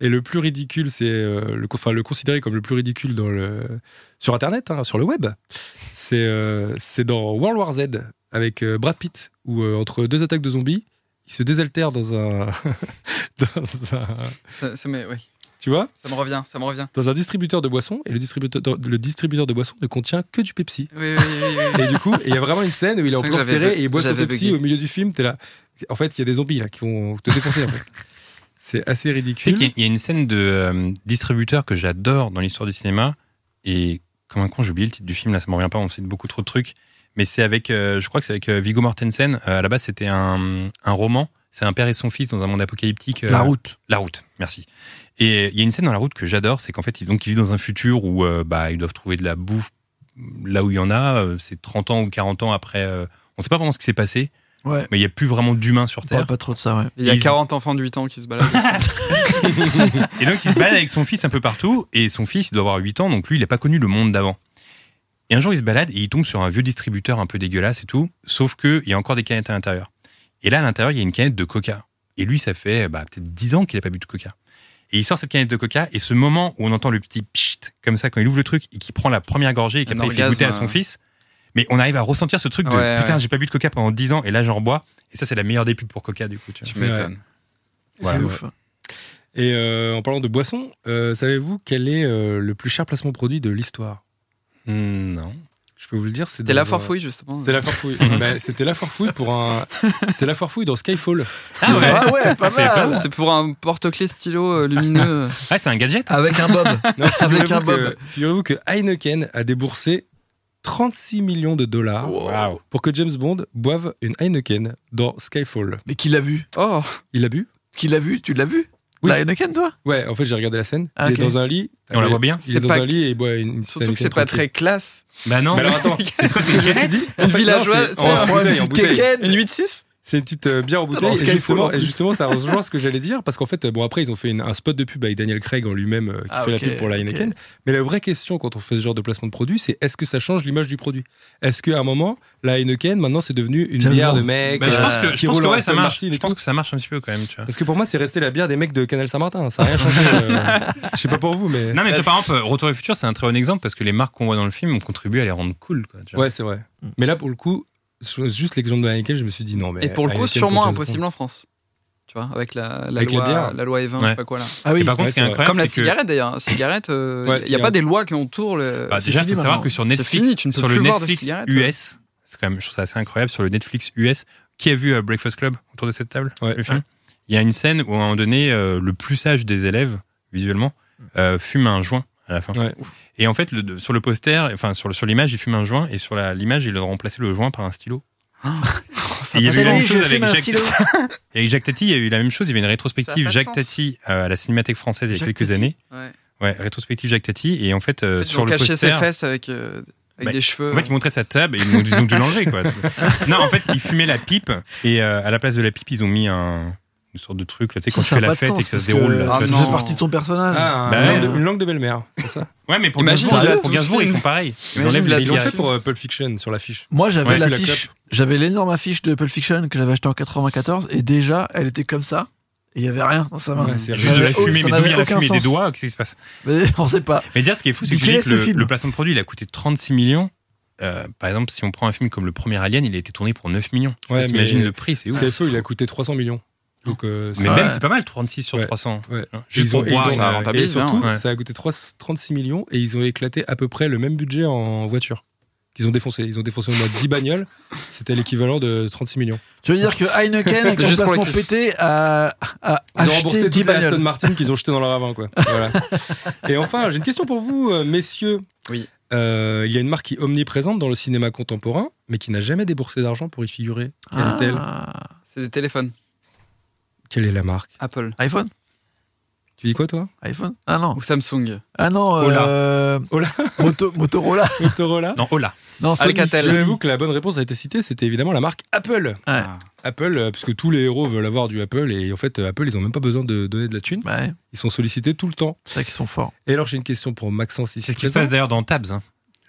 S8: Et le plus ridicule, c'est euh, le, enfin, le considéré comme le plus ridicule dans le, sur Internet, hein, sur le web, c'est euh, c'est dans World War Z avec euh, Brad Pitt, où euh, entre deux attaques de zombies, il se désaltère dans un, [LAUGHS] dans un,
S6: Ça, ça me- oui,
S8: tu vois,
S6: ça me revient, ça me revient.
S8: dans un distributeur de boissons, et le distributeur, le distributeur de boissons ne contient que du Pepsi.
S6: Oui, oui, oui, oui, oui.
S8: Et du coup, il y a vraiment une scène où il est en
S6: C'est vrai
S8: plan
S6: que j'avais
S8: serré
S6: bu-
S8: et il boit son
S6: j'avais
S8: Pepsi
S6: bugué.
S8: au milieu du film. T'es là. En fait, il y a des zombies là qui vont te
S6: [LAUGHS]
S8: défoncer. en fait. C'est assez
S5: Tu sais
S8: ridicule.
S5: qu'il y a- il y, a une scène de euh, distributeur que j'adore dans l'histoire du cinéma. Et comme un con, j'ai oublié le titre du film, là, ça me revient pas, on cite beaucoup trop de trucs. Mais c'est avec, euh, je crois que c'est avec euh, Viggo Mortensen. Euh, à la base, c'était un, un roman. C'est un père et son fils dans un monde apocalyptique. euh,
S7: La route.
S5: La route, merci. Et euh, il y a une scène dans la route que j'adore, c'est qu'en fait, ils, donc, ils vivent dans un futur où euh, bah, ils doivent trouver de la bouffe là où il y en a. euh, C'est 30 ans ou 40 ans après. euh, on sait pas vraiment ce qui s'est passé,
S7: Ouais.
S5: mais il n'y a plus vraiment d'humains sur
S7: On parle
S5: Terre.
S7: pas trop de ça, ouais.
S6: Il y a
S5: Ils-
S6: 40 enfants de 8 ans qui se baladent.
S5: Et donc, il se balade avec son fils un peu partout. Et son fils, il doit avoir 8 ans, donc lui, il n'a pas connu le monde d'avant. Et un jour, il se balade et il tombe sur un vieux distributeur un peu dégueulasse et tout. Sauf qu'il y a encore des canettes à l'intérieur. Et là, à l'intérieur, il y a une canette de coca. Et lui, ça fait bah, peut-être 10 ans qu'il n'a pas bu de coca. Et il sort cette canette de coca. Et ce moment où on entend le petit pchit, comme ça, quand il ouvre le truc et qu'il prend la première gorgée et qu'après,
S6: Un
S5: il fait
S6: orgasme,
S5: goûter à son
S6: euh.
S5: fils. Mais on arrive à ressentir ce truc de
S6: Ouais,
S5: putain,
S6: ouais.
S5: j'ai pas bu de coca pendant 10 ans et là, j'en bois. Et ça, c'est la meilleure des pubs pour coca, du coup. tu vois.
S6: tu
S8: C'est vrai.
S6: m'étonnes.
S8: Voilà,
S7: c'est
S8: ouais.
S7: ouf.
S8: Et euh, en parlant de boissons, euh, savez-vous quel est euh, le plus cher placement produit de l'histoire
S5: Hmm, non.
S8: Je peux vous le dire. C'est
S6: C'était
S8: dans
S6: la
S8: un-
S6: forfouille, justement.
S8: C'était
S5: [LAUGHS]
S8: la farfouille. Bah, C'était la farfouille pour un. C'était la farfouille dans Skyfall.
S5: Ah ouais.
S7: Ah ouais, pas
S5: C'est
S7: mal
S6: C'était pour un porte-clés stylo euh, [LAUGHS] lumineux.
S5: Ah, c'est un gadget
S7: Avec un bob.
S8: Non,
S7: Avec
S8: figurez-vous
S7: un bob.
S8: que- Figurez-vous que Heineken a déboursé 36 millions de dollars
S6: Oh.
S5: Waouh.
S8: pour que James Bond boive une Heineken dans Skyfall.
S7: Mais qui l'a vu
S6: Oh,
S8: Il l'a bu
S7: Qui l'a vu Tu l'as vu
S8: Oui.
S7: La Heineken, toi
S8: Ouais, en fait, j'ai regardé la scène.
S7: Ah,
S8: il
S7: ok.
S8: est dans un lit.
S5: Et on la voit bien.
S8: Il est,
S6: C'est
S8: dans
S6: pas
S8: un lit et il boit une. petite
S6: surtout que
S8: Heineken
S6: c'est pas
S8: tranquille.
S6: très classe.
S5: Bah non.
S8: Mais alors attends,
S5: [LAUGHS] c'est quoi, c'est une canette
S6: Une villageoise,
S8: En
S6: c'est
S8: bouteille, en
S6: une
S8: bouteille.
S6: petite Une 8-6
S8: C'est une petite euh, bière en bouteille.
S6: Dans
S8: Et
S6: Skyfall, en
S8: justement,
S6: plus.
S8: et
S6: [LAUGHS]
S8: justement, ça rejoint ce que j'allais dire. Parce qu'en fait, euh, bon, après, ils ont fait une- un spot de pub avec Daniel Craig en lui-même euh, qui
S7: Ah,
S8: fait
S7: ok,
S8: la pub pour la
S7: ok.
S8: Heineken. Mais la vraie question quand on fait ce genre de placement de produit, c'est est-ce que ça change l'image du produit Est-ce qu'à un moment, la Heineken, maintenant, c'est devenu une
S7: James
S8: bière
S7: Bond.
S8: de mec euh,
S5: Bah, je pense que, je pense que ouais, ça marche. Je pense
S8: Parce
S5: que ça marche un petit peu quand même, tu vois.
S8: que pour moi, c'est resté la bière des mecs de Canal Saint-Martin. Ça n'a
S5: [LAUGHS]
S8: rien changé. euh, Je sais pas pour vous, mais.
S5: Non, mais tu vois, par exemple, euh, Retour et Futur, c'est un très bon exemple parce que les marques qu'on voit dans le film ont contribué à les rendre cool. Quoi, tu vois.
S8: Ouais, c'est vrai. Mais là, pour le coup, sur- juste l'exemple de la Heineken, je me suis dit non. Mais
S5: Ben,
S6: Et pour le coup,
S8: Heineken
S6: sûrement
S8: James Bond.
S6: impossible en France. Tu vois, avec la, la
S8: Avec les
S6: loi,
S8: bières.
S6: la loi E20, je
S5: Ouais.
S6: sais pas quoi là.
S7: Ah
S5: Et
S7: oui,
S5: par contre,
S8: ouais,
S5: ce qui est
S8: c'est vrai.
S5: incroyable,
S6: Comme la
S5: c'est que.
S6: cigarette d'ailleurs. Cigarette, il
S8: Ouais,
S6: n'y a
S8: cigarette.
S6: pas des lois qui entourent le.
S5: Bah,
S7: c'est
S5: déjà, il
S7: fini
S5: faut savoir
S7: maintenant.
S5: que sur Netflix,
S6: fini, tu ne peux
S5: sur le
S6: plus voir de
S5: Netflix
S6: cigarettes, hein. ouais.
S5: US, c'est quand même, je trouve ça assez incroyable, sur le Netflix US, qui a vu euh, Breakfast Club autour de cette table
S8: Ouais.
S5: le film Il y a une scène où à un moment donné, euh, le plus sage des élèves, visuellement, euh, fume un joint à la fin.
S8: Ouais.
S5: Et en fait, le- sur le poster, enfin sur le- sur l'image, il fume un joint et sur la- l'image, il a remplacé le joint par un stylo.
S6: Ah.
S5: [LAUGHS] Et il y avait la même chose avec Jacques Et avec Jacques Tati, [LAUGHS] il y a eu la même chose. Il y avait une rétrospective
S6: Ça a pas de
S5: Jacques
S6: sens.
S5: Tati euh, à la Cinémathèque française il y a
S6: Jacques
S5: quelques
S6: Tati.
S5: années.
S6: Ouais.
S5: Ouais, rétrospective Jacques Tati. Et en fait,
S6: Ils
S5: euh,
S6: ont
S5: sur le
S6: caché ses
S5: poster,
S6: fesses avec, euh, avec
S5: Bah,
S6: des cheveux.
S5: en fait, ils montraient sa table et ils ont, ils ont dû l'enlever. quoi. non, en fait, ils fumaient la pipe et euh, à la place de la pipe, ils ont mis un, une sorte de truc là, tu sais, quand tu fais la fête et que ça se déroule. là,
S6: Ah
S5: tu
S7: ça
S5: vois.
S6: non.
S7: fait partie de son personnage.
S8: Ah,
S5: Bah,
S8: une, langue
S7: ouais.
S8: de, une langue de belle-mère, c'est ça
S5: Ouais, mais pour
S6: Imagine,
S5: Gainsbourg,
S6: sérieux,
S5: pour
S6: tout
S5: Gainsbourg,
S6: le
S5: ils
S6: film.
S5: font pareil. Ils
S6: Imagine,
S5: enlèvent
S6: la-
S5: les
S8: Ils l'ont fait
S5: cigarettes.
S8: pour euh, Pulp Fiction sur l'affiche.
S7: Moi, j'avais
S5: Ouais,
S7: l'affiche, j'avais l'énorme affiche de Pulp Fiction que j'avais acheté en 94 et déjà, elle était comme ça. Et il y avait rien dans sa main.
S8: Ouais, c'est
S7: Ça
S5: Juste de la
S7: n'avait- oh,
S5: fumée, mais
S7: ça
S5: d'où
S7: n'avait
S5: vient la
S7: aucun
S5: fumée des
S7: sens.
S5: doigts Qu'est-ce qui se passe
S7: Mais on sait pas.
S5: Mais déjà, ce qui est fou, c'est que,
S7: Dis, quel
S5: j'ai
S7: est
S5: dit
S7: ce
S5: que le,
S7: film
S5: le placement de produit, il a coûté 36 millions. Euh, par exemple, si on prend un film comme le premier Alien, il a été tourné pour 9 millions.
S8: Ouais,
S5: Ouais, T'imagines
S8: mais-
S5: le prix, c'est ouf.
S8: CFE, E, il a coûté 300 millions. Donc, euh,
S5: Mais
S8: ça-
S5: même,
S7: Ouais.
S5: c'est pas mal, 36 sur
S8: Ouais.
S5: 300.
S8: ouais.
S5: hein.
S8: Ils
S5: Juste
S8: ont-
S5: pour
S8: ils
S5: boire,
S8: ont-
S5: ça hein,
S8: et
S6: rentabilise bien,
S8: surtout,
S5: ouais.
S8: ça a coûté 3 36 millions et ils ont éclaté à peu près le même budget en voiture qu'ils ont défoncé. Ils ont défoncé au moins 10 bagnoles. C'était l'équivalent de 36 millions.
S7: Tu veux dire que Heineken, avec son
S6: Juste pour
S7: placement
S6: le kiff.
S7: pété, a,
S8: Ils
S7: a
S8: ont remboursé
S7: acheté 10
S8: toutes les Aston
S7: bagnoles
S8: Martin qu'ils ont jeté dans leur avant. Quoi. [LAUGHS] Voilà. Et enfin, j'ai une question pour vous, euh, messieurs.
S6: Oui.
S8: Euh, il y a une marque qui est omniprésente dans le cinéma contemporain, mais qui n'a jamais déboursé d'argent pour y figurer. Quelle est-elle
S7: Ah,
S6: C'est des téléphones.
S8: Quelle est la marque
S6: Apple
S7: iPhone
S8: Tu dis quoi, toi
S7: iPhone Ah non.
S6: ou Samsung.
S7: Ah non. euh,
S8: Ola.
S7: [LAUGHS] Moto- Motorola.
S8: Motorola
S5: Non, Ola.
S7: Non, Sony.
S6: Alcatel.
S7: Sony.
S8: J'avoue que la bonne réponse a été citée, c'était évidemment la marque Apple.
S7: Ouais.
S8: Apple, euh, parce que tous les héros veulent avoir du Apple, et en fait, euh, Apple, ils ont même pas besoin de donner de la thune.
S7: Ouais,
S8: Ils sont sollicités tout le temps.
S7: c'est ça qu'ils sont forts.
S8: Et alors, j'ai une question pour Maxence ici.
S5: C'est ce qui se
S8: présent.
S5: passe d'ailleurs dans Tabs. hein.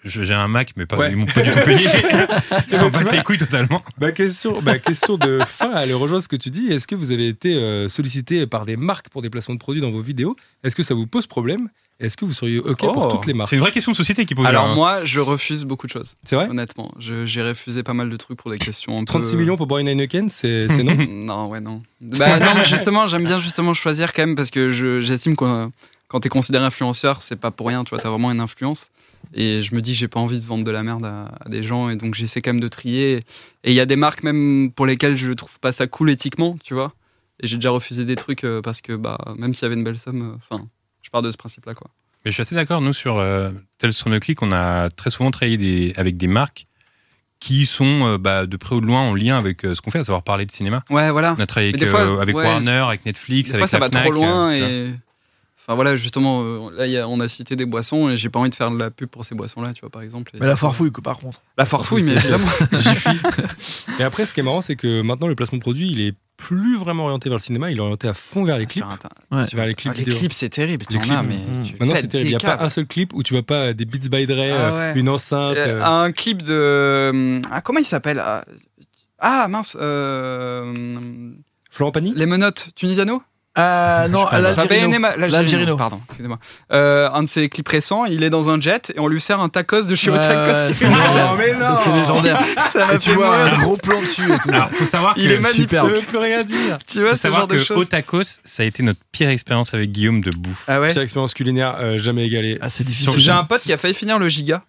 S5: Je- J'ai un Mac, mais pas,
S8: Ouais.
S5: ils m'ont pas du tout
S6: [LAUGHS]
S5: payé. Ils
S8: Mais
S5: m'ont
S8: tu
S5: pas
S8: vois-
S5: les couilles totalement.
S8: Ma question, ma question de [LAUGHS] fin, elle rejoint ce que tu dis. Est-ce que vous avez été euh, sollicité par des marques pour des placements de produits dans vos vidéos Est-ce que ça vous pose problème Est-ce que vous seriez OK
S6: Oh.
S8: pour toutes les marques
S5: C'est une vraie question de société qui pose.
S6: Alors
S5: là, hein.
S6: moi, je refuse beaucoup de choses.
S8: C'est vrai
S6: Honnêtement, Je- j'ai refusé pas mal de trucs pour des questions. un peu-
S8: 36 millions pour boire une Heineken,
S6: [LAUGHS]
S8: c'est c'est non
S6: Non, ouais, non. Bah non, mais justement, j'aime bien justement choisir quand même parce que je- j'estime que quand t'es considéré influenceur, c'est pas pour rien, tu vois, t'as vraiment une influence. Et je me dis, j'ai pas envie de vendre de la merde à, à des gens et donc j'essaie quand même de trier. Et il y a des marques même pour lesquelles je trouve pas ça cool éthiquement, tu vois. Et j'ai déjà refusé des trucs euh, parce que bah, même s'il y avait une belle somme, euh, enfin, je pars de ce principe-là, quoi.
S5: Mais je suis assez d'accord, nous, sur euh, Tel Son No Click, on a très souvent travaillé des- avec des marques qui sont euh, bah, de près ou de loin en lien avec euh, ce qu'on fait, à savoir parler de cinéma.
S6: Ouais, voilà.
S5: On a travaillé
S6: Mais
S5: avec,
S6: des fois,
S5: euh, avec
S6: ouais.
S5: Warner, avec Netflix,
S6: Des
S5: avec
S6: fois, ça
S5: la
S6: va
S5: Fnac,
S6: trop loin
S5: euh, tu vois.
S6: et. Enfin voilà, justement, euh, là, il y a- on a cité des boissons et j'ai pas envie de faire de la pub pour ces boissons-là, tu vois, par exemple. Et-
S7: Mais la farfouille, quoi, par contre.
S6: La farfouille, mais
S8: Oui, c'est-
S6: évidemment. [LAUGHS]
S8: J'y fuis. Et après, ce qui est marrant, c'est que maintenant, le placement de produit, il est plus vraiment orienté vers le cinéma, il est orienté à fond vers les clips.
S6: Sur Inter-
S7: Ouais.
S8: Vers les clips
S6: Ah, les
S8: vidéo.
S6: clips, c'est terrible.
S8: Les
S6: T'en
S8: clips,
S6: as, mais.
S7: mm,
S6: tu
S8: Maintenant, c'est
S6: pètes des
S8: terrible. Il n'y a pas
S6: câbles.
S8: un seul clip où tu vois pas des Beats by Dre,
S6: Ah
S8: euh,
S6: ouais.
S8: une enceinte.
S6: Euh,
S8: euh,
S6: Un clip de. Ah, comment il s'appelle ah, Ah, mince. euh,
S8: Florent Pagny
S6: Les menottes tunisiano Euh,
S7: Ah non,
S8: Je sais pas.
S6: Pas
S7: l'Algérino.
S6: BNM,
S7: L'Algérino.
S6: Pardon, excusez-moi. Euh, un de ses clips récents, il est dans un jet et on lui sert un tacos de chez
S7: Ouais,
S6: Otakos. [LAUGHS]
S7: ouais, c'est légendaire.
S8: mais non.
S7: Ça, C'est légendaire.
S6: Ça m'a
S7: Et tu
S6: fait
S7: vois
S6: mourir.
S7: un gros plan dessus et tout.
S5: Alors, [LAUGHS] faut savoir
S6: [LAUGHS]
S5: que
S6: Il est magnifique.
S7: Super.
S6: Ça veut
S8: plus rien dire.
S6: Tu vois,
S5: faut
S6: ce
S5: savoir
S6: genre de
S5: que
S6: choses.
S5: au tacos, ça a été notre pire expérience avec Guillaume de bouffe.
S6: Ah ouais
S8: C'est l'expérience culinaire euh, jamais égalée.
S7: Ah, c'est
S6: J'ai
S7: difficile.
S6: un pote qui a failli finir le giga.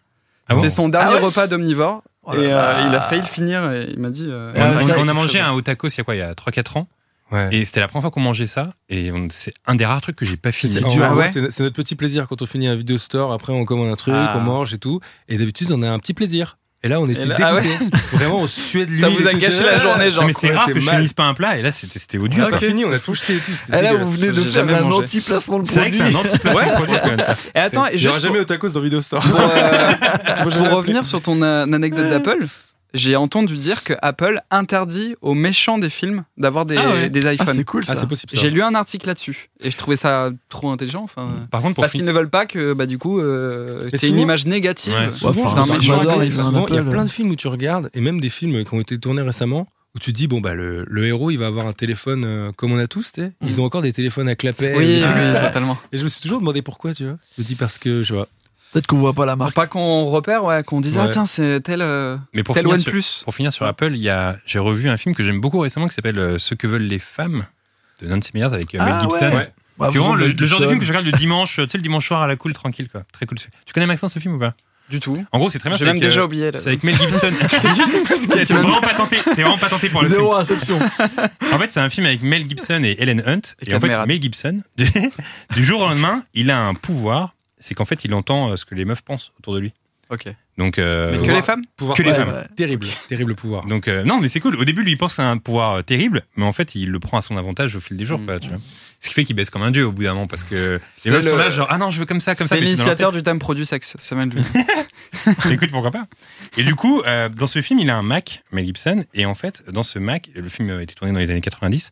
S5: Ah bon
S6: C'était son dernier
S7: Ah ouais
S6: repas d'omnivore.
S7: Oh là
S6: et euh,
S7: là.
S6: il a failli le finir et il m'a dit. euh,
S5: on,
S7: Ah,
S5: on-
S7: ça,
S5: on a
S6: quelque
S5: mangé
S6: chose.
S5: un au tacos il y a quoi, il y a 3-4 ans.
S8: Ouais.
S5: Et c'était la première fois qu'on mangeait ça. Et on- c'est un des rares trucs que j'ai pas fini.
S8: C'est en
S6: dur,
S8: gros,
S6: ouais.
S8: c'est- c'est notre petit plaisir quand on finit un vidéo store. Après, on commande un truc,
S6: Ah.
S8: on mange et tout. Et d'habitude, on a un petit plaisir. Et là, on était
S6: là- ah
S8: dégoûtés. [LAUGHS] Vraiment, on suait de l'huile.
S6: Ça vous a
S8: et tout.
S6: gâché la journée, genre.
S5: Non, mais c'est
S8: quoi,
S5: rare
S8: t'es
S5: que je
S8: mal.
S5: finisse pas un plat. Et là, c'était c'était
S8: On
S5: odieux.
S8: a
S5: quoi.
S8: pas fini, on a tout jeté et tout.
S7: Et
S8: c'était
S7: là, vous
S8: dégueulasse.
S7: venez de
S6: J'ai
S7: faire
S6: jamais
S7: un
S6: mangé.
S7: anti-placement de
S5: C'est vrai que c'est un
S7: produit.
S5: anti-placement de produit. quand même.
S6: Et attends, et
S8: Il n'y aura
S6: juste
S8: jamais
S6: pour,
S8: au tacos dans Vidéo Store.
S6: pour, euh,
S7: [LAUGHS]
S8: Moi,
S6: pour
S8: j'avais appelé.
S6: revenir sur ton euh, anecdote d'Apple, j'ai entendu dire que Apple interdit aux méchants des films d'avoir des,
S5: Ah ouais.
S6: des
S7: Ah,
S6: iPhones.
S7: c'est cool ça.
S8: Ah, c'est possible. ça.
S6: j'ai lu un article là-dessus et je trouvais ça trop intelligent. Enfin,
S5: Par contre, pour
S6: parce
S5: finir-
S6: qu'ils ne veulent pas que, bah, du coup, euh,
S8: Mais
S6: t'aies une
S8: souvent-
S6: image négative.
S5: Ouais.
S6: d'un
S7: Ouais, enfin,
S6: méchant.
S7: Mark Vador,
S8: Souvent,
S7: il faisait un
S8: il y a
S7: Apple.
S8: plein de films où tu regardes, et même des films qui ont été tournés récemment, où tu te dis, bon, bah, le, le héros, il va avoir un téléphone euh, comme on a tous, tu sais. Ils ont encore des téléphones à clapet.
S6: Oui,
S8: des trucs
S6: oui,
S8: comme ça.
S6: totalement.
S8: Et je me suis toujours demandé pourquoi, tu vois. Je me dis parce que, je sais pas.
S7: Peut-être qu'on voit pas la
S6: Pour
S7: marque.
S6: pas qu'on repère, ouais, qu'on dise, ah
S8: Ouais.
S6: tiens, c'est tel, euh,
S5: mais pour
S6: tel
S5: finir,
S6: One
S5: sur,
S6: Plus.
S5: pour finir sur Apple, il y a- j'ai revu un film que j'aime beaucoup récemment qui s'appelle euh, Ce que veulent les femmes de Nancy Meyers avec euh, Mel
S7: Ah
S5: Gibson.
S7: ouais. Ouais. Bah,
S5: Tu vois,
S7: vous,
S5: le,
S7: Mel
S5: le genre de
S7: Gibson.
S5: film que je regarde le dimanche, euh, tu sais, le dimanche soir à la cool, tranquille, quoi. Très cool. Tu connais Maxence ce film ou pas
S6: Du tout.
S5: En gros, c'est très bien.
S6: J'ai
S5: c'est
S6: même
S5: avec, euh,
S6: déjà oublié. là.
S5: C'est avec Mel Gibson. [LAUGHS] T'es vraiment pas tenté. T'es vraiment pas tenté pour le film.
S7: Zéro inception.
S5: [LAUGHS] En fait, c'est un film avec Mel Gibson et Helen Hunt.
S6: Et
S5: Et, en fait,
S6: Cadmerade.
S5: Mel Gibson, [LAUGHS] du, du jour au lendemain, il a un pouvoir. C'est qu'en fait, il entend euh, ce que les meufs pensent autour de lui.
S6: Ok.
S5: Donc, euh,
S6: Mais que les femmes
S8: Pouvoir
S5: Que les
S8: Ouais,
S5: femmes.
S8: ouais. Terrible, terrible pouvoir.
S5: donc euh, non, mais c'est cool. Au début, lui, il pense que c'est un pouvoir euh, terrible, mais en fait, il le prend à son avantage au fil des jours,
S6: Mm.
S5: quoi, tu vois. Ce qui fait qu'il baisse comme un dieu au bout d'un moment, parce que
S6: C'est
S5: les meufs
S6: le-
S5: sont là, genre ah non, je veux comme ça, comme ça.
S6: C'est
S5: mais dans leur
S6: l'initiateur du thème produit sexe, c'est même lui.
S5: Bah, [LAUGHS] Écoute, pourquoi pas. Et du coup, euh, dans ce film, il a un Mac, Mel Gibson, et en fait, dans ce Mac, le film a été tourné dans les années 90,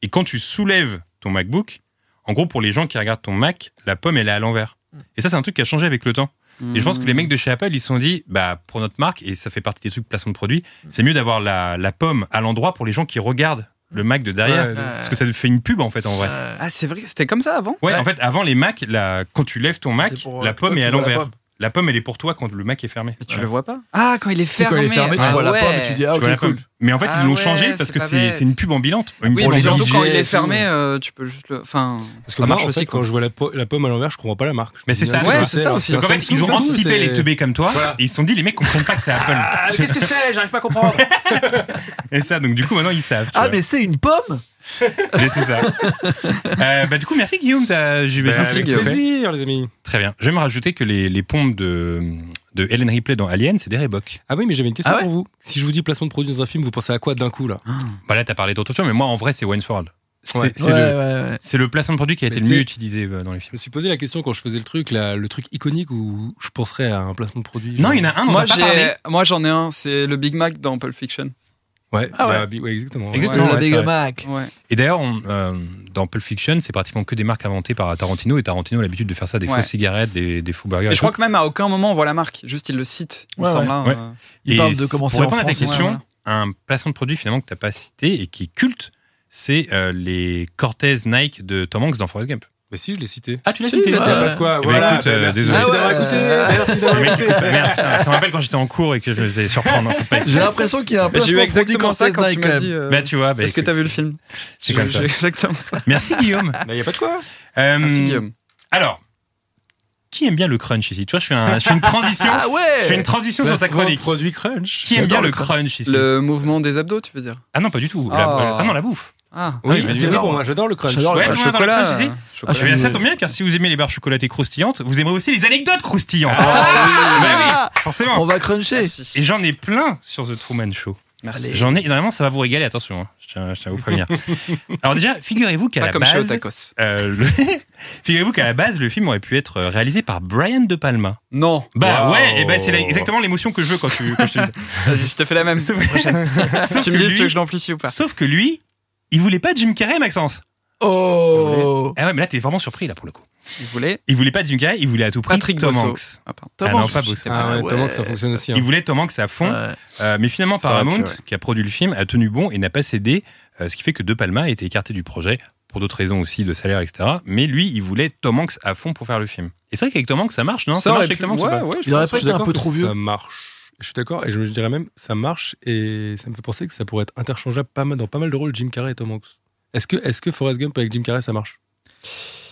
S5: et quand tu soulèves ton MacBook, en gros, pour les gens qui regardent ton Mac, la pomme, elle est à l'envers. Et ça, c'est un truc qui a changé avec le temps. Et je pense que
S7: Mm.
S5: les mecs de chez Apple, ils se sont dit, bah, pour notre marque, et ça fait partie des trucs placement de produits, c'est mieux d'avoir la, la pomme à l'endroit pour les gens qui regardent le Mac de derrière.
S8: Ouais, de-
S5: Parce que ça fait une pub, en fait, en vrai.
S6: Ah, c'est vrai, c'était comme ça avant
S5: Ouais, en fait, avant les Macs, la, quand tu lèves ton Mac,
S7: C'était pour, euh,
S5: la
S7: que toi,
S5: pomme est
S7: tu
S5: à
S7: vois la
S5: l'envers.
S7: pomme.
S5: La pomme, elle est pour toi quand le Mac est fermé.
S6: Mais tu
S5: Voilà.
S6: le vois pas Ah, quand il est
S7: Tu sais, quand
S6: fermé.
S7: elle est fermée, tu
S6: Ah
S7: vois la pomme
S6: ouais.
S7: et tu dis ah
S5: Tu vois la
S7: ok cool.
S5: pomme. Mais en fait,
S6: Ah
S5: ils l'ont
S6: ouais,
S5: changé parce
S6: c'est
S5: que
S6: pas
S5: c'est
S6: bête.
S5: c'est une pub ambulante. Une
S6: Oui,
S5: pub
S6: mais
S7: les
S6: surtout
S5: ambulante.
S6: quand
S7: DJ
S6: il
S7: et
S6: est
S7: tout.
S6: fermé, euh, tu peux juste le. Enfin,
S8: Parce que
S6: ça
S8: moi,
S6: marche
S8: en
S6: aussi.
S8: fait,
S6: quoi.
S8: quand je vois la, po- la pomme à l'envers, je comprends pas la marque. Je
S5: Mais
S8: me
S5: c'est
S8: dis,
S5: ça,
S8: ah,
S5: ouais,
S8: qu'est-ce
S6: c'est
S8: que
S6: ça aussi.
S5: Donc en
S6: C'est un
S5: fait, ils ont
S6: Samsung,
S5: anticipé
S8: c'est-
S5: les teubés comme toi.
S8: Voilà.
S5: Et ils se sont dit, les mecs comprennent pas que c'est Apple.
S6: Qu'est-ce que c'est J'arrive pas à comprendre.
S5: [LAUGHS] et ça, donc du coup, maintenant, ils savent. tu
S7: Ah
S5: vois.
S7: mais c'est une pomme
S5: Mais c'est
S6: [LAUGHS]
S5: ça. Euh, bah, du coup, merci Guillaume. t'as- j'ai-
S8: Bah,
S5: j'ai-
S8: Avec
S5: j'ai- j'ai-
S8: plaisir, les amis.
S5: Très bien. Je vais me rajouter que les, les pompes de, de Helen Ripley dans Alien, c'est des Reebok.
S8: Ah oui, mais j'avais une question
S7: Ah ouais
S8: pour vous. Si je vous dis placement de produit dans un film, vous pensez à quoi d'un coup, là
S5: Bah là, t'as parlé d'autres choses, mais moi, en vrai, c'est Wayne's World. C'est
S8: Ouais.
S5: c'est
S7: ouais,
S5: le,
S7: ouais, ouais.
S5: c'est le placement de produit qui a
S8: Mais
S5: été le
S8: tu sais-
S5: mieux utilisé euh, dans les
S8: Je
S5: films.
S8: me suis posé la question quand je faisais le truc, là, le truc iconique où je penserais à un placement de produit.
S5: Non, il y en a un dont on
S6: Moi,
S5: n'a pas parlé.
S6: j'ai- moi, j'en ai un, c'est le Big Mac dans Pulp Fiction.
S8: Ouais,
S6: Ah ouais.
S8: bah, bi- ouais, exactement. ouais.
S5: Exactement,
S7: Le
S5: ouais,
S7: Big
S5: c'est vrai.
S7: Mac.
S6: Ouais.
S5: Et d'ailleurs, on, euh, dans Pulp Fiction, c'est pratiquement que des marques inventées par Tarantino. Et Tarantino a l'habitude de faire ça, des
S6: Ouais.
S5: faux cigarettes, des, des faux burgers.
S6: Et
S5: et
S6: je crois
S5: tout.
S6: que même à aucun moment on voit la marque, juste il le cite. Il me
S7: Ouais,
S6: semble
S7: ouais.
S6: hein,
S5: Ouais.
S6: euh,
S7: Il
S5: Et
S7: parle de
S5: c'est-
S7: commencer
S5: Pour
S7: en
S5: répondre à ta
S7: France,
S6: ouais,
S5: question,
S6: voilà.
S5: un placement de produit finalement que t'as pas cité et qui est culte, c'est euh, les Cortez Nike de Tom Hanks dans Forrest Gump.
S8: Mais Bah, si, je l'ai cité.
S5: Ah, tu l'as
S8: Si, mais
S5: cité.
S8: y a
S7: toi.
S8: pas de quoi.
S5: Eh ben,
S8: voilà, bah,
S5: écoute, euh,
S8: merci,
S5: désolé.
S8: merci
S7: Ah ouais,
S8: d'avoir écouté.
S7: euh,
S8: Merci d'avoir écouté.
S5: Merde, putain, Ah, ça me rappelle quand j'étais en cours et que je me faisais surprendre. un truc pas-
S7: J'ai l'impression qu'il y a un
S6: Mais
S7: peu
S6: J'ai eu exactement ça quand tu m'as dit. euh,
S5: Bah, tu vois. bah,
S6: Est-ce que
S5: écoute,
S6: t'as vu le film
S5: c'est comme
S6: J'ai-
S5: ça.
S6: j'ai exactement ça.
S5: Merci Guillaume.
S8: Mais Bah, il y a pas de quoi.
S5: Euh,
S6: Merci Guillaume.
S5: Alors, qui aime bien le crunch ici Tu vois, je fais, un- je fais une transition.
S7: Ah
S5: Je fais une
S7: ouais
S5: transition sur ta
S8: Placement de
S5: chronique.
S8: Produit crunch.
S5: Qui aime bien
S7: J'adore
S5: le
S7: le crunch.
S5: crunch ici
S6: Le mouvement des abdos, tu veux dire
S5: Ah non, pas du tout. La-
S6: Ah.
S5: Ah non, la bouffe.
S6: Ah,
S8: Oui,
S5: oui,
S8: mais
S5: c'est
S8: c'est
S5: énorme.
S8: pour moi. Bah, J'adore le crunch.
S7: J'adore le
S5: Ouais,
S7: crunch.
S5: tout le monde adore le
S6: chocolat,
S5: crunch ici
S6: euh,
S5: Ah,
S6: chocolat.
S5: eh bien, ça tombe bien, car si vous aimez les barres chocolatées croustillantes, vous aimerez aussi les anecdotes croustillantes. Bah Ah, oui,
S7: On
S5: forcément.
S7: va cruncher.
S5: Et j'en ai plein sur The Truman Show. J'en ai énormément, ça va vous régaler, attention, hein. je, tiens, je tiens à vous [LAUGHS] prévenir. Alors déjà, figurez-vous qu'à
S6: Pas
S5: la
S6: comme chez
S5: base...
S6: Otakos.
S5: euh, le- [LAUGHS] figurez-vous qu'à la base, le film aurait pu être réalisé par Brian De Palma.
S6: Non,
S5: Bah
S8: Wow.
S5: ouais, et ben c'est la- exactement l'émotion que je veux quand, tu, quand je [LAUGHS] te dis ça.
S6: [LAUGHS] vas-y, je te fais la même.
S5: Sauf, sauf
S6: tu
S5: que
S6: me dis si tu
S5: lui-
S6: veux que je l'amplifie ou pas
S5: sauf que lui, il voulait pas Jim Carrey, Maxence.
S7: Oh
S5: Ah ouais, mais là, t'es vraiment surpris, là, pour le coup.
S6: Il voulait
S5: Il voulait pas Jim Carrey, il voulait à tout prix
S6: Patrick
S5: Tom
S6: Bosso.
S5: Hanks.
S6: Ah, pardon.
S5: Ah
S7: Tom
S5: non,
S7: Hanks.
S5: pas Bosso.
S8: Ah ouais,
S7: Ouais.
S8: Tom Hanks, ça fonctionne aussi. hein.
S5: Il voulait Tom Hanks à fond,
S7: Ouais.
S5: euh, mais finalement
S6: Ça aurait
S5: Paramount,
S6: pu, ouais.
S5: qui a produit le film, a tenu bon et n'a pas cédé, euh, ce qui fait que De Palma a été écarté du projet pour d'autres raisons aussi de salaire, etc. Mais lui, il voulait Tom Hanks à fond pour faire le film. Et c'est vrai qu'avec Tom Hanks, ça marche, non Ça, marche
S6: aurait
S5: avec
S6: pu-
S5: Tom Hanks ou
S6: ouais,
S5: pas
S6: ouais, je
S7: Il aurait
S6: pense.
S7: pas
S8: Je suis
S7: été un
S8: d'accord
S7: peu
S8: que
S7: trop vieux.
S8: Ça marche. Je suis d'accord et je me dirais même ça marche et ça me fait penser que ça pourrait être interchangeable pas mal- dans pas mal de rôles Jim Carrey et Tom Hanks. Est-ce que, est que Forrest Gump avec Jim Carrey ça marche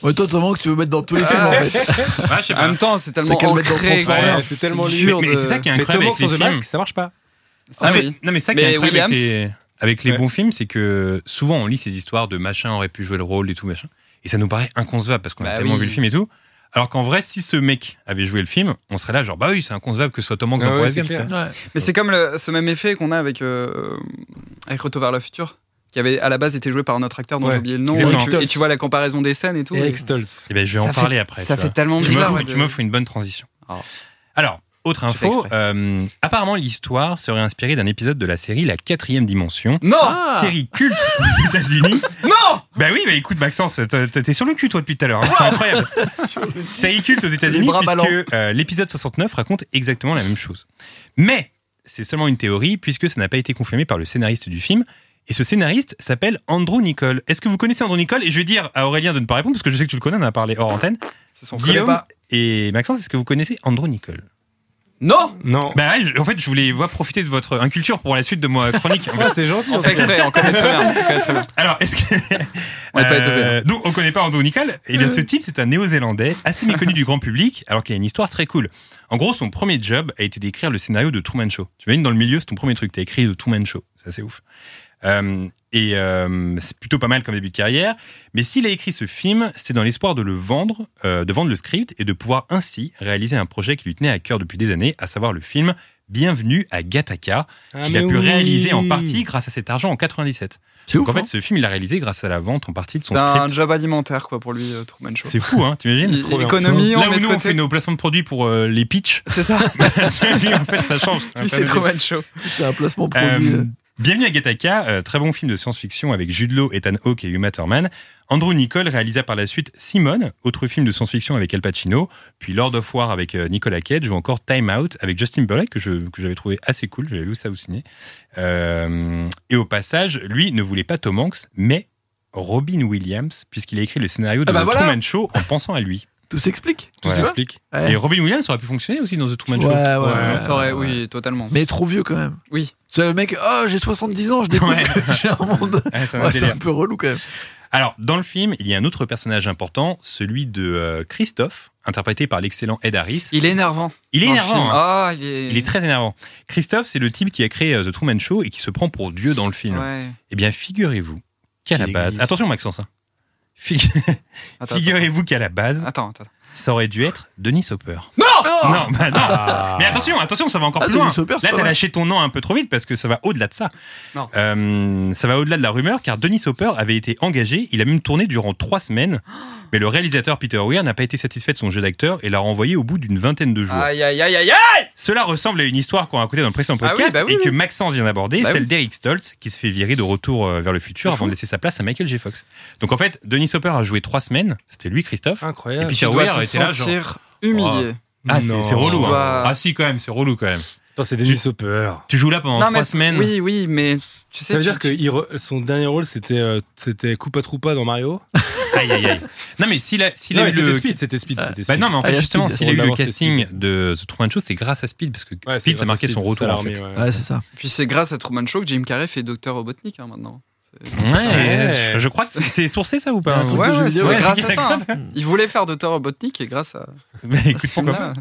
S7: Ouais, toi, t'as vraiment que tu veux mettre dans
S6: Ah.
S7: tous les films
S6: [LAUGHS]
S7: en fait.
S5: Ouais, je sais
S6: En
S5: pas.
S6: même temps, c'est tellement
S7: T'as qu'à le mettre dans
S6: ancré.
S7: Transformers.
S6: quoi.
S7: Ouais,
S8: c'est tellement
S6: dur
S5: Mais- mais
S6: de-
S5: c'est ça qui est
S8: Mais Tom
S5: incroyable
S8: Hanks sans
S5: avec
S8: The
S5: les
S8: Mask
S5: films.
S8: ça marche pas.
S5: Ah,
S6: Ah
S5: mais-
S6: oui.
S5: Non, mais ça qui est
S6: Mais
S5: incroyable avec
S6: Williams
S5: les, avec les
S8: Ouais.
S5: bons films, c'est que souvent on lit ces histoires de machin aurait pu jouer le rôle et tout machin, et ça nous paraît inconcevable parce qu'on a
S6: Bah
S5: tellement
S6: oui.
S5: vu le film et tout. Alors qu'en vrai, si ce mec avait joué le film, on serait là genre bah oui, c'est inconcevable que ce soit Tom Hanks
S8: Ah
S5: dans
S8: ouais,
S5: Forrest
S8: c'est
S5: Gump.
S8: clair.
S5: tu vois.
S7: Ouais.
S6: Mais c'est comme le- ce même effet qu'on a avec, euh, avec Retour vers le futur, qui avait à la base été joué par un autre acteur dont
S8: Ouais.
S6: j'ai oublié le nom. Et
S5: Exactement.
S6: tu, et tu vois la comparaison des scènes et tout.
S8: Et
S6: Et
S8: Eric Stoltz.
S5: Eh ben, je vais
S6: ça
S5: en
S6: fait-
S5: parler après.
S6: ça
S5: tu
S6: fait
S5: vois.
S6: tellement
S5: Tu
S6: bizarre.
S5: m'offres-
S6: ouais,
S5: Tu
S6: de-
S5: m'offres une bonne transition.
S6: Oh.
S5: Alors, Autre
S6: fais
S5: info,
S6: exprès.
S5: euh, apparemment l'histoire serait inspirée d'un épisode de la série La Quatrième Dimension,
S6: Non
S5: série culte aux États-Unis.
S6: Non
S5: Bah oui, mais écoute Maxence, t'es t'es sur le cul toi depuis tout à l'heure, hein, c'est incroyable.
S9: [LAUGHS]
S5: Série culte aux
S9: Les
S5: États-Unis
S9: bras ballants.
S5: puisque euh, l'épisode 69 raconte exactement la même chose. Mais c'est seulement une théorie puisque ça n'a pas été confirmé par le scénariste du film. Et ce scénariste s'appelle Andrew Nicole. Est-ce que vous connaissez Andrew Nicole Et je vais dire à Aurélien de ne pas répondre parce que je sais que tu le connais, on en a parlé hors antenne.
S6: C'est son
S5: Guillaume
S6: pas.
S5: et Maxence, est-ce que vous connaissez Andrew Nicole
S6: Non
S8: Non.
S5: Bah ouais, je- en fait, je voulais voir profiter de votre inculture pour la suite de ma chronique. en fait.
S8: Ah, c'est gentil.
S6: On fait exprès, on connaît très bien. on connaît très bien.
S5: Alors, est-ce que.
S6: On n'est pas étonné.
S5: donc, on connaît pas Andrew Nicole. Et bien, ce type, c'est un néo-zélandais assez méconnu du grand public, alors qu'il a une histoire très cool. En gros, son premier job a été d'écrire le scénario de Truman Show. Tu imagines, dans le milieu, c'est ton premier truc. T'as écrit de Truman Show. Ça, c'est ouf. Euh, et euh, c'est plutôt pas mal comme début de carrière. Mais s'il a écrit ce film, c'était dans l'espoir de le vendre, euh, de vendre le script et de pouvoir ainsi réaliser un projet qui lui tenait à cœur depuis des années, à savoir le film Bienvenue à Gattaca,
S7: Ah,
S8: Ah,
S5: qu'il a pu réaliser en partie grâce à cet argent en 97.
S7: C'est
S5: Donc
S7: ouf,
S5: en fait,
S7: hein.
S5: ce film, il l'a réalisé grâce à la vente en partie de son
S6: C'est un
S5: script.
S6: job alimentaire, quoi, pour lui, euh, Truman Show.
S5: C'est fou, hein, t'imagines
S6: Il- Économie, on
S5: Là
S6: met
S5: où
S6: de
S5: nous, on
S6: côté.
S5: fait nos placements de produits pour euh, les pitchs,
S6: C'est
S5: [LAUGHS]
S6: ça,
S5: lui, en fait, ça change.
S6: lui, c'est Truman Show.
S7: C'est un placement
S5: Euh,
S7: produit.
S5: Bienvenue à Gattaca, euh, très bon film de science-fiction avec Jude Law, Ethan Hawke et Uma Thurman. Andrew Nicole réalisa par la suite Simone, autre film de science-fiction avec Al Pacino, puis Lord of War avec euh, Nicolas Cage, ou encore Time Out avec Justin Burley, que je- que j'avais trouvé assez cool, j'avais vu ça au ciné. Euh, et au passage, lui ne voulait pas Tom Hanks, mais Robin Williams, puisqu'il a écrit le scénario de
S6: Ah bah
S5: The
S6: voilà.
S5: Truman Show en pensant à lui.
S7: Tout s'explique.
S8: Tout
S5: Voilà.
S8: s'explique.
S7: Ouais.
S5: Et Robin Williams aurait pu fonctionner aussi dans The Truman
S7: Ouais,
S5: Show.
S7: ouais,
S6: Ouais,
S7: ouais.
S6: ça aurait- oui, totalement.
S7: Mais trop vieux quand même.
S6: Oui.
S7: C'est le mec, oh, j'ai 70 ans, je découvre
S5: Ouais.
S7: que j'ai un monde.
S5: Ouais, c'est un
S7: Ouais, c'est
S5: délire.
S7: un peu relou quand même.
S5: Alors, dans le film, il y a un autre personnage important, celui de euh, Christophe, interprété par l'excellent Ed Harris.
S6: Il est énervant.
S5: Il est
S6: dans le
S5: énervant.
S6: film.
S5: hein.
S6: Ah, il est.
S5: Il est très énervant. Christophe, c'est le type qui a créé euh, The Truman Show et qui se prend pour Dieu dans le film.
S6: Ouais.
S5: Eh bien, figurez-vous qu'à la
S9: Qu'il
S5: base.
S9: existe.
S5: Attention, Maxence. hein. Figu- [LAUGHS]
S6: Attends,
S5: Figurez-vous qu'à la base,
S6: Attends, attends.
S5: ça aurait dû être Denis Hopper.
S7: Oh
S5: Non, bah non.
S6: Ah.
S5: Mais attention, attention, ça va encore
S7: Ah,
S5: plus
S7: Denis
S5: loin.
S7: Hopper, c'est
S5: Là,
S7: pas
S5: t'as
S7: mal.
S5: lâché ton nom un peu trop vite parce que ça va au-delà de ça.
S6: Non.
S5: Euh, ça va au-delà de la rumeur car Denis Hopper avait été engagé. Il a même tourné durant trois semaines. Mais le réalisateur Peter Weir n'a pas été satisfait de son jeu d'acteur et l'a renvoyé au bout d'une vingtaine de jours.
S6: Aïe, aïe, aïe, aïe, aïe
S5: Cela ressemble à une histoire qu'on a racontée dans le précédent
S6: Ah oui,
S5: podcast
S6: bah oui,
S5: et que
S6: oui.
S5: Maxence vient d'aborder,
S6: Bah
S5: celle
S6: oui.
S5: d'Eric Stoltz qui se fait virer de retour euh, vers le futur
S6: C'est
S5: avant
S6: fou.
S5: de laisser sa place à Michael J. Fox. Donc en fait, Denis Hopper a joué trois semaines. C'était lui,
S6: Ah
S5: Christophe. Et
S8: Incroyable.
S5: puis
S6: Tu
S5: Peter
S6: dois
S5: Weir
S6: te
S5: était là, genre.
S6: sentir humilié.
S5: Ah, c'est
S8: Non.
S5: c'est relou.
S6: Tu
S5: hein.
S6: dois-
S5: Ah, si, quand même, c'est relou quand même.
S8: Attends, c'est Denis Hopper.
S5: Tu joues là pendant
S6: Non,
S5: trois
S6: mais-
S5: semaines.
S6: Oui, oui, mais tu sais.
S8: Ça veut
S6: tu-
S8: dire que il re- son dernier rôle, c'était euh, c'était Koopa Troopa dans Mario.
S5: Aïe, aïe, aïe. Non, mais s'il a, s'il
S8: Non,
S5: a
S8: mais
S5: eu le.
S8: c'était Speed, c'était Speed. c'était
S5: Bah
S8: Speed.
S5: non, mais en
S7: Ah, il
S5: fait,
S7: y a
S5: justement,
S7: Speed.
S5: s'il a eu
S8: On va
S5: le
S8: voir, c'était
S5: casting de The Truman Show, c'est grâce à Speed, parce que
S8: Ouais,
S5: Speed,
S8: c'est
S5: ça marquait
S8: grâce à
S5: son
S8: Speed,
S5: retour,
S8: ça
S5: en
S8: l'a
S5: fait.
S8: remis, ouais.
S7: Ouais, c'est ça.
S6: Puis c'est grâce à Truman Show que Jim Carrey fait Docteur Robotnik hein, maintenant. C'est-
S5: Ouais,
S8: Ouais.
S5: je crois que c'est- c'est sourcé, ça, ou pas
S7: Il y a un truc
S6: Ouais,
S7: de jeu
S6: ouais, c'est
S7: vidéo,
S6: vrai,
S7: ouais.
S6: grâce à ça. hein. Il voulait faire Docteur Robotnik et grâce à.
S5: [LAUGHS] Mais
S6: à
S5: écoute,
S6: ce
S5: pourquoi
S6: film-là.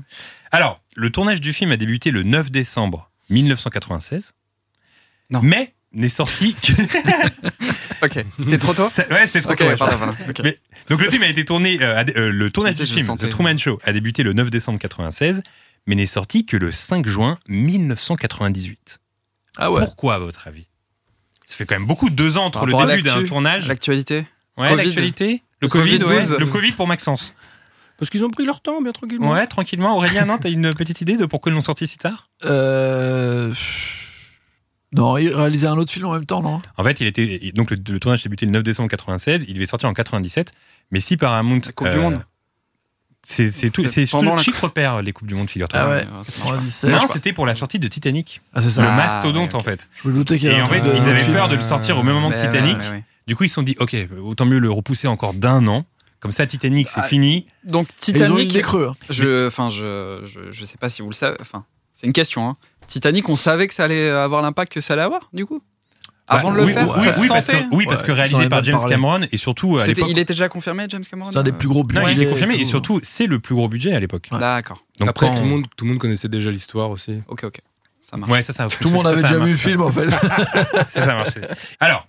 S5: Alors, le tournage du film a débuté le 9 décembre 1996.
S6: Non.
S5: Mais n'est sorti que.
S6: [LAUGHS] Ok, c'était trop tôt
S5: [LAUGHS] Ça- Ouais, c'est trop
S6: Ok,
S5: tôt, ouais.
S6: pardon, pardon. ok.
S5: Mais- Donc le film a été tourné, euh, a dé- euh, le tournage du
S6: Je le
S5: film
S6: sentais.
S5: The Truman Show a débuté le 9 décembre 96, mais n'est sorti que le 5 juin 1998.
S7: Ah ouais.
S5: Pourquoi à votre avis Ça fait quand même beaucoup de deux ans entre
S6: Par
S5: le
S6: rapport à
S5: début d'un
S6: l'actu,
S5: tournage,
S6: L'actualité
S5: ouais,
S6: Covid.
S5: l'actualité, le
S6: Le
S5: Covid,
S6: Covid-douze.
S5: ouais, le Covid pour Maxence.
S8: Parce qu'ils ont pris leur temps, bien tranquillement.
S5: Ouais, tranquillement. Aurélien, non, t'as une petite idée de pourquoi ils l'ont sorti si tard
S7: Euh... Non, il réalisait un autre film en même temps, non
S5: En fait, il était donc le, le tournage débutait le 9 décembre 96, il devait sortir en 97, mais si Paramount euh,
S6: La Coupe du Monde.
S5: c'est c'est tout, c'est
S6: Pendant
S5: tout
S6: la
S5: chiffre pair les coupes du monde figure-toi.
S7: Ah ouais.
S6: Attends.
S7: 97.
S5: Non,
S7: je-
S5: c'était pour la sortie de Titanic,
S7: Ah, c'est
S5: le
S7: ça.
S5: mastodonte
S6: ouais, ok.
S5: en fait.
S7: Je me doutais qu'il y
S5: Et
S7: avait
S5: en
S7: un
S5: fait,
S7: truc de-
S5: ils avaient
S7: film.
S5: peur de le sortir au même moment que
S6: Ouais,
S5: Titanic.
S6: ouais, ouais.
S5: Du coup, ils se sont dit OK, autant mieux le repousser encore d'un an. Comme ça Titanic c'est
S6: Ah.
S5: fini.
S6: Donc
S7: Et Ils ont eu
S6: Titanic,
S7: des creux. hein.
S6: je, enfin, je, je, je sais pas si vous le savez. Enfin, c'est une question. Hein. Titanic, on savait que ça allait avoir l'impact que ça allait avoir, du coup. Avant
S5: Bah,
S6: de le
S5: oui,
S6: faire,
S5: oui,
S6: ça
S5: oui,
S6: se
S5: parce que
S6: sentait
S5: oui, parce
S7: Ouais,
S5: que
S7: ils en
S5: réalisé
S7: avaient
S5: par
S7: même
S5: James
S7: parlé.
S5: Cameron et surtout à
S6: C'était-
S5: l'époque
S6: il était déjà confirmé, James Cameron.
S7: C'est un des
S6: euh,
S7: plus gros
S5: non,
S7: budgets.
S5: il était confirmé
S7: tout.
S5: et surtout c'est le plus gros budget à l'époque.
S7: Ouais.
S6: D'accord.
S5: Donc
S8: Après,
S5: quand-
S8: tout, le monde, tout le monde connaissait déjà l'histoire aussi.
S6: Ok, ok. Ça marche.
S5: Ouais, ça, ça-
S7: Tout le
S5: [LAUGHS]
S7: monde
S5: ça,
S7: avait
S5: ça
S7: déjà
S5: marche.
S7: vu le film en fait.
S5: Ça, ça marche. Alors,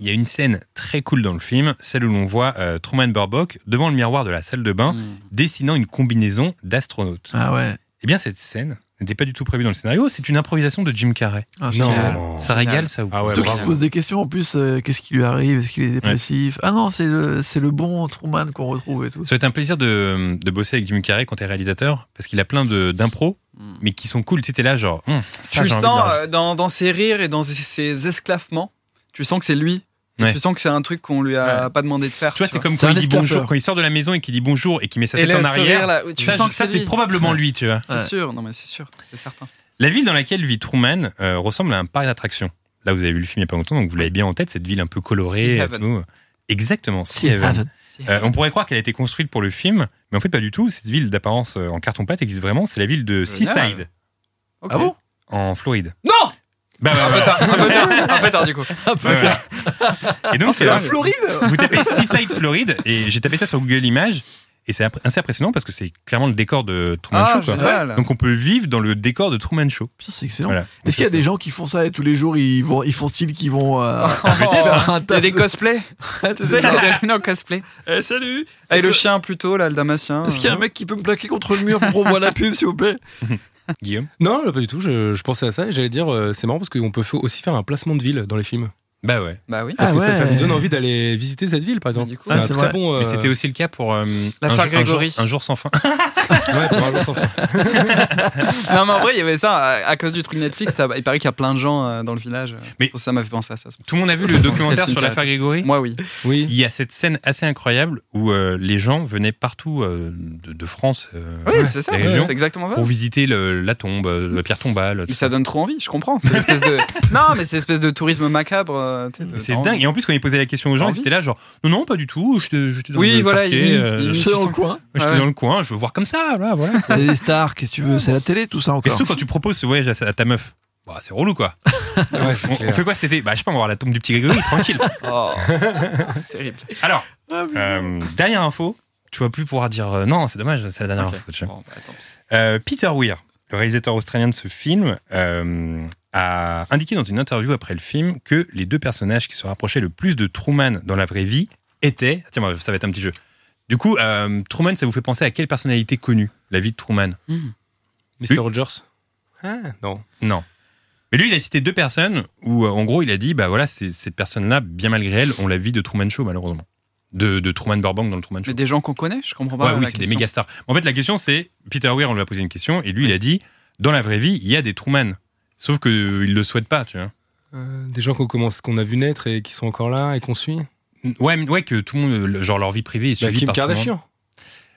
S5: il y a une scène très cool dans le film, celle où l'on voit euh, Truman Burbock devant le miroir de la salle de bain,
S6: Hmm.
S5: dessinant une combinaison d'astronaute.
S7: [LAUGHS] Ah ouais.
S5: Eh bien, cette scène n'était pas du tout prévue dans le scénario, c'est une improvisation de Jim Carrey.
S7: Ah, c'est génial.
S8: Non.
S5: Ça régale, ça ou
S8: Ah ouais,
S7: Surtout qu'il
S8: bravo.
S7: se pose des questions en plus. euh, Qu'est-ce qui lui arrive Est-ce qu'il est dépressif Ah non, c'est le, c'est le bon Truman qu'on retrouve et tout.
S5: Ça va être un plaisir de, de bosser avec Jim Carrey quand t'es réalisateur, parce qu'il a plein de- d'impro mais qui sont cool. Tu sais, t'es là, genre, hum, ça,
S6: tu le
S5: j'ai envie de
S6: sens
S5: leur-
S6: euh, dans, dans ses rires et dans ses- ses esclaffements. Tu sens que c'est lui. Et
S5: Ouais.
S6: Tu sens que c'est un truc qu'on lui a pas demandé de faire.
S5: Tu vois, c'est comme quand
S7: C'est un
S5: il dit
S7: esclaffeur.
S5: bonjour, quand il sort de la maison et qu'il dit bonjour et qu'il met sa
S6: Et
S5: tête
S6: le
S5: en
S6: sourire,
S5: arrière.
S6: là, tu
S5: ça,
S6: sens que
S5: ça,
S6: c'est lui.
S5: c'est probablement lui, tu vois.
S6: C'est
S7: Ouais.
S6: sûr, non mais c'est sûr, c'est certain.
S5: La ville dans laquelle vit Truman euh, ressemble à un parc d'attractions. Là, vous avez vu le film il n'y a pas longtemps, donc vous l'avez bien en tête, cette ville un peu colorée.
S6: Sea
S5: et
S6: Haven.
S5: tout. Exactement, Sea
S7: Ah,
S5: Haven. Euh, on pourrait croire qu'elle a été construite pour le film, mais en fait, pas du tout. Cette ville d'apparence euh, en carton-pâte existe vraiment. C'est la ville de Seaside,
S6: Ok.
S7: Ah bon
S5: en Floride.
S6: Non
S5: Bah, bah,
S6: Un
S5: bah,
S6: peu tard, un peu tard, un peu tard du coup.
S5: bah, voilà.
S6: bah.
S5: [LAUGHS] Et donc,
S6: Ah,
S5: c'est
S7: la
S5: un- Vous tapez Seaside, Floride, et j'ai tapé ça sur Google Images, et c'est imp- assez impressionnant parce que c'est clairement le décor de Truman
S6: Ah,
S5: Show. quoi.
S6: génial.
S5: Donc, on peut vivre dans le décor de Truman Show.
S7: Putain, c'est excellent.
S5: Voilà. Donc,
S7: Est-ce qu'il y a
S5: ça,
S7: des gens qui font ça et tous les jours ils vont ils font style qu'ils vont [LAUGHS] euh, faire un
S6: Il y a
S7: taf
S6: des cosplays. Tu sais, il y a des non, cosplay.
S7: salut
S6: Ah, Et le chien plutôt, là, le damasien. euh,
S7: Est-ce qu'il y a un mec qui peut me plaquer contre le mur pour qu'on voit la pub s'il vous plaît
S5: [LAUGHS] Guillaume
S8: Non, là, pas du tout. Je, je pensais à ça et j'allais dire, euh, c'est marrant parce qu'on peut fa- aussi faire un placement de ville dans les films.
S5: Bah ouais.
S6: Bah oui.
S8: Parce
S7: Ah
S8: que ça, ça
S7: ouais.
S8: me donne envie d'aller visiter cette ville, par exemple.
S6: du coup,
S8: C'est
S7: Ah,
S8: un
S7: c'est
S8: très
S7: vrai.
S8: bon. euh,
S5: Mais c'était aussi le cas pour euh,
S6: L'affaire
S5: un, jour- un jour,
S6: Grégory.
S5: un jour sans fin. [LAUGHS]
S8: ouais, pour un jour sans fin.
S6: Non, mais en vrai, il y avait ça à, à cause du truc Netflix. t'as- Il paraît qu'il y a plein de gens euh, dans le village. euh,
S5: Mais-
S6: c'est pour ça ça m'a fait penser à ça. c'est pour ça.
S5: Tout le monde a vu le
S6: [LAUGHS] C'était
S5: documentaire
S6: le
S5: sur l'affaire Grégory
S6: Moi, oui.
S5: Il
S8: Oui.
S5: y a cette scène assez incroyable où euh, les gens venaient partout euh, de, de France euh,
S6: Oui, c'est ça.
S5: des
S6: ouais,
S5: régions,
S6: C'est exactement ça.
S5: pour visiter le- la tombe, euh, la pierre tombale. tout
S6: Mais
S5: ça.
S6: ça donne trop envie, je comprends. C'est une espèce
S5: [LAUGHS]
S6: de... non, mais c'est une espèce de tourisme macabre. euh, tu sais, t'as
S5: C'est
S6: envie.
S5: dingue. Et en plus, quand il posait la question aux gens,
S6: T'as
S5: ils étaient là, genre, non, non, pas du tout. J'étais j'étais dans
S6: Oui,
S5: le
S6: voilà,
S5: quartier,
S6: il- il-
S5: euh,
S6: il-
S5: j'étais
S7: Je
S6: tu
S7: dans le
S6: sens-
S7: coin.
S6: ouais.
S5: dans le coin, je veux voir comme ça, là,
S6: [LAUGHS]
S5: voilà.
S7: C'est des stars, qu'est-ce que tu veux C'est la télé tout ça
S5: Et
S7: encore.
S5: surtout quand tu proposes ce voyage à, sa- à ta meuf. Bah, c'est relou quoi.
S8: Ouais, c'est
S5: On, on
S8: clair.
S5: fait quoi cet été Bah je sais pas, on va voir la tombe du petit Grégory, tranquille.
S6: Oh,
S5: [LAUGHS]
S6: terrible.
S5: Alors, euh, dernière info, tu vas plus pouvoir dire euh, non, c'est dommage, c'est la dernière
S6: Ok.
S5: info. tu vois.
S6: Bon, bah, attends.
S5: Euh, Peter Weir, le réalisateur australien de ce film, euh, a indiqué dans une interview après le film que les deux personnages qui se rapprochaient le plus de Truman dans la vraie vie étaient. Tiens, bah, ça va être un petit jeu. Du coup, euh, Truman, ça vous fait penser à quelle personnalité connue La vie de Truman
S8: Mr. Rogers. Ah, non.
S5: Non. Mais lui, il a cité deux personnes où, euh, en gros, il a dit bah voilà, ces- cette personne-là, bien malgré elle, on la vit de Truman Show, malheureusement. De, de Truman Burbank dans le Truman Show.
S6: Mais des gens qu'on connaît, je comprends pas.
S5: Ouais,
S6: la
S5: oui, c'est des
S6: question.
S5: méga stars. En fait, la question, c'est Peter Weir, on lui a posé une question, et lui, il a dit dans la vraie vie, il y a des Truman. Sauf qu'il ne le souhaite pas, tu vois.
S8: Euh, des gens qu'on commence, qu'on a vu naître et qui sont encore là et qu'on suit.
S5: Ouais, mais- ouais, que tout le monde, le- genre leur vie privée est
S8: Bah,
S5: suivie
S8: Kim
S5: par tout le monde.
S8: Kardashian.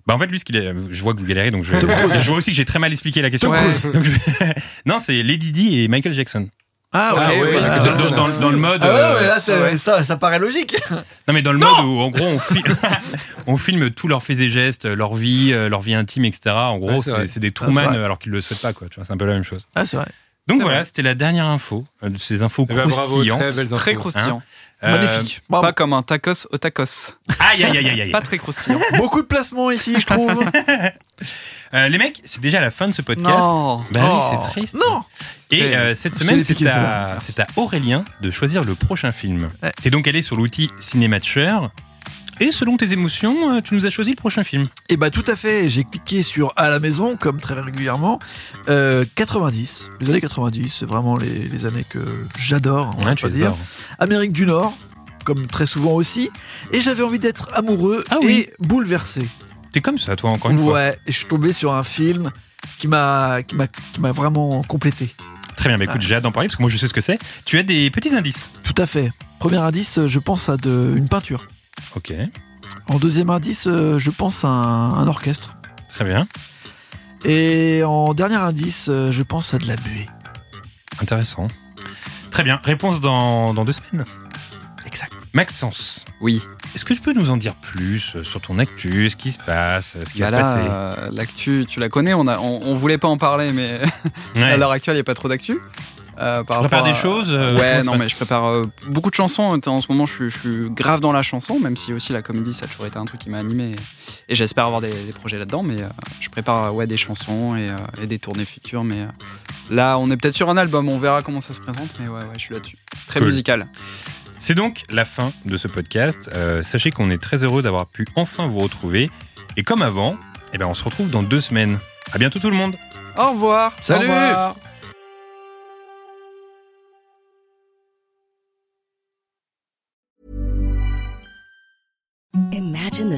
S5: Bah, en fait, lui, ce qu'il est. Je vois que vous galérez, donc je, je vois aussi que j'ai très mal expliqué la question.
S6: Tom
S5: [LAUGHS] Donc, je- non, c'est Lady Di et Michael Jackson.
S7: Ah
S6: Ah,
S7: ouais,
S6: oui,
S7: ouais,
S6: oui,
S7: ouais.
S6: Michael
S5: Dans-
S8: Jackson,
S5: dans, dans- dans le mode.
S7: Ah ouais,
S5: euh,
S7: mais là c'est- ça, ça paraît logique.
S5: Non, mais dans le mode où, en gros, on, fi- [LAUGHS] on filme tous leurs faits et gestes, leur vie, euh, leur vie intime, etc. En gros,
S8: Ouais, c'est
S5: c'est
S8: vrai.
S5: c'est des
S7: Ah,
S5: Truman
S7: c'est vrai.
S5: euh, alors qu'ils le souhaitent pas, quoi. Tu vois, c'est un peu la même chose.
S7: Ah c'est vrai.
S5: Donc
S6: C'est
S5: voilà,
S6: vrai.
S5: c'était la dernière info, euh, de ces infos
S8: Eh ben, bravo,
S5: croustillantes.
S8: très belles
S6: Très
S8: infos.
S6: croustillant.
S5: Euh,
S7: Magnifique. Bravo.
S6: Pas comme un tacos au tacos.
S5: [LAUGHS] Aïe, aïe, aïe,
S6: [LAUGHS]
S5: aïe, aïe.
S6: Pas très croustillant.
S7: Beaucoup de placements ici, je [LAUGHS] trouve.
S5: Euh, les mecs, c'est déjà la fin de ce podcast.
S6: Non.
S5: Bah oui,
S7: Oh.
S5: c'est triste.
S7: Non.
S5: Et euh, cette
S7: Je te
S5: semaine,
S7: l'ai
S5: c'est
S7: piqué,
S5: à,
S7: celle-là.
S5: c'est à Aurélien de choisir le prochain film.
S7: Ouais.
S5: T'es donc allé sur l'outil Cinématcher. Et selon tes émotions, euh, tu nous as choisi le prochain film.
S7: Et bah tout à fait, j'ai cliqué sur à la maison comme très régulièrement euh, 90, les années 90, c'est vraiment les, les années que Ah, j'adore, on va pas dire. Amérique du Nord, comme très souvent aussi, et j'avais envie d'être amoureux
S5: Ah oui.
S7: et bouleversé.
S5: T'es comme ça, toi, encore une fois.
S7: ouais, et je suis tombé sur un film qui m'a qui m'a qui m'a vraiment complété.
S5: Très bien, bah écoute, j'ai hâte d'en parler parce que moi je sais ce que c'est. Tu as des petits indices.
S7: Tout à fait. Premier indice, je pense à de, une peinture.
S5: Ok,
S7: En deuxième indice, euh, je pense à un, un orchestre.
S5: très bien.
S7: Et en dernier indice, euh, je pense à de la buée.
S5: Intéressant. Très bien, réponse dans, dans deux semaines.
S7: Exact.
S5: Maxence,
S6: Oui.
S5: est-ce que tu peux nous en dire plus euh, sur ton actu, ce qui se passe, ce qui
S6: Bah
S5: va
S6: là,
S5: se passer
S6: euh, l'actu, tu la connais. On, a, on, on voulait pas en parler, mais [LAUGHS]
S5: Ouais.
S6: à l'heure actuelle, il n'y a pas trop d'actu. Euh, par
S5: Tu
S6: rapport
S5: prépares
S6: à-
S5: des choses euh,
S6: Ouais,
S5: je pense
S6: non,
S5: pas.
S6: mais je prépare euh, beaucoup de chansons. En ce moment, je suis, je suis grave dans la chanson, même si aussi la comédie, ça a toujours été un truc qui m'a animé. Et j'espère avoir des, des projets là-dedans, mais euh, je prépare euh, ouais, des chansons et, euh, et des tournées futures. Mais euh, là, on est peut-être sur un album, on verra comment ça se présente, mais ouais, ouais je suis là-dessus. Très
S5: Cool.
S6: musical.
S5: C'est donc la fin de ce podcast. Euh, sachez qu'on est très heureux d'avoir pu enfin vous retrouver. Et comme avant, eh ben, on se retrouve dans deux semaines. À bientôt tout le monde
S6: Au revoir.
S7: Salut.
S6: Au revoir.
S9: Imagine Imagine the